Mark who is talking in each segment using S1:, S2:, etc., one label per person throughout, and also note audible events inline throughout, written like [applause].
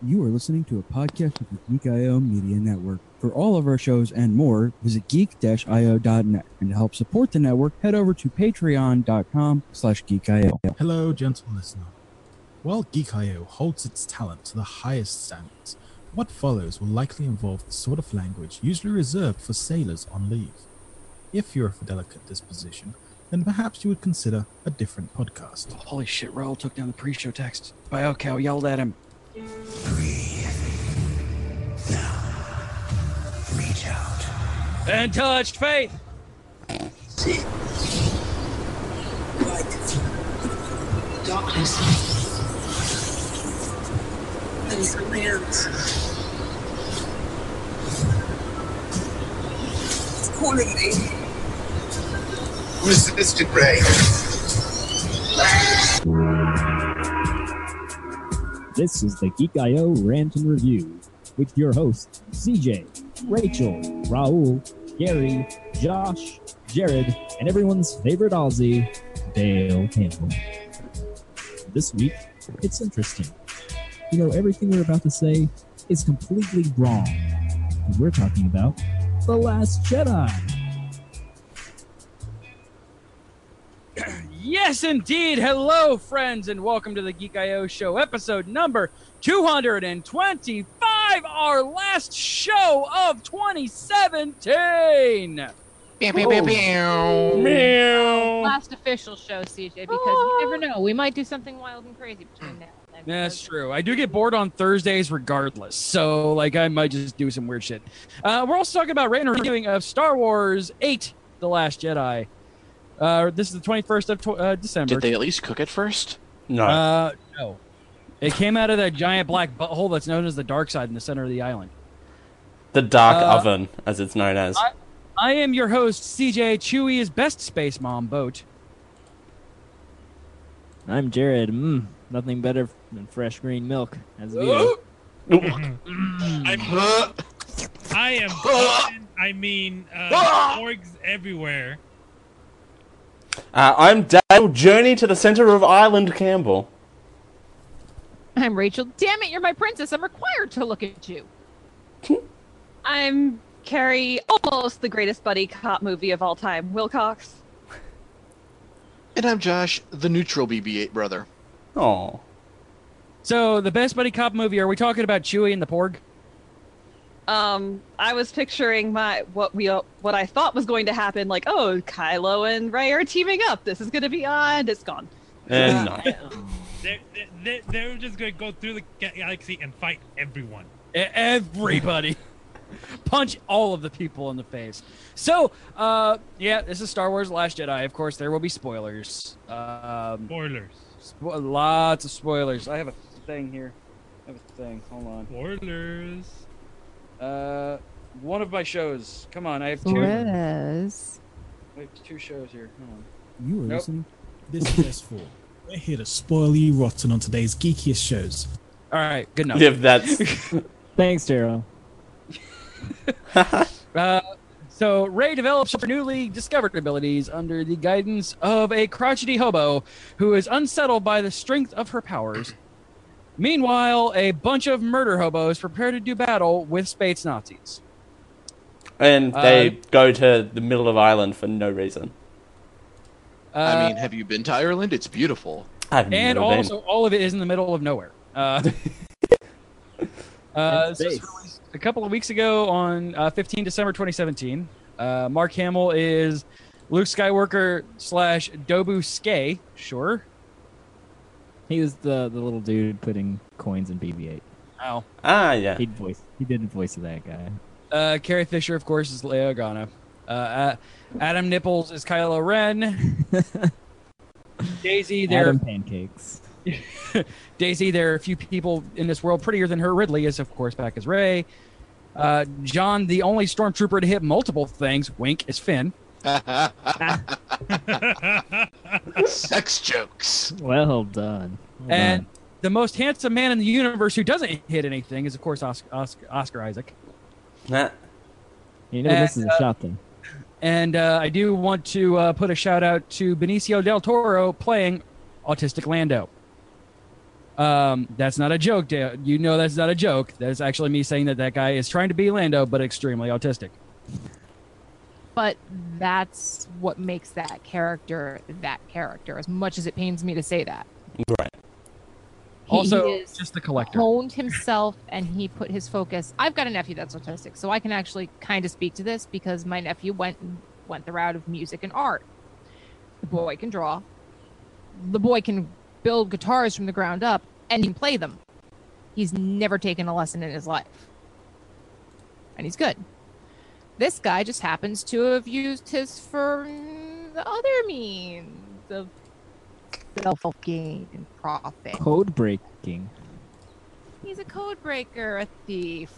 S1: You are listening to a podcast of the Geek IO Media Network. For all of our shows and more, visit geek-io.net. And to help support the network, head over to patreon.com slash geekio.
S2: Hello, gentle listener. While Geek.io holds its talent to the highest standards, what follows will likely involve the sort of language usually reserved for sailors on leave. If you're of a delicate disposition, then perhaps you would consider a different podcast.
S1: Holy shit, Raul took down the pre-show text. BioCow yelled at him.
S3: Reach out.
S1: And touched Faith!
S4: Darkness. And something else. It's calling me.
S3: Who is the distant ray?
S5: This is the Geek IO Rant and Review with your hosts, CJ, Rachel, Raul, Gary, Josh, Jared, and everyone's favorite Aussie, Dale Campbell. This week, it's interesting. You know, everything we're about to say is completely wrong. And we're talking about The Last Jedi.
S1: Yes, indeed. Hello, friends, and welcome to the Geek IO show, episode number 225, our last show of 2017.
S6: Oh.
S7: last official show, CJ, because you never know. We might do something wild and crazy between now and then.
S1: That's true. I do get bored on Thursdays regardless. So, like, I might just do some weird shit. Uh, we're also talking about random reviewing of Star Wars 8 The Last Jedi. Uh, this is the 21st of tw- uh, December.
S6: Did they at least cook it first?
S8: No.
S1: Uh, no. It came out of that giant black butthole that's known as the dark side in the center of the island.
S8: the Dark
S1: uh,
S8: Oven, as it's known as.
S1: I- I am your host, CJ Chewy is best space mom boat.
S5: I'm Jared. Mmm, nothing better than fresh green milk. As we
S9: I am. Putin. I mean, uh, orgs everywhere.
S8: Uh, I'm Dale Journey to the Center of Island Campbell.
S7: I'm Rachel. Damn it, you're my princess. I'm required to look at you.
S10: I'm Carrie, almost the greatest buddy cop movie of all time, Wilcox.
S6: And I'm Josh, the neutral BB-8 brother.
S8: Oh.
S1: So, the best buddy cop movie, are we talking about Chewy and the Porg?
S10: Um, I was picturing my what we what I thought was going to happen, like, oh, Kylo and Ray are teaming up. This is gonna be odd. It's gone.
S8: And no.
S9: They're, they're, they're just going to go through the ga- galaxy and fight everyone.
S1: E- Everybody. [laughs] Punch all of the people in the face. So, uh, yeah, this is Star Wars Last Jedi. Of course, there will be spoilers. Um,
S9: Spoilers.
S1: spo- lots of spoilers. I have a thing here. I have a thing. Hold on.
S9: Spoilers.
S1: Uh, one of my shows. Come on, I have two. I have two shows here. Hold on.
S2: You are
S1: Nope.
S2: listening. This is S4. We're here to spoil you rotten on today's geekiest shows.
S1: All right, good enough.
S8: [laughs] If that's.
S5: Thanks, Daryl.
S1: Uh, so Ray develops her newly discovered abilities under the guidance of a crotchety hobo who is unsettled by the strength of her powers. Meanwhile, a bunch of murder hobos prepare to do battle with Spades Nazis.
S8: And they
S1: Uh,
S8: go to the middle of Island for no reason.
S1: Uh,
S6: I mean, have you been to Ireland? It's beautiful.
S1: [laughs]
S8: I've
S1: and
S8: never
S1: also
S8: been.
S1: all of it is in the middle of nowhere. Uh, [laughs] uh, this was
S5: space.
S1: released a couple of weeks ago on uh, 15 December 2017. Uh, Mark Hamill is Luke Skywalker slash Dobu Skye. Sure.
S5: He was the, the little dude putting coins in BB-8.
S1: Ow.
S8: Ah, yeah.
S5: He'd voice. He did the voice of that guy.
S1: Uh, Carrie Fisher, of course, is Leia Organa. Uh, uh, Adam Nipples is Kylo Ren. Daisy, there.
S5: Adam pancakes.
S1: Daisy, there are a few people in this world prettier than her. Ridley is, of course, back as Ray. Uh, John, the only stormtrooper to hit multiple things. Wink is Finn.
S6: Sex jokes.
S5: Well done. Well
S1: and
S5: done.
S1: the most handsome man in the universe who doesn't hit anything is, of course, Oscar, Oscar, Oscar Isaac.
S8: Nah.
S5: he never
S1: and,
S5: misses a shot though.
S1: And uh, I do want to uh, put a shout out to Benicio del Toro playing Autistic Lando. Um, that's not a joke, Dale. You know that's not a joke. That's actually me saying that that guy is trying to be Lando, but extremely autistic.
S7: but that's what makes that character that character. As much as it pains me to say that,
S8: Right.
S7: He-
S1: also,
S7: he is
S1: just the collector.
S7: honed himself and he put his focus. I've got a nephew that's autistic, so I can actually kind of speak to this because my nephew went went the route of music and art. The boy can draw. The boy can build guitars from the ground up and he can play them. He's never taken a lesson in his life. And he's good. This guy just happens to have used his for mm, other means of self gain and profit.
S5: Code breaking.
S7: He's a code breaker, a thief.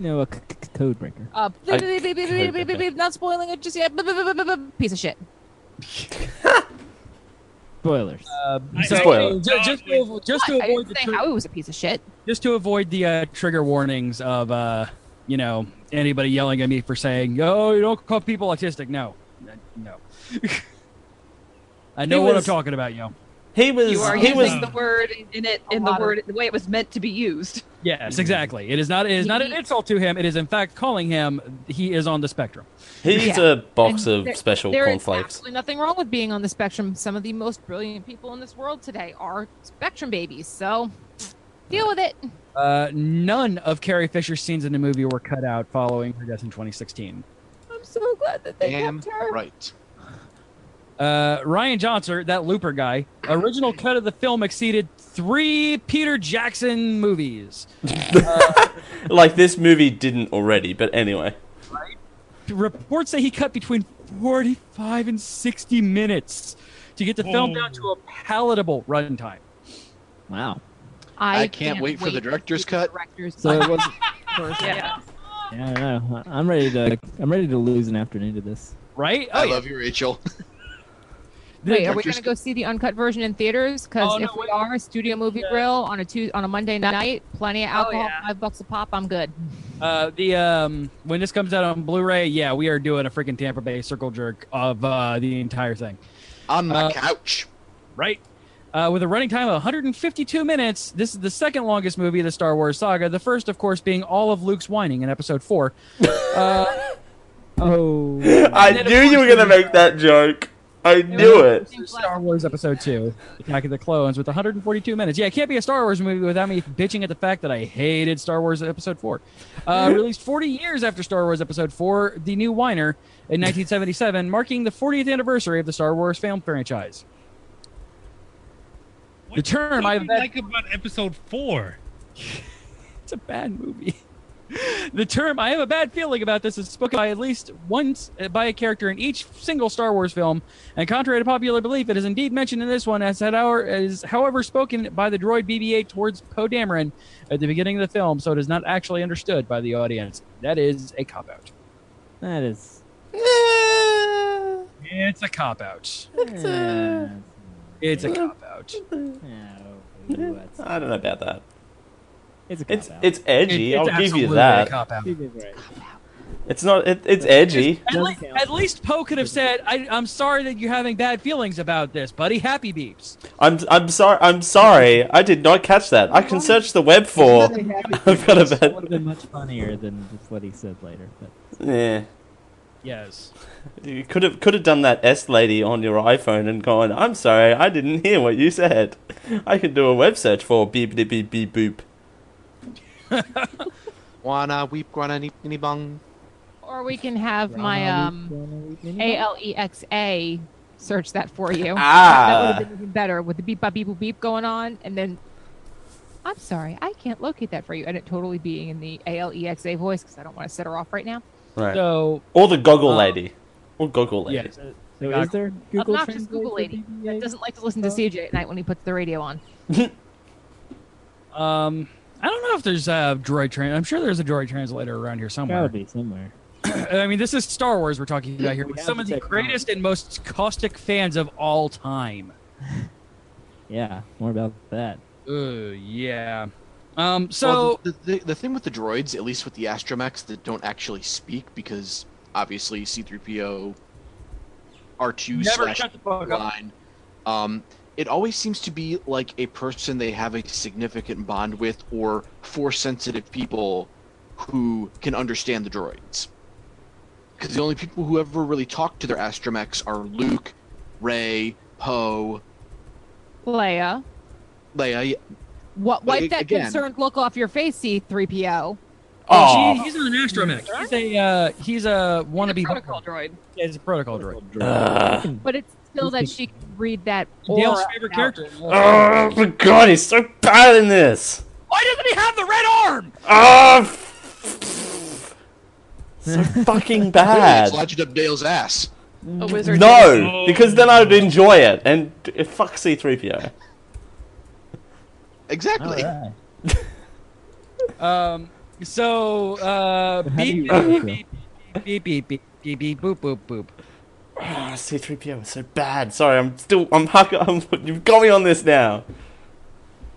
S5: No, a c- c- code breaker.
S7: Uh,
S8: I-
S7: not spoiling it just yet. Piece of shit.
S5: Spoilers.
S9: I-
S1: So,
S8: Spoiler.
S1: I mean, ju- Uh, just, to, avo- just to
S7: I
S1: avoid
S7: didn't
S1: the
S7: say
S1: tri-
S7: how it was a piece of shit.
S1: just to avoid the uh, trigger warnings of uh, you know anybody yelling at me for saying oh you don't call people autistic no Uh, no [laughs] I know what I'm
S8: was-
S1: talking about yo
S8: He was.
S10: You are
S8: he
S10: using
S8: was.
S10: the word in it
S7: A
S10: in the
S7: lot of-
S10: word the way it was meant to be used.
S1: yes
S6: Mm-hmm.
S1: exactly it is not it is not an
S7: He-
S1: insult to him it is in fact calling him he is on the spectrum
S8: He's
S7: Yeah.
S8: a box
S7: And
S8: of
S7: there-
S8: special
S7: There is
S8: cornflakes.
S7: absolutely nothing wrong with being on the spectrum. Some of the most brilliant people in this world today are spectrum babies, so deal with it.
S1: uh, none of Carrie Fisher's scenes in the movie were cut out following her death in 2016
S7: I'm so glad that they
S6: Damn
S7: kept her.
S6: right.
S1: uh, Ryan Johnson that Looper guy original cut of the film exceeded three Peter Jackson movies.
S8: Like this movie didn't already, but anyway.
S1: reports say he cut between 45 and 60 minutes to get the film
S9: Oh.
S1: down to a palatable runtime.
S5: Wow.
S6: I can't wait for the
S7: to
S6: director's
S7: see the
S6: cut.
S7: Director's
S5: So it
S7: [laughs]
S5: was.
S10: [laughs]
S7: version.
S5: Yeah, I don't know. I'm ready to. I'm ready to lose an afternoon to this.
S1: Right?
S6: I
S1: Oh, yeah.
S6: love you, Rachel. [laughs]
S1: The
S7: Wait, are we
S6: director's
S7: going to go see the uncut version in theaters? Because
S1: Oh, no,
S7: if we
S1: wait.
S7: are, Studio Movie Grill on a Tuesday, on a Monday night, plenty
S1: Oh,
S7: of alcohol,
S10: yeah.
S7: five bucks a pop. I'm good.
S1: Uh, the um, when this comes out on Blu-ray, yeah, we are doing a freaking Tampa Bay circle jerk of uh, the entire thing.
S6: On my
S1: Uh,
S6: couch.
S1: Right? Uh, with a running time of 152 minutes, this is the second longest movie of the Star Wars saga. The first, of course, being all of Luke's whining in Episode
S8: [laughs]
S1: Four. Uh,
S5: Oh.
S8: I
S1: then, of
S8: knew you were
S1: course,
S8: gonna
S1: we-
S8: make that joke. I knew it.
S1: Star Wars Episode Two, Attack of the Clones, with 142 minutes. Yeah, it can't be a Star Wars movie without me bitching at the fact that I hated Star Wars Episode Four. Uh, released 40 years after Star Wars Episode Four, The New Whiner in 1977, marking the 40th anniversary of the Star Wars film franchise.
S9: What
S1: The term
S9: do you
S1: I've had-
S9: like about episode four?
S1: It's a bad movie. The term "I have a bad feeling about this" is spoken by at least once uh, by a character in each single Star Wars film, and contrary to popular belief, it is indeed mentioned in this one as had our, is however spoken by the droid BB-8 towards Poe Dameron at the beginning of the film, so it is not actually understood by the audience. That is a cop out.
S5: That is.
S1: It's a cop out.
S5: Yeah.
S1: It's a cop out.
S5: No, that's-
S8: I don't know about that.
S5: It's a
S8: It's
S5: cop-out.
S8: it's edgy. I'll give you that.
S1: Cop out.
S5: It is right.
S8: It's not. It, it's edgy.
S1: At, le- at least Poe could have said, I, "I'm sorry that you're having bad feelings about this, buddy." Happy beeps.
S8: I'm I'm sorry. I'm sorry. I did not catch that. I can search the web
S1: [laughs]
S6: [laughs]
S8: for. [laughs] I've got a
S5: That
S8: bad.
S5: would have been much funnier than just what he said later. But
S8: Yeah.
S1: Yes.
S8: You could have could have done that S lady on your iPhone and gone. I'm sorry. I didn't hear what you said. [laughs] I can do a web search for beep beep beep beep boop.
S6: Wanna weep, wanna neep, neep, bong.
S7: Or we can have my um A L E X A search that for you. That would
S8: Ah.
S7: have been even better with the beep bop beep boop beep going on, and then I'm sorry, I can't locate that for you, and it totally being in the A L E X A voice because I don't want to set her off right now.
S8: Right.
S1: So
S8: Or the goggle
S1: Um,
S8: lady. Or goggle lady.
S1: yes.
S5: So is there Google
S7: Obnoxious
S5: Translate
S7: Google
S5: for
S7: lady
S5: BB-8?
S7: That doesn't like to listen to CJ at night when he puts the radio on.
S1: Um, I don't know if there's a droid trans. I'm sure there's a droid translator around here
S5: Gotta
S1: somewhere. Uh,
S5: be somewhere.
S1: I mean, this is Star Wars we're talking about here.
S5: We
S1: With
S5: have
S1: some
S5: the
S1: of the
S5: technology.
S1: greatest and most caustic fans of all time.
S5: Yeah, more about that.
S1: Ugh, yeah. Um,
S6: Well,
S1: so
S6: the, the, the thing with the droids, at least with the astromechs that don't actually speak, because obviously C-3PO, R2
S1: never
S6: slash
S1: shut the fuck up.
S6: line, um, it always seems to be like a person they have a significant bond with or for sensitive people who can understand the droids. Because the only people who ever really talk to their astromechs are Luke, Ray, Poe,
S7: Leia,
S6: Leia.
S7: what,
S6: But
S7: wipe
S6: a-
S7: that
S6: again-
S7: concerned look off your face, C3PO.
S8: Aw.
S1: He- Oh, he's not an astromech. He's a uh, he's a wannabe.
S10: Protocol droid.
S1: Yeah, he's a protocol droid.
S8: Ah.
S7: But it's still that she can read that.
S1: Dale's
S7: aura
S1: favorite
S7: out.
S1: character.
S8: Oh my god, he's so bad in this.
S1: Why doesn't he have the red arm?
S8: [laughs] Oh, so fucking
S6: Really, it's
S8: bad.
S6: lodged up Dale's ass.
S10: A wizard.
S8: No, because then I'd enjoy it and uh, fuck C3PO.
S6: Exactly.
S5: Alright.
S1: Um. So uh,
S5: How do you
S1: beep
S5: read
S1: beep beep beep beep beep beep beep boop boop boop.
S8: Ah, C3PO is so bad. Sorry, I'm still I'm huck I'm you've got me on this now.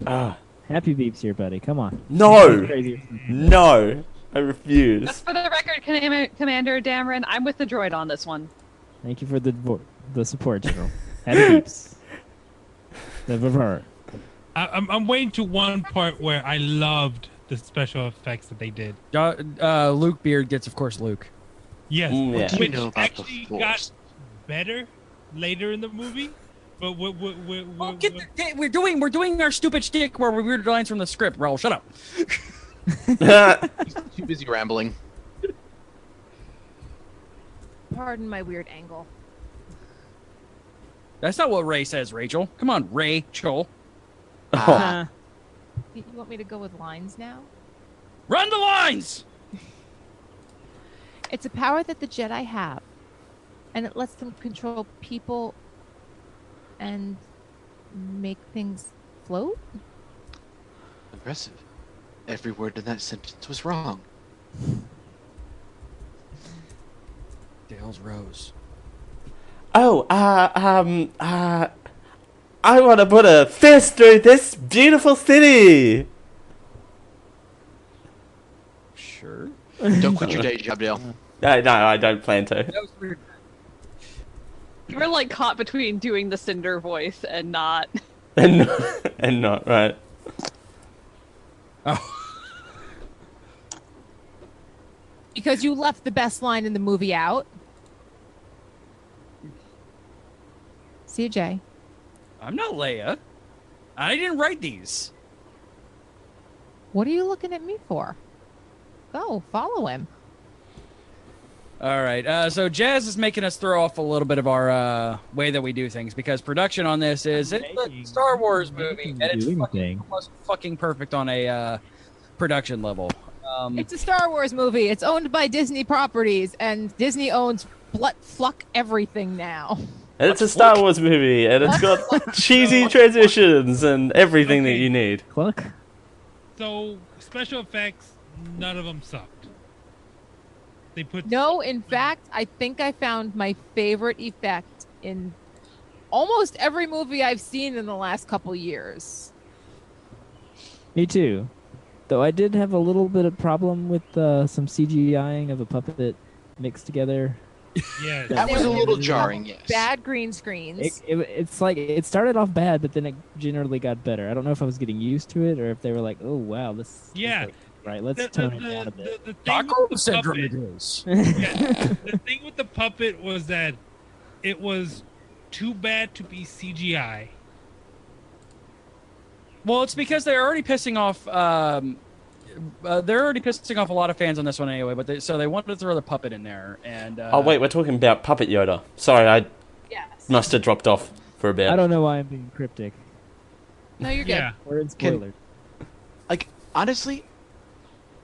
S8: Ah,
S5: Happy beeps here, buddy. Come on.
S8: no.
S5: Crazy.
S8: No. I refuse. [laughs]
S10: For the record, Command- Commander Dameron, I'm with the droid on this one.
S5: Thank you for the vo- the support, General. Happy beeps. The Vivar.
S9: I, I'm, I'm waiting to one part where I loved the special effects that they did.
S1: Uh, uh, Luke Beard gets, of course, Luke.
S9: Yes,
S8: Mm, yeah.
S9: which
S6: You know about the
S9: actually
S6: Force.
S9: got better later in the movie. But we we we we
S1: Oh, get the, get- we're doing we're doing our stupid shtick where we're weird lines from the script. Raul, shut up.
S8: Oh,
S6: He's too busy rambling.
S7: Pardon my weird angle.
S1: That's not what Ray says, Rachel. Come on, Rachel.
S8: oh,
S6: Ah,
S7: You want me to go with lines now?
S1: Run the lines.
S7: It's a power that the Jedi have, and it lets them control people and make things float.
S6: impressive. Every word in that sentence was wrong.
S1: Dale's Rose.
S8: oh, uh um uh I wanna put a fist through this beautiful city.
S1: Sure.
S6: Don't quit your day job, Dale.
S8: No, no, I don't plan to.
S1: That was weird.
S10: You were like caught between doing the Cinder voice
S1: [laughs]
S10: and not.
S8: and not, [laughs] and not right.
S7: Because you left the best line in the movie out. CJ.
S1: I'm not Leia. I didn't write these.
S7: What are you looking at me for? Go, follow him.
S1: All right. Uh, so Jazz is making us throw off a little bit of our uh, way that we do things because production on this is it's a
S9: Making-
S1: Star Wars movie and it's
S5: doing
S1: fucking,
S5: thing.
S1: almost fucking perfect on a uh, production level. Um,
S7: It's a Star Wars movie. It's owned by Disney Properties, and Disney owns Blut Fluck everything now.
S8: And it's a Star Wars movie, and it's got cheesy transitions and everything that
S9: Okay.
S8: you need.
S5: Cluck.
S9: So special effects, none of them sucked. They put
S7: No, in fact, I think I found my favorite effect in almost every movie I've seen in the last couple years.
S5: Me too. Though I did have a little bit of problem with uh, some CGIing of a puppet mixed together.
S9: yes.
S5: That
S6: That was a little jarring, yes.
S7: Bad green
S5: It,
S7: screens.
S5: it, it's like it started off bad, but then it generally got better. I don't know if I was getting used to it or if they were like, "Oh wow, this." is
S9: Yeah.
S5: like- right.
S9: The-
S5: Let's
S9: the-
S5: tone it down a
S9: the-
S5: bit.
S9: the- the thing
S1: Stockholm
S9: with the
S1: syndrome
S9: puppet-
S1: it is.
S9: [laughs] yeah, the thing with the puppet was that it was too bad to be CGI.
S1: Well, it's because they're already pissing off. Um, uh, they're already pissing off a lot of fans on this one anyway. But they, so they wanted to throw the puppet in there, and uh,
S8: Oh wait, we're talking about Puppet Yoda. Sorry, I
S7: yes.
S8: must have dropped off for a bit.
S5: I don't know why I'm being cryptic.
S7: No, you're good.
S9: Yeah.
S5: We're in
S6: Can-
S5: spoilers.
S6: Like, honestly,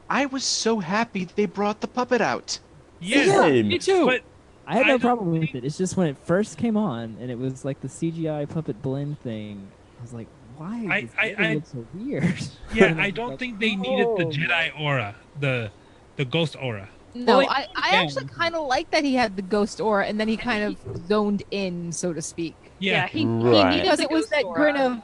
S6: I was so happy they brought the puppet out.
S9: Yes.
S8: Same.
S1: me too.
S9: But
S5: I had
S9: I
S5: no
S9: don't
S5: problem with
S9: think-
S5: it. It's just when it first came on and it was like the CGI puppet blend thing. I was like, why?
S9: I-
S5: does
S9: I-
S5: everything
S9: I-
S5: look so weird.
S9: [laughs]
S5: [laughs]
S9: yeah,
S5: And
S9: I
S5: was
S9: don't
S5: like,
S9: think they needed the
S5: "Oh."
S9: Jedi aura, the the ghost aura.
S7: No,
S1: Well, it-
S7: I, I actually kind of like that he had the ghost aura, and then he kind of zoned in, so to speak.
S9: Yeah.
S10: he,
S8: Right.
S10: he needed
S7: Because
S10: the
S7: it was
S10: ghost
S7: that
S10: aura.
S7: grin of,
S5: Mm.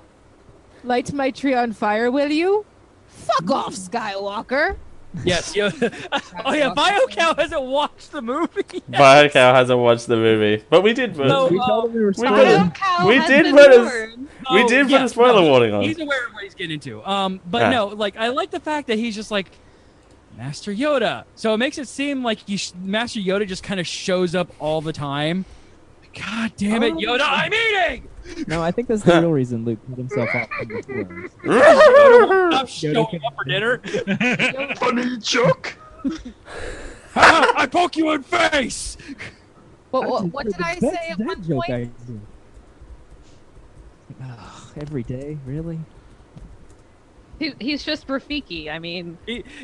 S7: light my tree on fire, will you? Fuck off, Skywalker.
S1: Yes. Yo- [laughs] oh yeah, BioCow hasn't watched the movie.
S8: Biocow hasn't watched the movie, but we did. Put,
S1: No,
S5: we
S1: uh,
S5: told him we were
S8: we
S5: spoilers.
S8: did.
S10: Cow
S8: We
S10: has
S8: did
S10: been
S8: put a-
S10: born.
S8: We
S1: Oh,
S8: did put
S1: yeah,
S8: a spoiler
S1: no,
S8: warning on.
S1: He's
S8: it.
S1: aware of what he's getting into. Um, but
S8: Yeah.
S1: no, like I like the fact that he's just like Master Yoda. So it makes it seem like you sh- Master Yoda just kind of shows up all the time. God damn it,
S5: Oh.
S1: Yoda! I'm eating.
S5: No, I think that's the real reason Luke put himself off from the
S7: [laughs]
S5: forums.
S8: [laughs]
S1: I'm
S5: can-
S1: showing up for dinner.
S6: Funny
S1: [laughs]
S6: joke.
S1: Ah, I poke you in face.
S7: What, what, what did I
S5: That's
S7: say at
S5: that
S7: one
S5: joke
S7: point?
S5: I do. Ugh, every day, really?
S10: He, he's just Rafiki. I mean,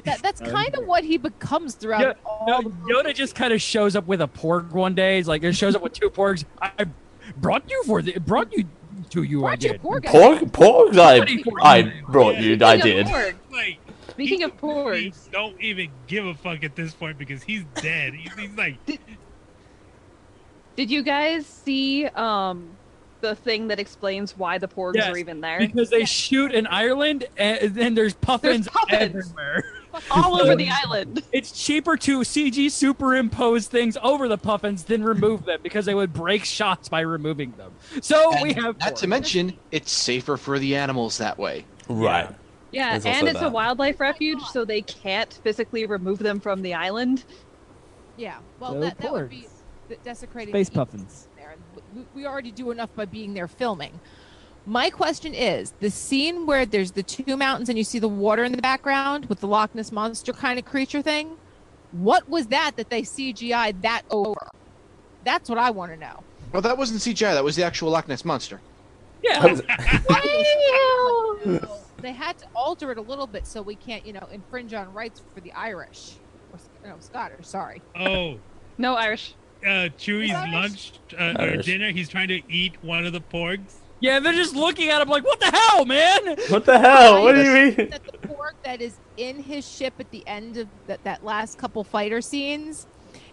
S7: That, that's kind of what he becomes throughout
S1: Yeah,
S7: all
S1: No,
S7: the
S1: Yoda just kind of shows up with a porg one day. He's like, it shows up with two porgs. I brought you for the brought you to you. I
S7: Brought you
S1: did.
S7: pork.
S8: Pork, pork. I, I brought you. I
S10: Speaking of
S8: did.
S10: pork-
S9: Like,
S10: Speaking of
S9: we
S10: porgs,
S9: don't even give a fuck at this point because he's dead. He's, he's like,
S10: did you guys see um the thing that explains why the porgs
S1: Yes.
S10: are even there?
S1: because they shoot in Ireland and then there's puffins,
S10: There's puffins.
S1: everywhere.
S10: [laughs] All
S1: [laughs]
S10: over the island.
S1: It's cheaper to CG superimpose things over the puffins than remove them because they would break shots by removing them. So we
S6: And
S1: have
S6: not to
S1: four.
S6: mention, it's safer for the animals that way.
S8: Right. [laughs]
S10: Yeah,
S8: There's also
S10: and it's a
S8: that.
S10: wildlife refuge, so they can't physically remove them from the island.
S7: Yeah. Well,
S5: So
S7: that, that would be
S5: porgs.
S7: the desecrating
S5: Space
S7: the ecosystem
S5: puffins.
S7: There, we, we already do enough by being there filming. My question is the scene where there's the two mountains and you see the water in the background with the Loch Ness monster kind of creature thing. What was that that they CGI'd that over? That's what I want to know.
S6: Well, that wasn't CGI. That was the actual Loch Ness monster.
S1: yeah,
S8: That was-
S7: So [laughs] they had to alter it a little bit so we can't, you know, infringe on rights for the Irish. Or, Sc- no, Scottish, sorry.
S9: oh,
S10: [laughs] No Irish.
S9: uh, Chewie's
S7: Irish.
S9: lunch uh, or
S8: Irish.
S9: dinner. He's trying to eat one of the porgs.
S1: yeah. They're just looking at him like, "What the hell, man?"
S8: What the hell? What do you mean?
S7: that the pork that is in his ship at the end of that, that last couple fighter scenes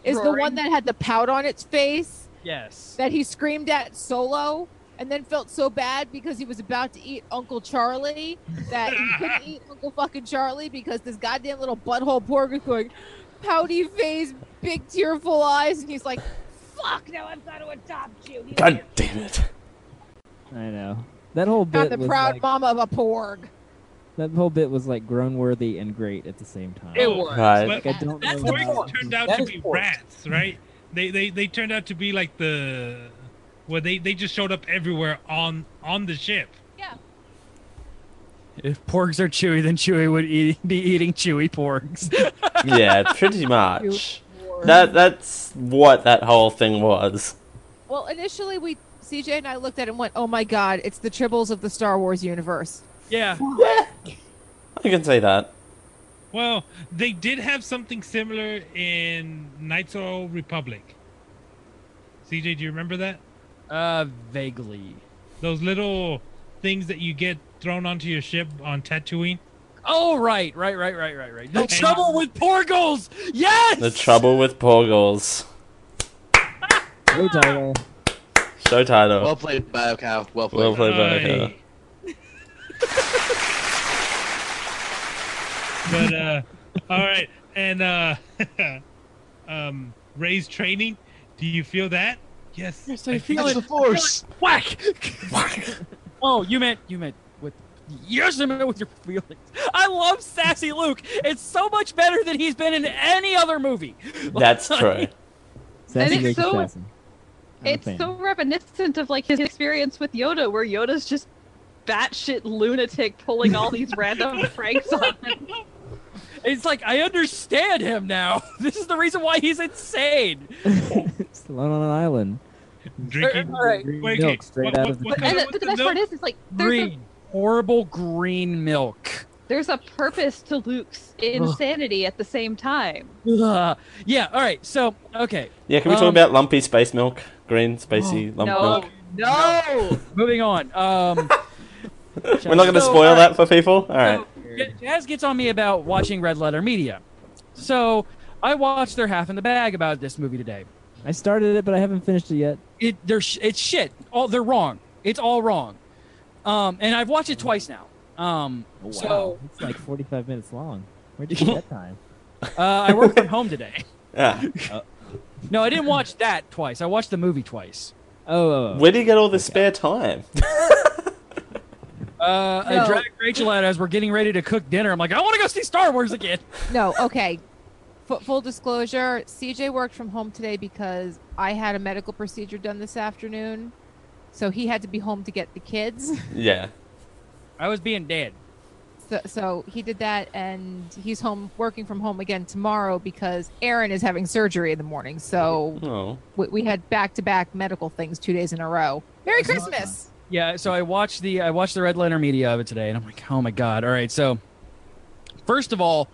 S7: is the one
S10: Roaring.
S7: that had the pout on its face
S1: Yes.
S7: that he screamed at solo and then felt so bad because he was about to eat Uncle Charlie that he couldn't eat Uncle fucking Charlie because this goddamn little butthole pork was going pouty face, big tearful eyes, and he's like, fuck, now I've got to adopt you. He
S8: God damn it.
S5: I know. That whole bit
S7: got the
S5: was
S7: proud
S5: like,
S7: mama of a porg.
S5: that whole bit was like grown worthy and great at the same time.
S1: It was.
S8: Right.
S9: But
S5: Like, I don't
S1: That's
S5: know.
S1: the
S5: how-
S1: point.
S9: Oh, porgs turned out
S1: That
S9: to
S1: is
S9: be
S1: porgs.
S9: rats, right? They, they they turned out to be like the well they, they just showed up everywhere on on the ship.
S1: If porgs are chewy, then Chewy would eat, be eating chewy porgs. [laughs]
S8: Yeah, pretty much. That that's what that whole thing was.
S7: Well, initially we CJ and I looked at it and went, "Oh my god, it's the tribbles of the Star Wars universe."
S1: yeah.
S8: I can say that.
S9: Well, they did have something similar in Knights of the Old Republic. CJ, do you remember that?
S1: Uh, vaguely.
S9: Those little things that you get thrown onto your ship on Tatooine.
S1: Oh right, right, right, right, right, right. The
S9: Okay.
S1: trouble with porgals. Yes.
S8: The trouble with Porgals.
S5: Hey, Tyler.
S8: Show title.
S6: Well played, BioCow. Well played.
S8: Well played, Biocow.
S9: Aye. [laughs] but uh, all right, and uh, [laughs] um, Ray's training. Do you feel that? Yes.
S1: Yes, I feel
S6: That's
S1: it.
S6: the force.
S1: Whack! [laughs] oh, you meant you meant with yes, I meant with your feelings. I love sassy Luke. It's so much better than he's been in any other movie. [laughs]
S8: That's true.
S5: Sassy
S10: it's
S5: Luke
S10: so-
S5: Assassin. I'm a
S10: It's
S5: fan. [laughs]
S10: so reminiscent of like his experience with Yoda, where Yoda's just batshit lunatic pulling all
S8: [laughs]
S10: these random pranks on him.
S1: It's like I understand him now. [laughs] This is the reason why he's insane.
S5: It's alone on an island.
S9: Drinking.
S1: All right.
S5: Green
S9: Wait, okay,
S5: milk straight
S9: what-
S5: out
S9: what-
S5: of the
S9: what-
S5: tank.
S10: And the,
S9: What's
S10: the
S9: the
S10: best
S9: milk?
S10: part is, it's like there's a,
S1: Green, horrible green milk.
S10: there's a purpose to Luke's insanity at the same time.
S1: Ugh. Yeah. All right. So okay,
S8: Yeah, can we
S1: Um, Oh,
S8: talk about lumpy space milk? Green, spacey, lump
S10: No,
S1: [laughs]
S8: milk.
S10: no.
S1: moving on. Um,
S8: We're not going to
S1: So,
S8: spoil
S1: alright.
S8: that for people? Alright.
S1: J- Jazz gets on me about watching Red Letter Media. So I watched their half in the bag about this movie today.
S5: I started it, but I haven't finished it yet.
S1: it they're sh- it's shit. All they're wrong. It's all wrong.
S11: Oh,
S1: Um, and I've watched it twice now. Um, so
S5: It's like 45 minutes long. Where'd you get that
S1: [laughs]
S5: time?
S1: Uh, I worked from home today.
S9: [laughs]
S8: Ah.
S1: No, I didn't watch that twice. I watched the movie twice.
S5: Oh, oh, oh.
S8: Where do you get all this spare time? [laughs]
S1: Uh, I
S7: No.
S1: dragged Rachel out as we're getting ready to cook dinner. I'm like, I want to go see Star Wars again.
S7: No, okay. F- full disclosure, CJ worked from home today because I had a medical procedure done this afternoon. So he had to be home to get the kids. [laughs]
S8: yeah.
S1: I was being dead.
S7: So, so he did that and he's home working from home again tomorrow because Aaron is having surgery in the morning. So
S8: Oh.
S7: we, we had back-to-back medical things 2 days in a row. Merry
S2: That's not
S7: Christmas.
S1: Yeah, so I watched the I watched the Red Letter Media of it today, and I'm like, oh my god! All right, so first of all,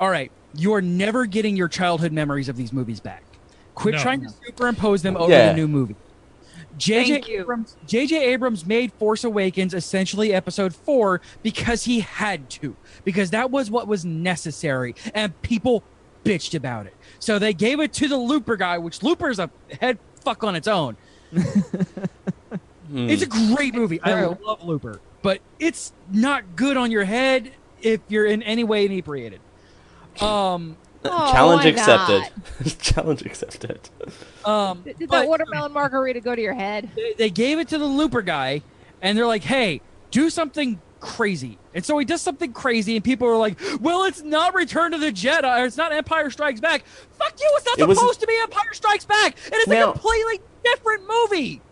S1: all right, you are never getting your childhood memories of these movies back. Quit
S9: No.
S1: trying to superimpose them over
S8: Yeah.
S1: the new movie.
S10: Thank
S1: JJ
S10: you.
S1: Abrams, JJ Abrams made Force Awakens essentially episode 4 because he had to because that was what was necessary and people bitched about it. So they gave it to the Looper guy, which Looper's a head fuck on its own.
S8: Hmm.
S1: It's a great movie. I
S7: True.
S1: love Looper, but it's not good on your head if you're in any way inebriated. Um,
S7: Oh,
S8: Challenge
S7: why
S8: accepted. [laughs] Challenge accepted.
S1: um,
S7: Did, did
S1: but
S7: that watermelon margarita go to your head?
S1: they- they gave it to the Looper guy, and they're like, "Hey, do something crazy." And so he does something crazy, and people are like, "Well, it's not Return to the Jedi, or it's not Empire Strikes Back." Fuck you! It's not
S8: It was-
S1: supposed to be Empire Strikes Back, and it's
S8: Now-
S1: a completely different movie.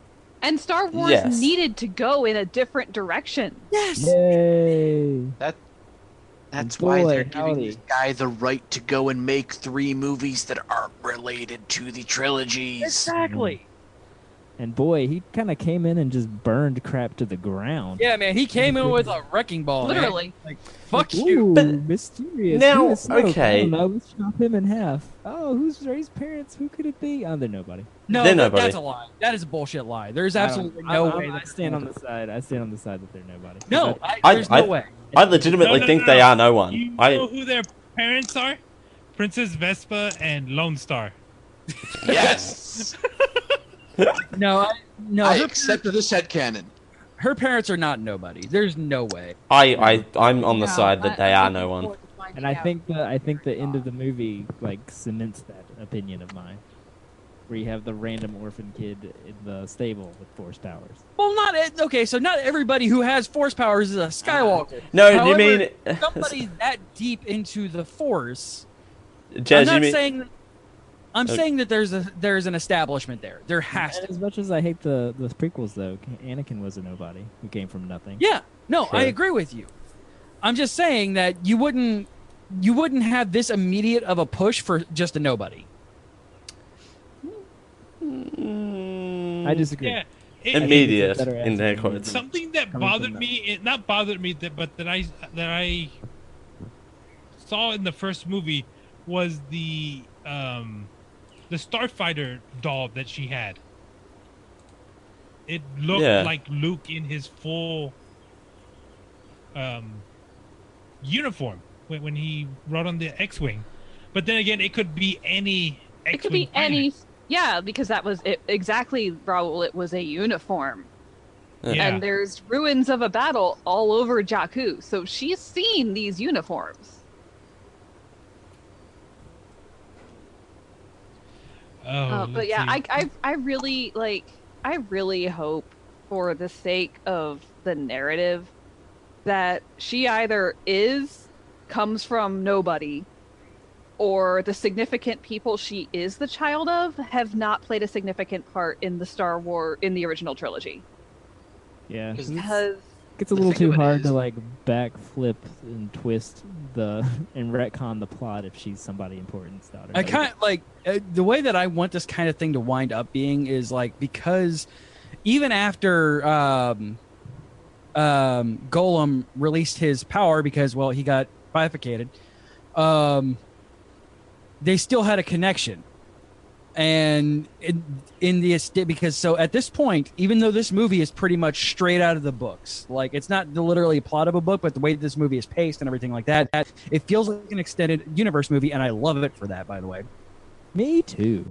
S10: And Star Wars
S8: Yes.
S10: needed to go in a different direction.
S1: Yes.
S5: Yay!
S6: That's why they're
S5: Boy,
S6: giving
S5: howdy.
S6: this guy the right to go and make three movies that aren't related to the trilogies.
S1: Exactly.
S5: And boy, he kind of came in and just burned crap to the ground.
S1: Yeah, man. He came
S8: Mm-hmm.
S1: in with a wrecking
S8: Oh,
S1: ball. man.
S10: Literally.
S1: Fuck
S5: Ooh,
S1: you.
S5: mysterious.
S8: Now,
S5: Who is Snoke? I
S8: okay.
S5: don't know. Let's chop him in half. Oh, who's Ray's parents? Who could it be? Oh, they're nobody.
S1: No,
S8: They're
S1: that-
S8: nobody.
S1: that's a lie. That is a bullshit lie. There's
S5: I don't-
S1: absolutely
S5: I'm-
S1: no
S5: I'm-
S1: way.
S5: I
S1: that-
S5: stand on the side. I stand on the side that they're nobody.
S1: No,
S5: But-
S1: I,
S8: I-
S1: there's
S8: I-
S1: no way.
S8: I legitimately
S9: No, no,
S8: think
S9: no.
S8: they are no
S9: You
S8: one.
S9: know
S8: I
S9: who their parents are? Princess Vespa and Lone Star.
S6: Yes. [laughs]
S1: No, I, no.
S6: I
S1: her,
S6: accept this headcanon.
S1: her parents are not nobody. There's no way.
S8: I I I'm on the
S7: No,
S8: side that
S7: I-
S8: they
S7: I'm looking
S8: are no one.
S7: forward to finding
S5: and I
S7: out.
S5: think the I think the end of the movie like cements that opinion of mine, where you have the random orphan kid in the stable with force powers.
S1: Well, not e- okay. So not everybody who has force powers is a
S8: [laughs]
S1: Skywalker.
S8: No,
S1: However,
S8: you mean
S1: somebody that deep into the force? I'm
S8: Jazz,
S1: not
S8: you mean
S1: saying. I'm
S8: Okay.
S1: saying that there's a there's an establishment there. There has
S5: And
S1: to.
S5: as much as I hate the the prequels, though, Anakin was a nobody who came from nothing.
S1: Yeah. No, I
S8: Sure.
S1: agree with you. I'm just saying that you wouldn't you wouldn't have this immediate of a push for just a nobody.
S5: I disagree.
S9: Yeah. It-
S8: immediate
S5: better
S8: in their
S5: answer than
S8: quotes.
S9: something that
S5: Coming
S9: bothered
S5: from
S9: me it not bothered me that but that i that i saw in the first movie was the um the starfighter doll that she had it looked
S8: Yeah.
S9: like luke in his full um uniform when, when he rode on the x-wing but then again it could be any x-wing
S10: It could be
S9: fighter.
S10: any. Yeah, because that was it, exactly, Raul. It was a uniform.
S9: yeah.
S10: And there's ruins of a battle all over Jakku. So she's seen these uniforms.
S9: oh,
S10: Uh,
S9: let's
S10: but yeah,
S9: see.
S10: I, I, I really like. I really hope, for the sake of the narrative, that she either is comes from nobody, or the significant people she is the child of have not played a significant part in the Star War in the original trilogy.
S5: Yeah,
S6: Because-
S5: it's-
S10: Because
S5: gets a
S6: the
S5: little
S6: thing
S5: too
S6: of it
S5: hard to
S6: is-
S5: like backflip and twist the [laughs] and retcon the plot if she's somebody important's daughter.
S1: I kind of like uh, the way that I want this kind of thing to wind up being is like because even after um, um, Golem released his power because well he got bifurcated, um, they still had a connection, and in, in the est- because so at this point even though this movie is pretty much straight out of the books like it's not the literally plot of a book but the way this movie is paced and everything like that it feels like an extended universe movie, and I love it for that. By the way,
S5: me too.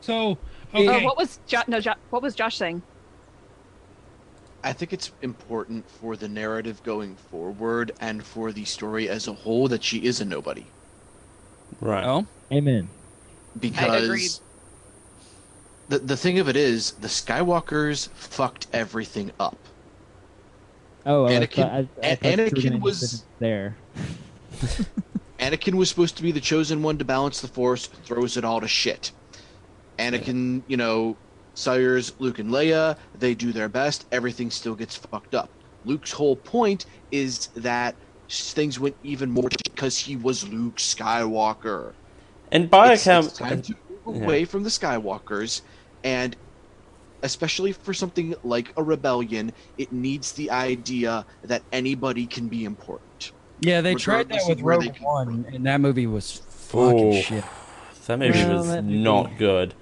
S9: so
S10: uh,
S9: okay
S10: what was jo- no jo- what was Josh saying?
S6: I think it's important for the narrative going forward and for the story as a whole that she is a nobody
S8: Right.
S1: Oh,
S5: Amen.
S7: agreed.
S6: because the the thing of it is the Skywalkers fucked everything up.
S5: Oh, I
S6: Anakin-
S5: thought, I, I
S6: A-
S5: thought you were
S6: Anakin
S5: gonna end
S6: was-
S5: it there.
S6: Anakin was supposed to be the chosen one to balance the Force, throws it all to shit. Anakin, you know, sires Luke and Leia, they do their best, everything still gets fucked up. Luke's whole point is that s- things went even more to shit because he was Luke Skywalker.
S8: And by
S6: it's,
S8: account,
S6: it's time to move
S8: yeah.
S6: away from the Skywalkers, and especially for something like a rebellion, it needs the idea that anybody can be important.
S1: yeah, they tried that
S6: Regardless of
S1: with
S6: where they
S1: Rogue
S6: come
S1: One, and that movie was fucking
S8: Ooh.
S1: shit.
S8: that movie
S5: Well,
S8: was
S5: that movie-
S8: not good.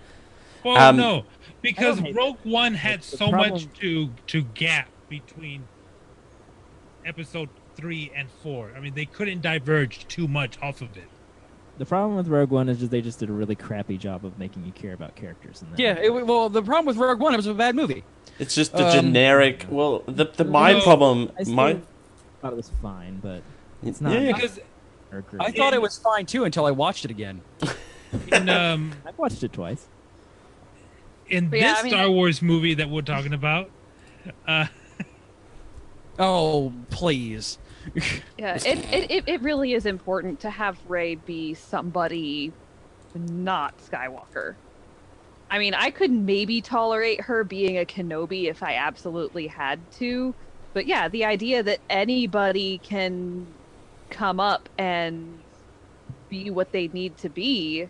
S9: Well,
S8: Um,
S9: no, because
S5: hate
S9: Rogue One had
S5: It's the
S9: so much
S5: problem-
S9: to to gap between episode three and four. I mean, they couldn't diverge too much off of it.
S5: The problem with Rogue One is just they just did a really crappy job of making you care about characters. In that
S1: Yeah, it, well, the problem with Rogue One, it was a bad movie.
S8: It's just the
S1: Um,
S8: generic. Well, the the my
S9: No,
S8: problem,
S5: I still
S8: my
S5: thought it was fine, but it's not.
S8: Yeah.
S9: Because
S5: or great.
S1: I thought it was fine too until I watched it again.
S9: in um
S5: I've watched it twice.
S9: in
S10: But
S9: this
S10: yeah, I mean-
S9: Star Wars movie that we're talking about, uh,
S1: Oh, please.
S10: Yeah, it, it, it, it really is important to have Ray be somebody not Skywalker. I mean, I could maybe tolerate her being a Kenobi if I absolutely had to. But yeah, the idea that anybody can come up and be what they need to be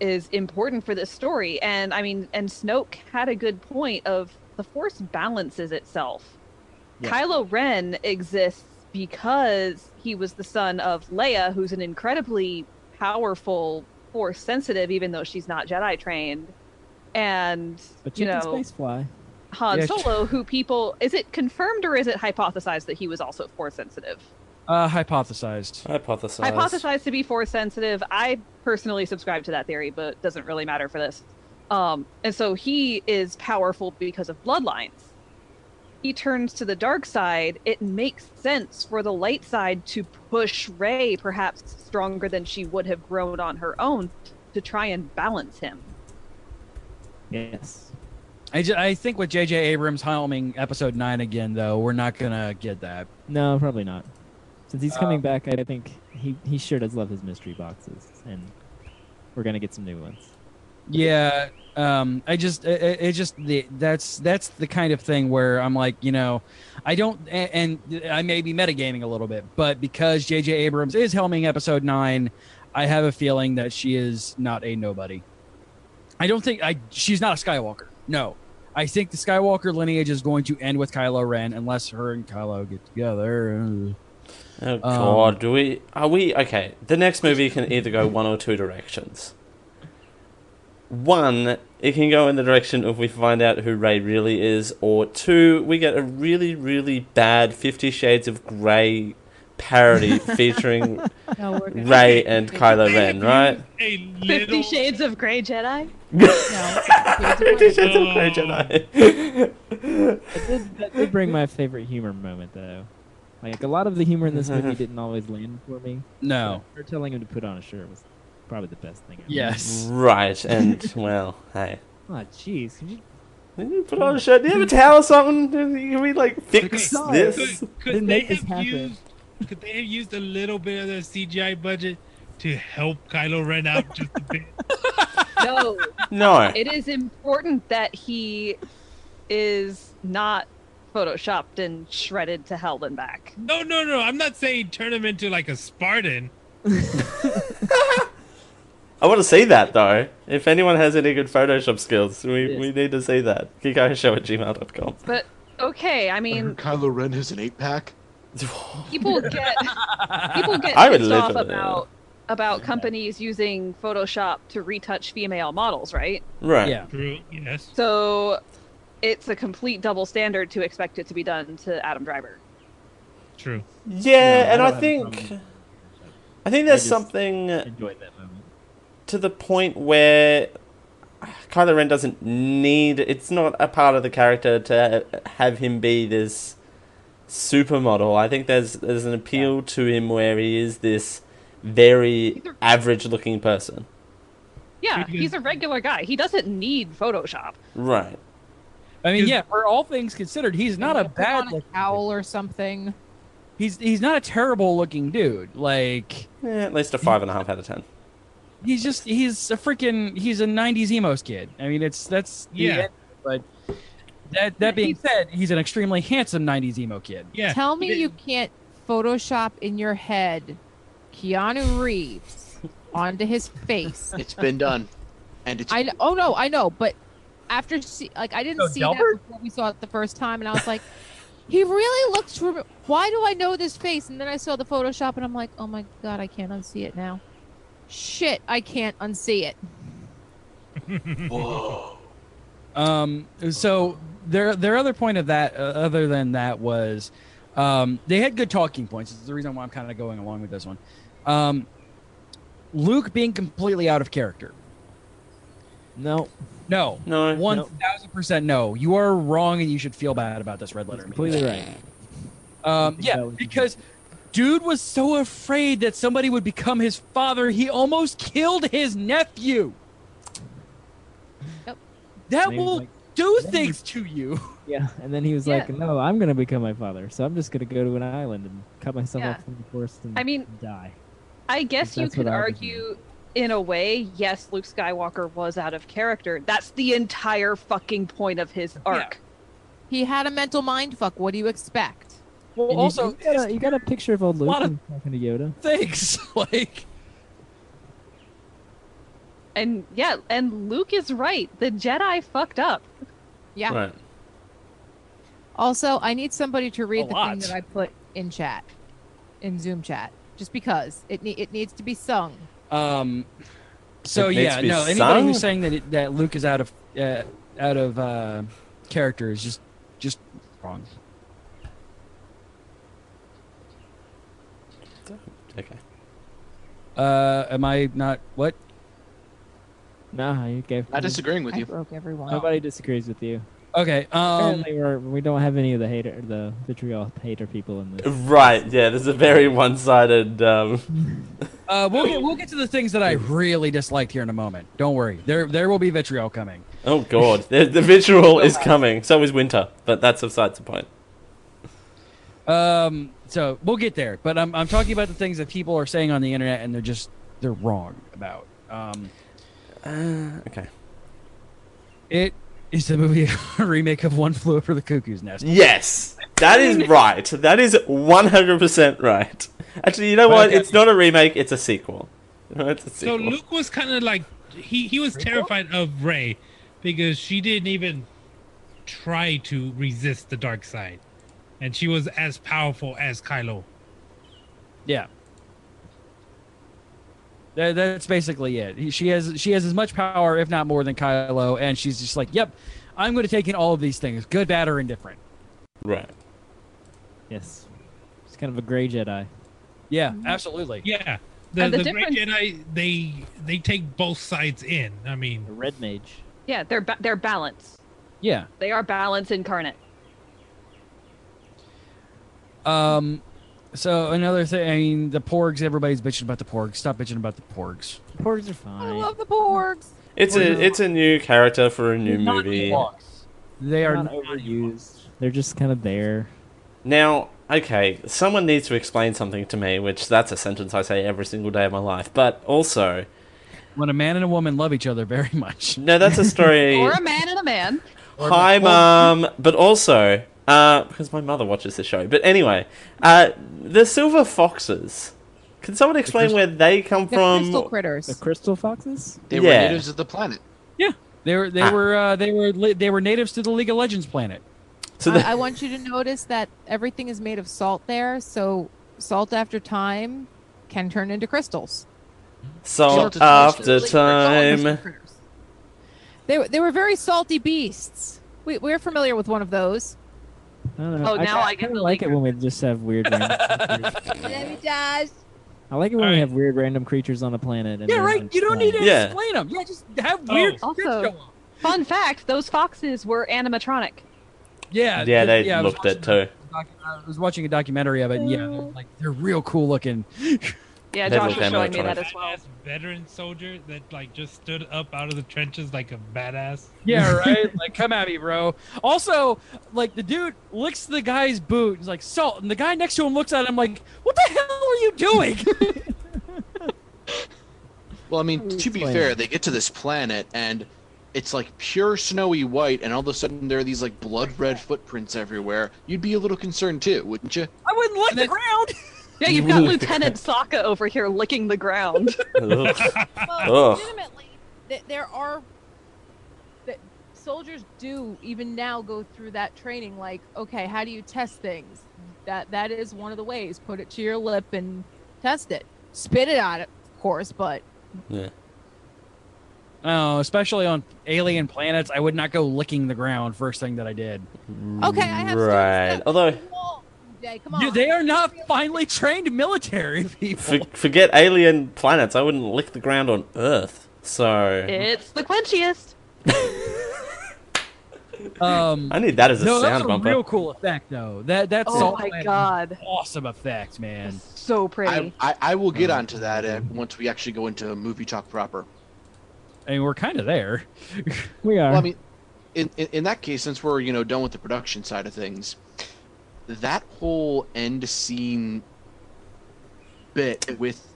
S10: is important for this story. And I mean, and Snoke had a good point of the Force balances itself.
S5: Yeah.
S10: Kylo Ren exists because he was the son of Leia, who's an incredibly powerful Force sensitive, even though she's not Jedi trained. And
S5: But
S10: you
S5: you can
S10: know,
S5: space fly.
S10: Han
S1: Yeah, sh-
S10: Solo, who people is it confirmed or is it hypothesized that he was also force sensitive?
S1: Uh, hypothesized.
S8: hypothesize.
S10: Hypothesized to be force sensitive. I personally subscribe to that theory, but it doesn't really matter for this. Um, and so he is powerful because of bloodlines. He turns to the dark side. It makes sense for the light side to push Rey, perhaps stronger than she would have grown on her own, to try and balance him.
S5: Yes.
S1: I, ju- I think with J.J. Abrams helming Episode Nine again, though, we're not gonna get that.
S5: No, probably not. Since he's coming
S1: Um,
S5: back, I think he, he sure does love his mystery boxes, and we're gonna get some new
S1: [laughs]
S5: ones.
S1: Yeah, um, I just it, it it just the that's that's the kind of thing where I'm like, you know, I don't, a- and, and I may be metagaming a little bit, but because J.J. Abrams is helming Episode Nine, I have a feeling that she is not a nobody. I don't think I she's not a Skywalker. No, I think the Skywalker lineage is going to end with Kylo Ren unless her and Kylo get together.
S8: Oh god, do we are we okay? The next movie can either go one or two directions. One, it can go in the direction of we find out who Ray really is, or two, we get a really, really bad Fifty Shades of Grey parody featuring
S7: No, we're gonna-
S8: Ray and Kylo Ren, right?
S9: a
S10: Fifty
S9: little
S10: Shades of Grey Jedi.
S7: No.
S8: Fifty
S9: uh,
S8: Shades of Grey Jedi.
S5: That did, that did bring my favorite humor moment though. Like a lot of the humor in this movie didn't always land for me.
S1: No.
S5: Her telling him to put on a shirt was probably the best thing. Ever.
S1: Yes.
S8: [laughs] right, and well, hey.
S11: Ah,
S5: Oh, jeez. Could you
S8: Did you put on a shirt? Do you have a towel or something? Can we like fix
S5: Okay.
S8: this?
S9: Could, could
S5: Didn't
S9: they
S5: make this
S9: have
S5: happen.
S9: used? Could they have used a little bit of the CGI budget to help Kylo Ren out just a
S10: [laughs]
S9: bit?
S10: No.
S8: No.
S10: it is important that he is not photoshopped and shredded to hell and back.
S9: No, no, no. I'm not saying turn him into like a Spartan.
S8: I want to see that though. If anyone has any good Photoshop skills, we,
S5: Yes.
S8: we need to see that. Geekoshow at gmail.com.
S10: But okay, I mean,
S6: Kylo Ren has an eight pack.
S10: people get people get
S8: I would
S10: pissed
S8: live
S10: off
S8: with it.
S10: about about companies using Photoshop to retouch female models, right?
S8: [laughs] Right.
S1: Yeah.
S9: True. Yes.
S10: So it's a complete double standard to expect it to be done to Adam Driver.
S9: True.
S8: Yeah,
S5: No, I
S8: and
S5: don't
S8: I,
S5: have a
S8: think
S5: problem.
S8: I think there's
S5: I just-
S8: something
S5: enjoy that moment?
S8: to the point where Kylo Ren doesn't need. It's not a part of the character to have him be this supermodel. I think there's there's an appeal to him where he is this very average-looking person.
S10: Yeah,
S9: Because-
S10: he's a regular guy. He doesn't need Photoshop.
S8: Right.
S1: I mean,
S9: Is-
S1: yeah, for all things considered, he's not a
S7: Put
S1: bad.
S7: on a cowl or something.
S1: he's he's not a terrible looking dude. Like
S8: Yeah, Eh, at least a five and a half out of ten.
S1: he's just he's a freaking he's a '90s emos kid. I mean, it's that's the
S9: Yeah.
S1: end, but that that being said, he's an extremely handsome '90s emo kid.
S9: Yeah.
S7: Tell me
S9: It-
S7: you can't Photoshop in your head Keanu Reeves onto his face.
S6: It's been done, and it's
S7: I kn- oh no, I know, but after see, like I didn't
S1: Oh,
S7: see
S1: Delbert?
S7: that before we saw it the first time, and I was like, he really looks. Rem- Why do I know this face? And then I saw the Photoshop, and I'm like, oh my god, I can't unsee it now. Shit, I can't unsee it.
S6: whoa.
S1: Um, so their their other point of that, uh, other than that, was um, they had good talking points. It's the reason why I'm kind of going along with this one. Um, Luke being completely out of character.
S11: No,
S1: No,
S8: No.
S1: one thousand percent no. You are wrong, and you should feel bad about this red letter. meeting.
S11: completely right.
S1: Um,
S11: think that
S1: yeah,
S11: was-
S1: because dude was so afraid that somebody would become his father, he almost killed his nephew.
S7: Yep.
S1: That
S11: And he was
S1: will
S11: like-
S1: do
S11: then he-
S1: things to you.
S11: yeah, and then he was
S7: Yeah.
S11: like, "No, I'm gonna become my father, so I'm just gonna go to an island and cut myself
S10: Yeah.
S11: off from the forest and
S10: I mean-
S11: die."
S10: I guess you
S11: That's what
S10: could
S11: I was
S10: argue, in a way, yes, Luke Skywalker was out of character. That's the entire fucking point of his arc.
S7: He had a mental mind fuck. What do you expect?
S1: [laughs] Well,
S11: And you-
S1: also,
S11: you,
S1: [laughs]
S11: got a, you got a picture of old Luke
S1: lot of-
S11: and talking to Yoda.
S1: thanks. like,
S10: And yeah, and Luke is right. The Jedi fucked up.
S7: Yeah.
S8: Right.
S7: Also, I need somebody to read the
S1: lot.
S7: thing that I put in chat, in Zoom chat, just because it ne- it needs to be sung.
S1: um, so
S8: It needs
S1: yeah,
S8: to be
S1: no. Anybody
S8: sung?
S1: who's saying that it, that Luke is out of uh, out of uh, character is just just wrong.
S8: Okay.
S1: Uh, am I not what?
S11: Nah, you gave.
S6: Not disagreeing with
S7: I
S6: you.
S7: broke everyone.
S11: Nobody disagrees with you.
S1: Okay. Um,
S11: Apparently, we're, we don't have any of the hater, the vitriol hater people in this.
S8: Right. Yeah. There's a very one-sided. Um,
S1: uh, we'll get we'll get to the things that I really disliked here in a moment. Don't worry. There there will be vitriol coming.
S8: oh God. the, the visual is coming. So is winter. But that's besides the point.
S1: Um, so we'll get there, but I'm, I'm talking about the things that people are saying on the internet and they're just they're wrong about. Um,
S8: Uh, okay.
S1: it is the movie [laughs] a remake of One Flew Over the Cuckoo's Nest.
S8: Yes, that is right. That is one hundred percent right. Actually, you know what?
S1: Okay.
S8: It's not a remake. It's a sequel. [laughs] No, It's a
S9: So
S8: sequel.
S9: Luke was kind of like he he was terrified of Ray because she didn't even try to resist the dark side, and she was as powerful as Kylo.
S1: Yeah, that, that's basically it. He- She has she has as much power, if not more, than Kylo, and she's just like, "Yep, I'm going to take in all of these things, good, bad, or indifferent."
S8: right.
S11: Yes, it's kind of a gray Jedi.
S1: Yeah, absolutely.
S9: Yeah, the,
S10: And the
S9: the, Great
S10: difference-
S9: Jedi they they take both sides in. I mean,
S11: A red mage.
S10: Yeah, they're ba- they're balance.
S1: Yeah.
S10: They are balance incarnate.
S1: Um, so another thing, I mean, the porgs. Everybody's bitching about the porgs. Stop bitching about the porgs.
S11: Porgs are
S7: I
S11: fine.
S7: love the Borgs.
S8: It's a it's a new character for a new
S1: Not
S8: movie.
S1: Ewoks. They
S11: They're
S1: are
S11: not overused. They're just kind of there.
S8: Now, okay, someone needs to explain something to me, which that's a sentence I say every single day of my life. But also,
S1: when a man and a woman love each other very [laughs] much.
S8: no, that's a story.
S10: [laughs] Or a man and a man.
S8: Hi, mom. But also, uh, because my mother watches the show. But anyway, uh, the silver foxes. Can someone explain where they come
S7: They're
S8: from?
S7: crystal
S11: The
S7: critters.
S11: crystal foxes.
S6: They were
S8: Yeah.
S6: natives of the planet.
S1: They were they
S8: Ah.
S1: were uh, they were li- they were natives to the League of Legends planet.
S8: So
S7: I,
S8: the,
S7: I want you to notice that everything is made of salt there, so salt after time can turn into crystals.
S6: Salt
S8: salt
S6: is
S8: after
S7: They're all crystal
S8: time.
S7: critters. They, were- they were very salty beasts. We, we're familiar with one of those.
S11: I don't know.
S10: Oh, now I get
S11: kind
S10: the
S11: of like it
S10: linger. [laughs]
S11: when we just have weird. random creatures.
S7: Let me just-
S11: I like it when we have weird random creatures on a planet. And
S1: Yeah,
S11: they're
S1: right.
S11: like,
S1: You don't need to
S8: Yeah.
S1: explain them. Yeah, just have weird. shit
S10: Also,
S1: going on.
S10: fun fact: those foxes were animatronic.
S1: Yeah.
S8: Yeah,
S1: the-
S8: they
S1: I was
S8: looked it
S1: watching
S8: too.
S1: a docu- I was watching a documentary of it. And yeah, they're, like they're real cool looking.
S10: Yeah,
S8: They
S10: Josh
S8: look
S10: was showing me
S8: animatronic.
S10: that as well.
S9: Badass veteran soldier that like just stood up out of the trenches like a badass.
S1: Yeah,
S8: [laughs]
S1: right. like, come at me, bro. Also, like the dude licks the guy's boot. He's like salt, and the guy next to him looks at him like, "What the hell are you doing?" [laughs]
S6: Well, I mean, to be
S11: Explain.
S6: fair, they get to this planet and it's like pure snowy white, and all of a sudden there are these like blood red footprints everywhere. You'd be a little concerned too, wouldn't you?
S1: I wouldn't lick the ground.
S10: Yeah, you've got Lieutenant Sokka over here licking the ground.
S8: Ugh.
S6: [laughs]
S7: Well,
S8: [laughs] Ugh.
S7: legitimately, th- there are that soldiers do even now go through that training. Like, okay, how do you test things? That that is one of the ways. Put it to your lip and test it. Spit it out, of course, but
S8: Yeah.
S1: Oh, especially on alien planets, I would not go licking the ground. First thing that I did.
S7: okay, I have students
S8: Right.
S7: that-
S8: Although,
S7: Wall today, come on.
S1: You- they are not finely trained military [laughs] people.
S8: for, forget alien planets. I wouldn't lick the ground on Earth. So
S10: it's the quenchiest.
S1: Um,
S8: I need that as a
S1: no, that's
S8: sound
S1: a
S8: bumper.
S1: real cool effect though. That that's
S10: Oh my god,
S1: awesome effect, man.
S10: so
S6: I,
S10: pretty.
S6: I, I will get onto that uh, once we actually go into movie talk proper.
S1: I mean, we're kind of there.
S11: we are.
S6: Well, I mean, in, in in that case, since we're you know done with the production side of things, that whole end scene bit with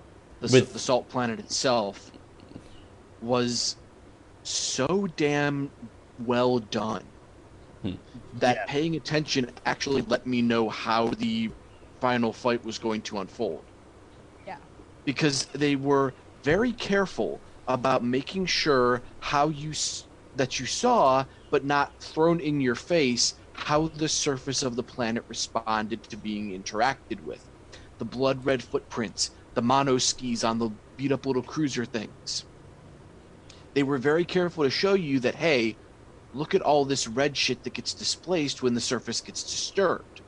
S6: the, s-
S8: With-
S6: the salt planet itself was so damn well done
S8: Hmm.
S6: that paying attention actually let me know how the final fight was going to unfold because they were very careful about making sure how you s- that you saw but not thrown in your face how the surface of the planet responded to being interacted with the blood red footprints the mono skis on the beat up little cruiser things they were very careful to show you that hey look at all this red shit that gets displaced when the surface gets disturbed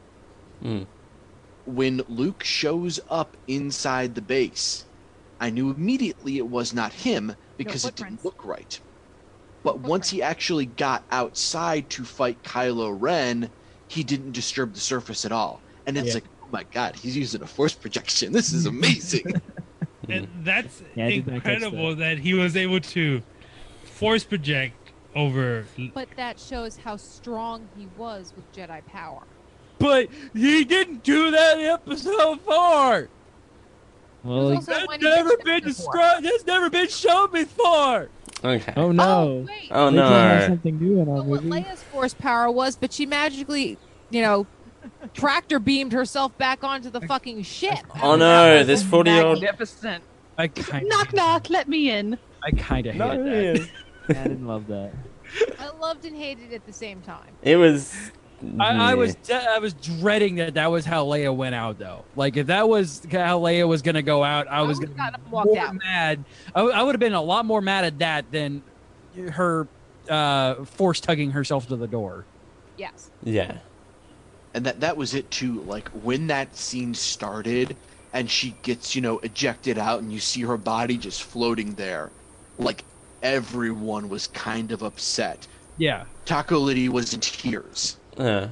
S8: Hmm.
S6: when Luke shows up inside the base, I knew immediately it was not him because it didn't
S7: footprints.
S6: look right. But once he actually got outside to fight Kylo Ren, he didn't disturb the surface at all. And it's
S1: Yeah.
S6: like, oh my god, he's using a force projection. This is amazing.
S9: And that's
S11: Yeah, I did not catch
S9: incredible that. he was able to force project over.
S7: But that shows how strong he was with Jedi power.
S1: But he didn't do that in episode four.
S11: well,
S7: There's also
S1: That's
S7: one he
S1: never
S7: did
S1: been
S7: before.
S1: described. That's never been shown before.
S8: okay.
S11: oh
S7: Oh,
S11: no.
S7: wait. Oh,
S11: They
S8: Oh
S11: could have [laughs]
S8: no.
S11: something new in our
S7: But what
S11: movie.
S7: Leia's force power was, but she magically, you know, tractor beamed herself back onto the fucking ship.
S8: Oh no. This forty-year-old.
S4: Magnificent.
S1: I kind
S10: Knock knock, let me in.
S1: I kind of hated that.
S11: Yeah, I didn't love that.
S7: I loved and hated at the same time.
S8: It was.
S1: I, I
S8: Yeah.
S1: was de- I was dreading that that was how Leia went out though. Like if that was how Leia was gonna go out, I
S7: I
S1: was
S7: would've
S1: gonna
S7: gotten up
S1: be
S7: and
S1: more
S7: walked out.
S1: mad. I, would have been a lot more mad at that than her uh, force tugging herself to the door.
S7: Yes.
S8: Yeah.
S6: and that that was it too. Like when that scene started and she gets, you know, ejected out and you see her body just floating there. Like everyone was kind of upset.
S1: Yeah.
S6: Taco Liddy was in tears.
S8: Uh,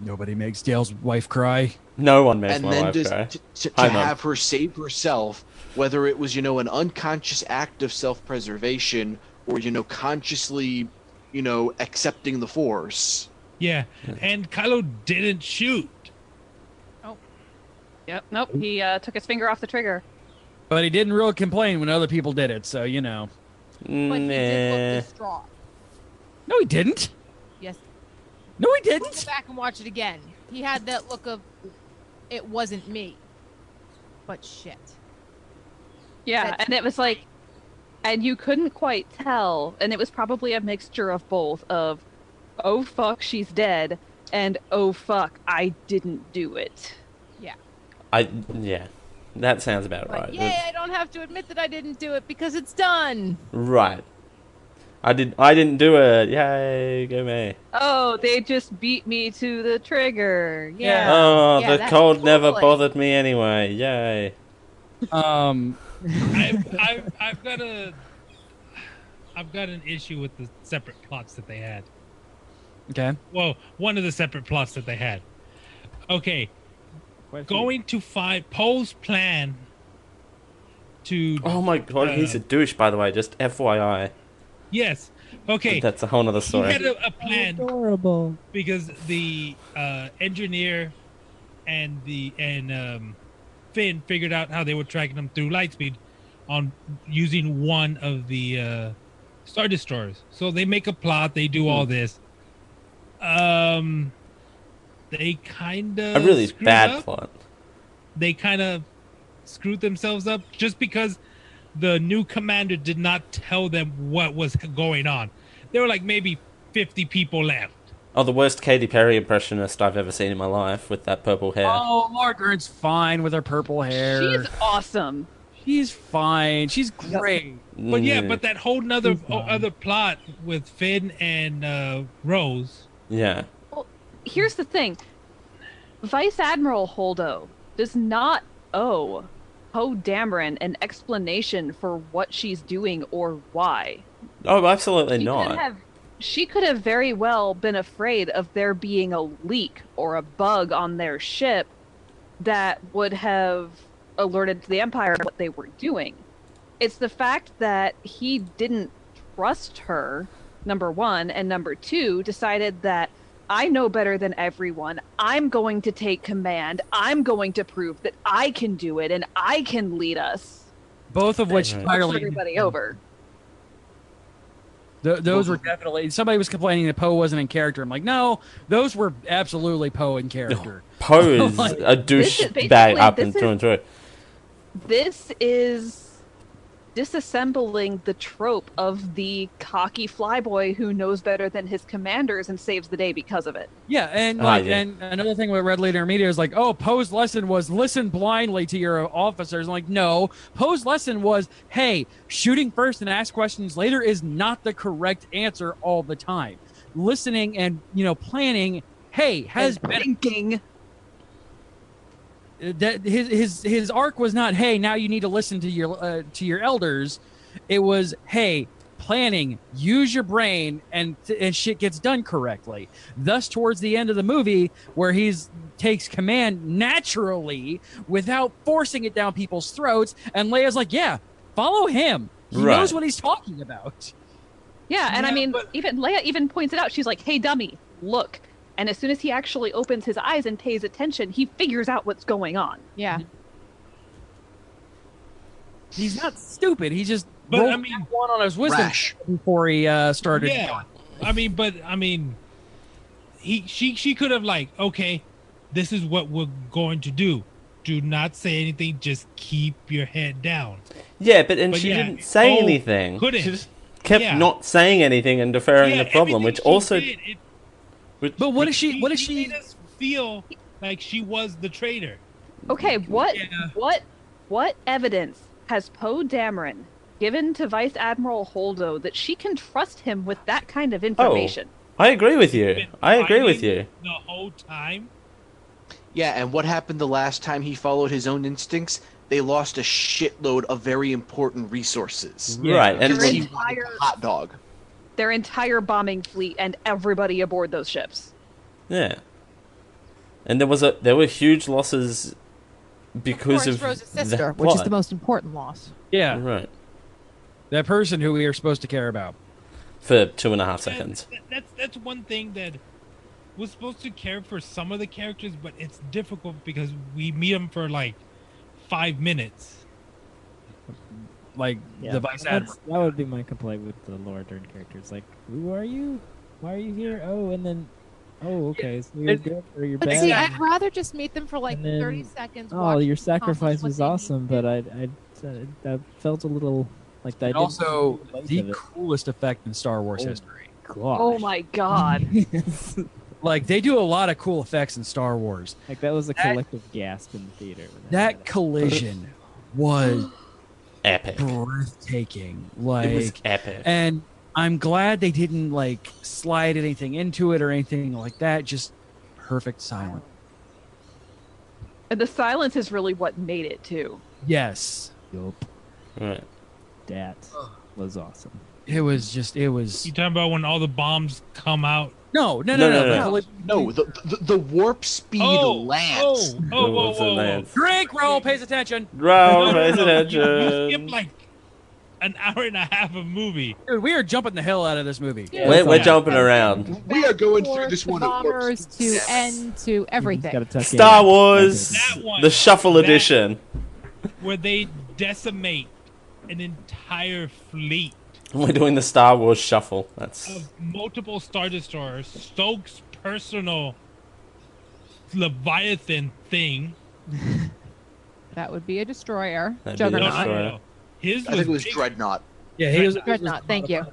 S1: Nobody makes Dale's wife cry.
S8: no one makes
S6: and
S8: my
S6: then
S8: wife
S6: just
S8: cry.
S6: to, to, to
S8: Hi, Mom.
S6: have her save herself, whether it was you know an unconscious act of self-preservation or you know consciously, you know accepting the force.
S9: Yeah, and Kylo didn't shoot.
S10: Yep. Nope. He uh, took his finger off the trigger.
S1: But he didn't really complain when other people did it, so you know.
S7: But he did
S8: Nah.
S7: look distraught.
S1: No, he didn't.
S7: Yes.
S1: No, he
S7: Go
S1: didn't.
S7: back and watch it again. He had that look of, it wasn't me. But shit.
S10: Yeah,
S7: That's-
S10: and it was like, and you couldn't quite tell, and it was probably a mixture of both of, oh fuck, she's dead, and oh fuck, I didn't do it.
S8: I yeah. That sounds about
S7: Like,
S8: right.
S7: yay, I don't have to admit that I didn't do it because it's done.
S8: Right. I did. I didn't do it. Yay, go me.
S10: Oh, they just beat me to the trigger. Yeah.
S8: oh,
S10: Yeah,
S8: the
S10: that's
S8: cold never
S10: totally-
S8: bothered me anyway. Yay.
S1: Um.
S9: I've, I've, I've got a, I've got an issue with the separate plots that they had.
S1: Okay.
S9: Well, one of the separate plots that they had. Okay, going to find Poe's plan to.
S8: Oh my god,
S9: uh,
S8: he's a douche, by the way. Just FYI.
S9: Yes. Okay.
S8: That's a whole nother
S9: He had
S8: story.
S9: a, a plan.
S11: Adorable.
S9: because the uh, engineer and the and um, Finn figured out how they were tracking them through lightspeed on using one of the uh, star destroyers. So they make a plot. They do
S8: Hmm.
S9: all this. Um, they kind of
S8: A really bad plot.
S9: They kind of screwed themselves up just because the new commander did not tell them what was going on. There were like maybe fifty people left.
S8: Oh, the worst Katy Perry impressionist I've ever seen in my life with that purple hair.
S1: Oh, Margaret's fine with her purple hair.
S10: She's awesome.
S1: She's fine. She's great.
S9: But yeah, but that whole nother other plot with Finn and uh, Rose.
S8: Yeah.
S10: Here's the thing Vice Admiral Holdo does not owe Poe Dameron an explanation for what she's doing or why.
S8: Oh, absolutely
S10: She
S8: not.
S10: Could have, she could have very well been afraid of there being a leak or a bug on their ship that would have alerted the Empire what they were doing. It's the fact that he didn't trust her, number one, and number two, decided that I know better than everyone. I'm going to take command. I'm going to prove that I can do it and I can lead us.
S1: Both of which
S10: Fucks
S1: entirely.
S10: everybody over.
S1: Th- those were definitely. Somebody was complaining that Poe wasn't in character. I'm like, no, those were absolutely Poe in character.
S10: [laughs]
S8: Poe is
S1: Like,
S8: a
S10: Oh this is-
S8: douchebag up
S10: basically,
S8: and
S10: this
S8: through and through.
S10: this is disassembling the trope of the cocky flyboy who knows better than his commanders and saves the day because of it.
S1: Yeah, and
S8: Ah,
S1: like,
S8: yeah.
S1: and another thing with Red Leader Media is like, oh, Poe's lesson was listen blindly to your officers. I'm like, no, Poe's lesson was, hey, shooting first and ask questions later is not the correct answer all the time. Listening and you know planning, hey, has
S10: And
S1: been
S10: thinking.
S1: that his his his arc was not, hey, now you need to listen to your uh, to your elders. It was, hey, planning, use your brain, and and shit gets done correctly. Thus, towards the end of the movie, where he's takes command naturally without forcing it down people's throats, and Leia's like, yeah, follow him. He
S8: Right.
S1: knows what he's talking about.
S10: Yeah, and I
S9: Yeah,
S10: mean,
S9: but-
S10: even Leia even points it out. She's like, "Hey, dummy, look!" And as soon as he actually opens his eyes and pays attention, he figures out what's going on.
S7: Yeah.
S1: He's not stupid. He just
S9: But,
S1: rolled
S9: I mean,
S1: back one on his wisdom
S6: rash.
S1: before he uh, started.
S9: Yeah, I mean, but I mean, he she she could have like, okay, this is what we're going to do. Do not say anything. Just keep your head down.
S8: Yeah, but and
S9: But
S8: she
S9: yeah,
S8: didn't say
S9: Poe
S8: anything.
S9: couldn't.
S8: She just kept
S9: Yeah.
S8: not saying anything and deferring the problem,
S9: everything
S8: which
S9: she
S8: also
S9: did, it-
S8: which,
S1: But what is she?
S9: she-
S1: What is
S9: she
S1: she?
S9: made us feel like she was the traitor.
S10: Okay, what
S9: Yeah.
S10: what what evidence has Poe Dameron given to Vice Admiral Holdo that she can trust him with that kind of information?
S8: Oh, I agree with you.
S9: Been
S8: I agree with
S9: fighting
S8: you.
S9: the whole time.
S6: Yeah, and what happened the last time he followed his own instincts? They lost a shitload of very important resources.
S1: Yeah.
S8: Right, and
S6: Because
S10: Your
S6: he
S8: and,
S6: wanted
S10: entire-
S6: a hot dog.
S10: their entire bombing fleet and everybody aboard those ships.
S8: yeah, and there was a there were huge losses because
S7: of
S8: of,
S7: course, Rose's
S8: that
S7: sister, which is
S8: plot.
S7: the most important loss.
S1: Yeah.
S8: right
S1: that person who we are supposed to care about.
S8: for two and a half
S9: That-
S8: seconds.
S9: that- that's that's one thing that we're supposed to care for some of the characters, but it's difficult because we meet them for like five minutes.
S1: Like
S11: Yeah.
S1: the vice
S11: That's-
S1: admiral.
S11: That would be my complaint with the Laura Dern characters. Like, who are you? Why are you here? Oh, and then, oh, okay, so you're
S1: It-
S11: good or you're
S7: But
S11: bad.
S7: see, I'd rather just meet them for like
S11: And then-
S7: 30 seconds.
S11: oh,
S7: watch
S11: your
S7: them accomplish
S11: sacrifice
S7: what
S11: was
S7: they need
S11: awesome,
S7: to
S11: but I, I, I, I felt a little like that.
S1: And also the
S11: it.
S1: coolest effect in Star Wars
S11: Oh.
S1: history.
S11: Gosh.
S10: Oh my god.
S1: Like they do a lot of cool effects in Star Wars.
S11: Like that was a
S1: That-
S11: collective gasp in the theater. when
S1: That collision was
S8: [gasps] Epic.
S1: breathtaking.
S8: It was
S1: Like
S8: epic.
S1: and I'm glad they didn't like slide anything into it or anything like that. Just perfect silence.
S10: And the silence is really what made it too.
S1: Yes,
S11: Yup.
S8: Right.
S11: That was awesome.
S1: it was just it was
S9: You talking about when all the bombs come out?
S1: no no no
S8: No,
S1: no.
S8: no,
S1: no,
S8: no.
S6: No, the the, the warp speed
S9: Oh,
S6: lands.
S9: oh,
S6: [laughs]
S9: oh, whoa,
S8: It's a
S9: whoa, whoa.
S8: lance.
S1: Drink roll pays attention,
S8: Round
S9: No, no, no, no. You- You
S8: president.
S9: skip like an hour and a half of movie.
S1: dude. We are jumping the hell out of this movie.
S11: Yeah,
S8: We're,
S11: it's
S8: we're
S11: all-
S8: jumping around.
S6: We are going
S7: Or
S6: through this
S7: the
S6: one at warp
S7: bombers
S6: speed.
S7: to end to everything.
S11: Gotta tuck in.
S8: Star Wars,
S9: That one.
S8: the Shuffle
S9: That-
S8: Edition.
S9: where they decimate an entire fleet
S8: We're doing the Star Wars Shuffle. That's
S1: Oh.
S9: of multiple star destroyers, Stokes' personal Leviathan thing.
S7: That would be a destroyer.
S8: That'd be a
S9: No,
S7: Juggernaut.
S9: no, no,
S8: destroyer.
S9: no. His
S6: I think it was
S9: big-
S6: Dreadnought.
S1: Yeah, he was
S7: Dreadnought, thank you.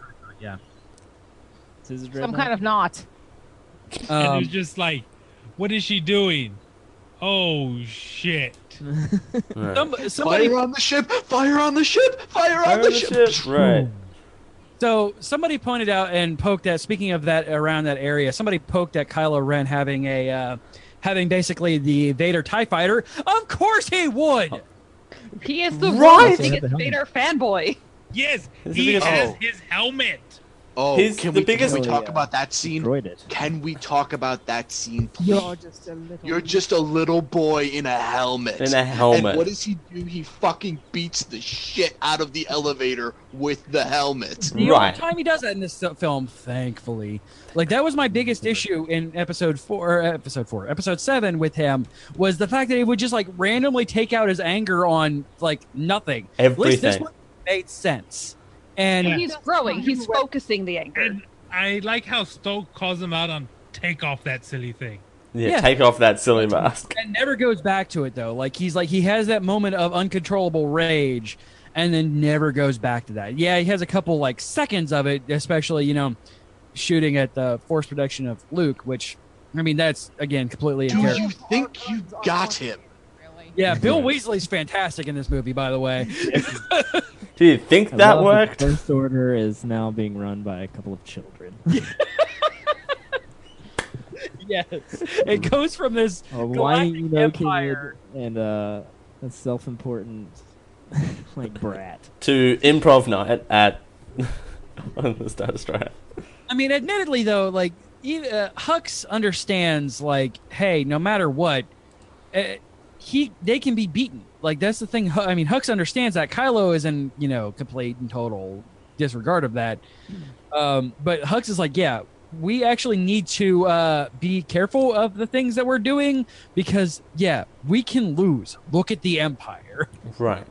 S11: This is
S7: Some kind of knot.
S9: and it
S1: Um,
S9: was just like, what is she doing? Oh shit!
S8: right.
S1: some, somebody
S6: Fire on the ship! Fire on the ship! Fire on the, ship!
S8: Right.
S1: So somebody pointed out and poked at. Speaking of that, around that area, somebody poked at Kylo Ren having a, uh, having basically the Vader Tie Fighter. Of course he would.
S10: He is the
S11: Right!
S10: world's biggest Vader fanboy.
S9: Yes,
S8: This is
S9: he
S8: because-
S9: has
S6: Oh.
S9: his helmet.
S6: Oh,
S8: His-
S6: can,
S8: the
S6: we,
S8: biggest-
S6: can we talk
S11: Yeah.
S6: about that scene?
S11: Destroyed it.
S6: Can we talk about that scene, please?
S7: You're just a little.
S6: You're just a little boy in a helmet.
S8: In a helmet.
S6: And what does he do? He fucking beats the shit out of the elevator with the helmet.
S1: The
S8: Right.
S1: only time he does that in this film, thankfully, like that was my biggest issue in episode four, or episode four, episode seven with him was the fact that he would just like randomly take out his anger on like nothing. At least this
S8: Everything.
S1: one made sense. And
S10: He's growing. He's focusing the anger.
S9: And I like how Stoke calls him out on take off that silly thing.
S8: Yeah,
S1: Yeah.
S8: take off that
S1: [laughs]
S8: silly mask.
S1: and never goes back to it though. Like he's like he has that moment of uncontrollable rage, and then never goes back to that. Yeah, he has a couple like seconds of it, especially you know, shooting at the force production of Luke, which I mean that's again completely in
S6: Do
S1: character.
S6: you think you got him?
S7: Really?
S1: Yeah, Bill Weasley's fantastic in this movie, by the
S6: [laughs]
S1: way. [laughs]
S8: Do you think
S11: I
S8: that
S11: love
S8: worked?
S11: The First Order is now being run by a couple
S1: [laughs]
S11: of children.
S1: yes, it goes from this
S11: A
S1: Galactic
S11: whiny, you know, kid
S1: Empire.
S11: and uh, a self-important [laughs] like brat.
S8: To improv night at [laughs] on the Star Destroyer.
S1: I mean, admittedly though, like even, uh, Hux understands, like, hey, no matter what, uh, he they can be beaten. Like that's the thing. Hu- I mean, Hux understands that. Kylo is in you know complete and total disregard of that. Um, but Hux is like, yeah, we actually need to uh, be careful of the things that we're doing because yeah, we can lose. Look at the Empire.
S8: Right.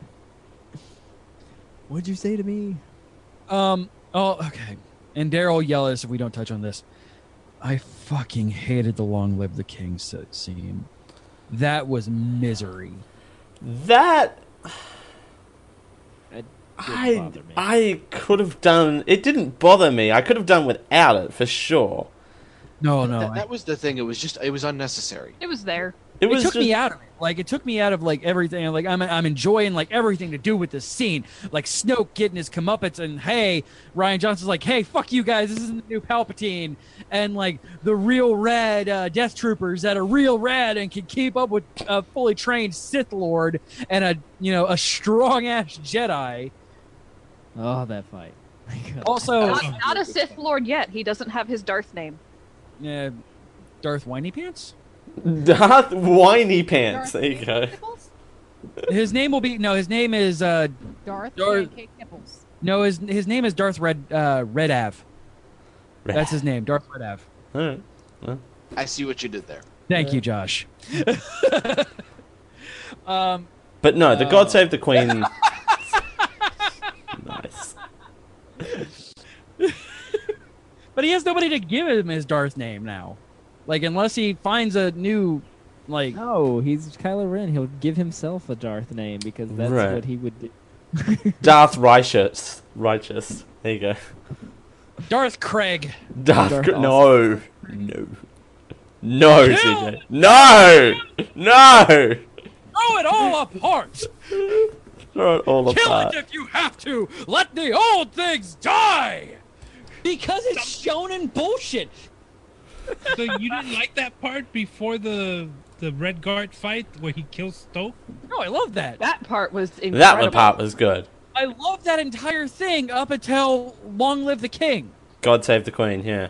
S11: What'd you say to me?
S1: Um. Oh, okay. And Daryl yell at us if we don't touch on this. I fucking hated the "Long Live the King" s- scene. That was misery.
S8: That
S11: It did
S8: I
S11: bother me.
S8: I could have done. It didn't bother me. I could have done without it for sure.
S1: No, no,
S6: that, that was the thing. It was just, it was unnecessary.
S10: It was there.
S8: It
S1: it,
S8: was
S1: took
S8: just,
S1: me out of it. Like it took me out of like everything. Like I'm, I'm enjoying like everything to do with this scene. Like Snoke getting his comeuppance, and hey, Ryan Johnson's like, hey, fuck you guys, this isn't the new Palpatine, and like the real red uh, Death Troopers that are real red and can keep up with a fully trained Sith Lord and a you know a strong ass Jedi.
S11: Oh, that fight. [laughs] My God.
S1: Also,
S8: [coughs]
S11: Oh,
S10: Not, not a Sith Lord yet. He doesn't have his Darth name.
S1: uh, Darth Whiny Pants.
S8: Darth Whiny Pants. There you go.
S7: Nipples?
S1: His name will be no. His name is uh,
S7: Darth
S1: Darth-
S7: Pancake Nipples.
S1: no. His his name is Darth Red uh, Red Av. That's his name, Darth Red Av.
S8: All right.
S6: I see what you did there.
S1: Thank you, Josh. um,
S8: But no, the
S1: Uh,
S8: God Save the Queen.
S1: [laughs]
S8: nice.
S1: but he has nobody to give him his Darth name now. Like, unless he finds a new, like,
S11: No, he's Kylo Ren. He'll give himself a Darth name because that's
S8: Right.
S11: what he would do.
S8: Darth Righteous. Righteous. There you go.
S1: Darth Craig.
S8: [laughs] Darth.
S11: Darth
S8: Gr-
S11: Awesome.
S8: no. No. No,
S1: Kill
S8: CJ. No! No!
S1: Throw it all [laughs] apart.
S8: Throw it all
S1: Kill uh,
S8: apart.
S1: it if you have to. Let the old things die. Because it's shonen bullshit.
S9: so you didn't like that part before the the Red Guard fight where he kills Stoke?
S1: No, I love that.
S10: That part was incredible.
S8: That one part was good.
S1: I love that entire thing up until Long Live the King.
S8: God save the Queen, yeah.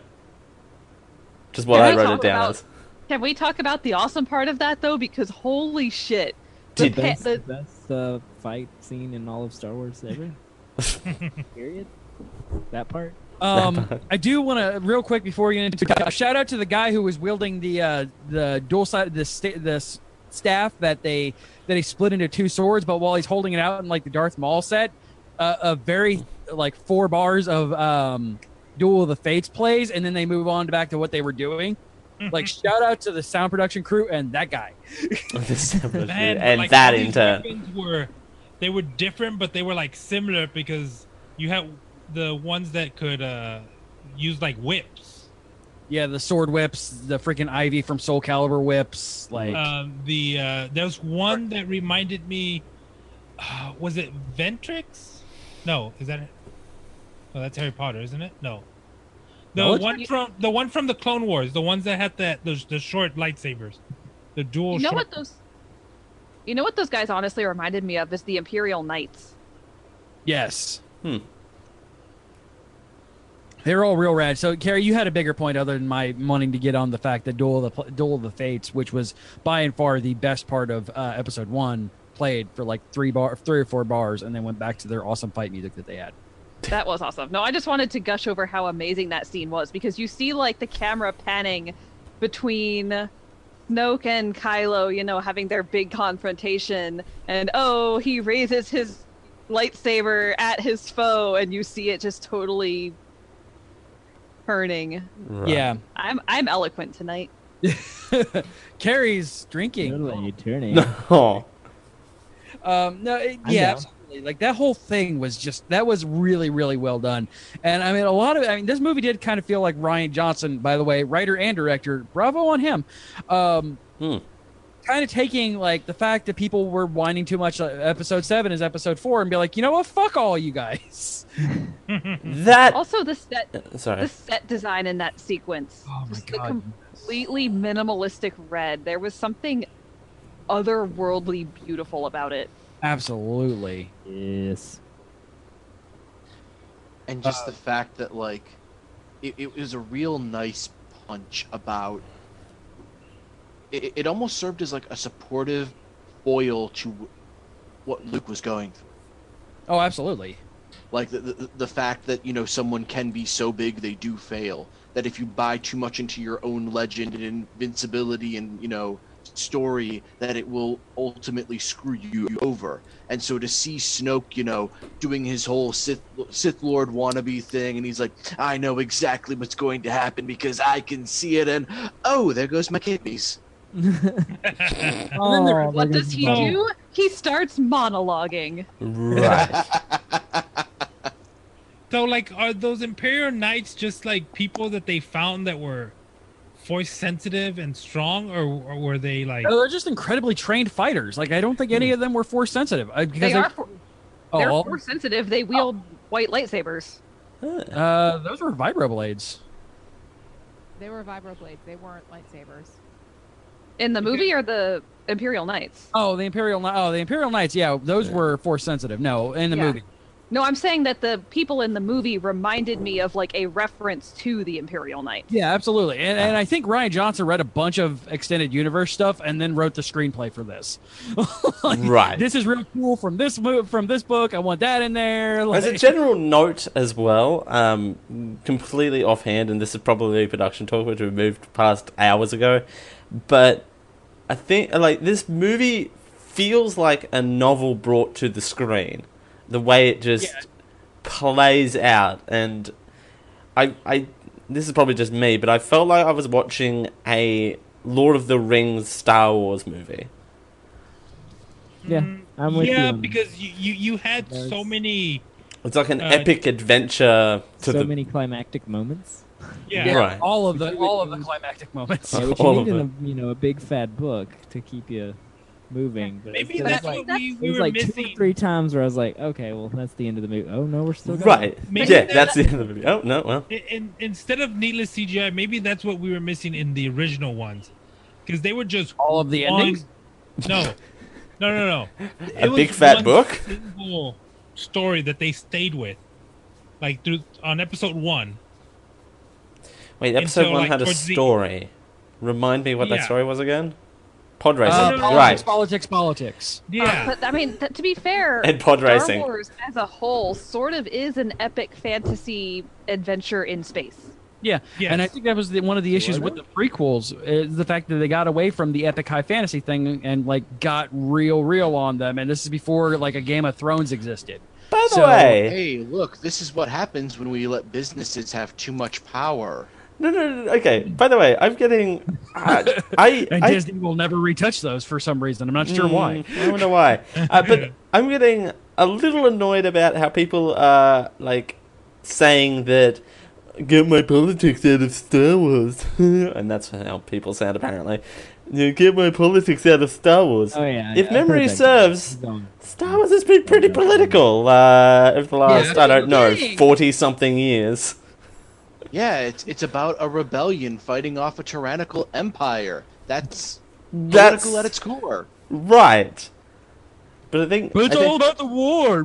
S8: Just what
S10: Can
S8: I
S10: we
S8: wrote
S10: talk
S8: it down
S10: about-
S8: as. [laughs]
S10: Can we talk about the awesome part of that though? Because holy shit,
S8: Did-
S10: pa-
S11: best,
S10: the-
S11: best uh, fight scene in all of Star Wars
S8: [laughs]
S11: ever. Period. That part.
S1: Um, I do want to real quick before we get into shout out to the guy who was wielding the uh, the dual side the sta- the s- staff that they that he split into two swords, but while he's holding it out in like the Darth Maul set, uh, a very like four bars of um, Duel of the Fates plays, and then they move on back to what they were doing. Like shout out to the sound production crew and that guy.
S9: Man,
S8: and
S9: like,
S8: that
S9: all
S8: in
S9: these
S8: turn.
S9: weapons were they were different, but they were like similar because you had the ones that could uh, use like whips,
S1: Yeah, the sword whips, the freaking Ivy from Soul Calibur whips, like
S9: um, the uh, there's one that reminded me, uh, was it Ventrix? No, is that? it? Oh, that's Harry Potter, isn't it? No, the
S1: No, it's-
S9: one from the one from the Clone Wars, the ones that had that those the short lightsabers, the dual.
S10: you know
S9: short-
S10: what those, you know what those guys honestly reminded me of is the Imperial Knights.
S1: yes.
S8: Hmm.
S1: They're all real rad. So, Carrie, you had a bigger point other than my wanting to get on the fact that Duel of the Pl- Duel of the Fates, which was by and far the best part of uh, Episode One, played for like three bar, three or four bars, and then went back to their awesome fight music that they had.
S10: That was awesome. No, I just wanted to gush over how amazing that scene was because you see like the camera panning between Snoke and Kylo, you know, having their big confrontation, and oh, he raises his lightsaber at his foe, and you see it just totally turning.
S8: Right.
S1: Yeah,
S10: I'm I'm eloquent tonight.
S1: Carrie's drinking.
S11: Totally turning.
S8: No.
S1: Um, no, it,
S11: I
S1: yeah,
S11: know.
S1: absolutely. Like that whole thing was just that was really, really well done. And I mean, a lot of I mean, this movie did kind of feel like Ryan Johnson, by the way, writer and director. Bravo on him. Um,
S8: Hmm.
S1: Kind of taking like the fact that people were whining too much. Like, episode seven is episode four, and be like, you know what? Fuck all you guys. [laughs]
S8: That.
S10: Also, the set the
S8: Sorry.
S10: set design in that sequence, just the completely minimalistic red. There was something otherworldly beautiful about it.
S1: Absolutely.
S11: Yes.
S6: and just the fact that like it, it was a real nice punch about it, it almost served as like a supportive foil to what luke was going through
S1: Oh, absolutely.
S6: like the, the, the fact that you know someone can be so big they do fail that if you buy too much into your own legend and invincibility and you know story that it will ultimately screw you over and so to see snoke you know doing his whole sith, sith lord wannabe thing and he's like i know exactly what's going to happen because i can see it and oh there goes my kidneys
S1: And then there-
S10: What does he
S9: No.
S10: do? He starts monologuing.
S8: Right.
S9: So, like, are those Imperial Knights just like people that they found that were force sensitive and strong, or, or were they like?
S1: they're just incredibly trained fighters. Like I don't think any of them were force sensitive. I- Because
S10: Hmm. They are for,
S1: oh,
S10: they're
S1: all-
S10: force sensitive. They wield white lightsabers.
S1: uh, those were vibroblades.
S7: They were vibroblades. They weren't lightsabers.
S10: In the movie or the Imperial Knights?
S1: Oh, the Imperial Knights. Oh, the Imperial Knights. Yeah, those
S8: Yeah.
S1: were force sensitive. No, in the
S10: Yeah.
S1: movie.
S10: No, I'm saying that the people in the movie reminded me of like a reference to the Imperial Knights.
S1: Yeah, absolutely. And, and I think Ryan Johnson read a bunch of extended universe stuff and then wrote the screenplay for this. Like,
S8: [laughs] Right.
S1: This is real cool from this move from this book. I want that in there. Like,
S8: As a general note as well, um, completely offhand, and this is probably production talk, which we moved past hours ago, but I think like this movie feels like a novel brought to the screen, the way it just
S1: Yeah.
S8: plays out, and I, I, this is probably just me, but I felt like I was watching a Lord of the Rings Star Wars movie.
S11: Yeah, I'm with you.
S9: Mm, yeah,
S11: on
S9: because you, you you had so
S11: There's-
S9: many.
S8: It's like an
S9: Uh,
S8: epic adventure [laughs]
S11: so
S8: to the
S11: many climactic
S8: [laughs]
S11: moments.
S9: Yeah,
S1: yeah,
S8: Right.
S1: all of the all of the climactic moments.
S11: Yeah, which you
S8: All
S11: need
S8: of
S11: in a you know a big fat book to keep you moving. But
S9: Maybe
S11: it's-
S9: that's
S11: it's like,
S9: what we- we
S11: it was
S9: were
S11: like two
S9: missing.
S11: or three times where I was like, okay, well, that's the end of the movie. Oh no, we're still going.
S8: Right.
S9: Maybe
S8: yeah,
S9: that-
S8: that's the end of the movie. Oh, no, well.
S9: In, in, instead of needless CGI, maybe that's what we were missing in the original ones, because they were just
S1: [laughs]
S8: Oh,
S1: all of the endings?
S9: No, no, no, no.
S8: [laughs] A
S9: was
S8: big fat
S9: one
S8: book?
S9: single story that they stayed with, like through on episode one.
S8: Wait,
S9: And
S8: episode
S9: so,
S8: one
S9: like,
S8: had a
S9: towards the-
S8: story. Remind me what that
S9: Yeah.
S8: story was again? Pod racing.
S1: Uh, politics,
S8: right.
S1: politics, politics.
S10: Uh,
S9: Yeah,
S10: Um, But I mean, th- to be fair,
S8: And pod
S10: Star
S8: racing.
S10: Wars as a whole sort of is an epic fantasy adventure in space.
S1: Yeah,
S9: Yes.
S1: and I think that was the, one of the issues with the prequels is the fact that they got away from the epic high fantasy thing and like got real, real on them. And this is before like a Game of Thrones existed.
S8: By the
S1: So-
S8: way,
S6: Hey, look, this is what happens when we let businesses have too much power.
S8: no, no, no, no, okay. By the way, I'm getting. I,
S1: [laughs]
S8: I,
S1: And
S8: I
S1: Disney will never retouch those for some reason. I'm not sure why.
S8: Mm, I wonder why. Uh, but I'm getting a little annoyed about how people are like saying that get my politics out of Star Wars, [laughs] and that's how people sound apparently. You know, get my politics out of Star Wars.
S11: Oh yeah.
S8: if
S11: I- I've heard
S8: memory
S11: that guy.
S8: serves,
S11: He's gone.
S8: Star Wars has been pretty political uh, over the last I don't know
S1: absolutely.
S8: forty something years.
S6: Yeah, it's it's about a rebellion fighting off a tyrannical empire. That's
S8: That's-
S6: political at its core.
S8: Right. But I think, I think-
S1: about the war.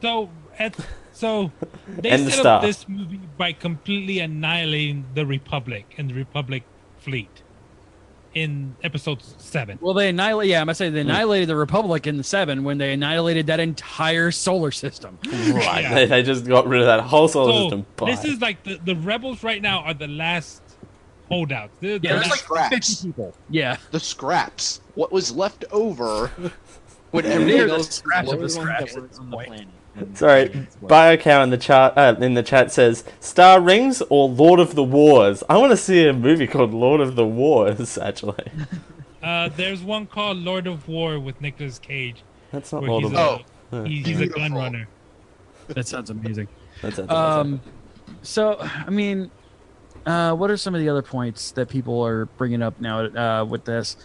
S9: so at, so they
S8: And the
S9: set
S8: staff.
S9: up this movie by completely annihilating the Republic and the Republic fleet in episode seven.
S1: Well, they annihilate. Yeah, I must say they annihilated the Republic in the Seven when they annihilated that entire solar system.
S8: right, [laughs]
S9: Yeah.
S8: they, they just got rid of that whole solar
S9: So
S8: system. Bye.
S9: this is like the, the rebels right now are the last holdouts. They're the
S1: Yeah,
S9: last-
S1: there's like
S6: Scraps.
S1: 50 people. Yeah,
S6: The scraps. What was left
S8: [laughs]
S6: over when
S1: They're
S6: everything
S1: the
S6: else was
S1: scraps of
S6: blown
S1: the
S6: away.
S1: scraps.
S8: Sorry, BioCow in the chat uh, in the chat says Star Rings or Lord of the Wars. I want to see a movie called Lord of the Wars. [laughs] Actually,
S9: Uh, there's one called Lord of War with Nicolas Cage,
S8: that's not
S9: where
S8: Lord
S9: he's
S8: of.
S9: a,
S6: War.
S8: Oh.
S9: he- he's a
S6: Beautiful.
S9: gun runner.
S1: That sounds amazing.
S8: That's it.
S1: Um, so I mean, uh, what are some of the other points that people are bringing up now uh, with this?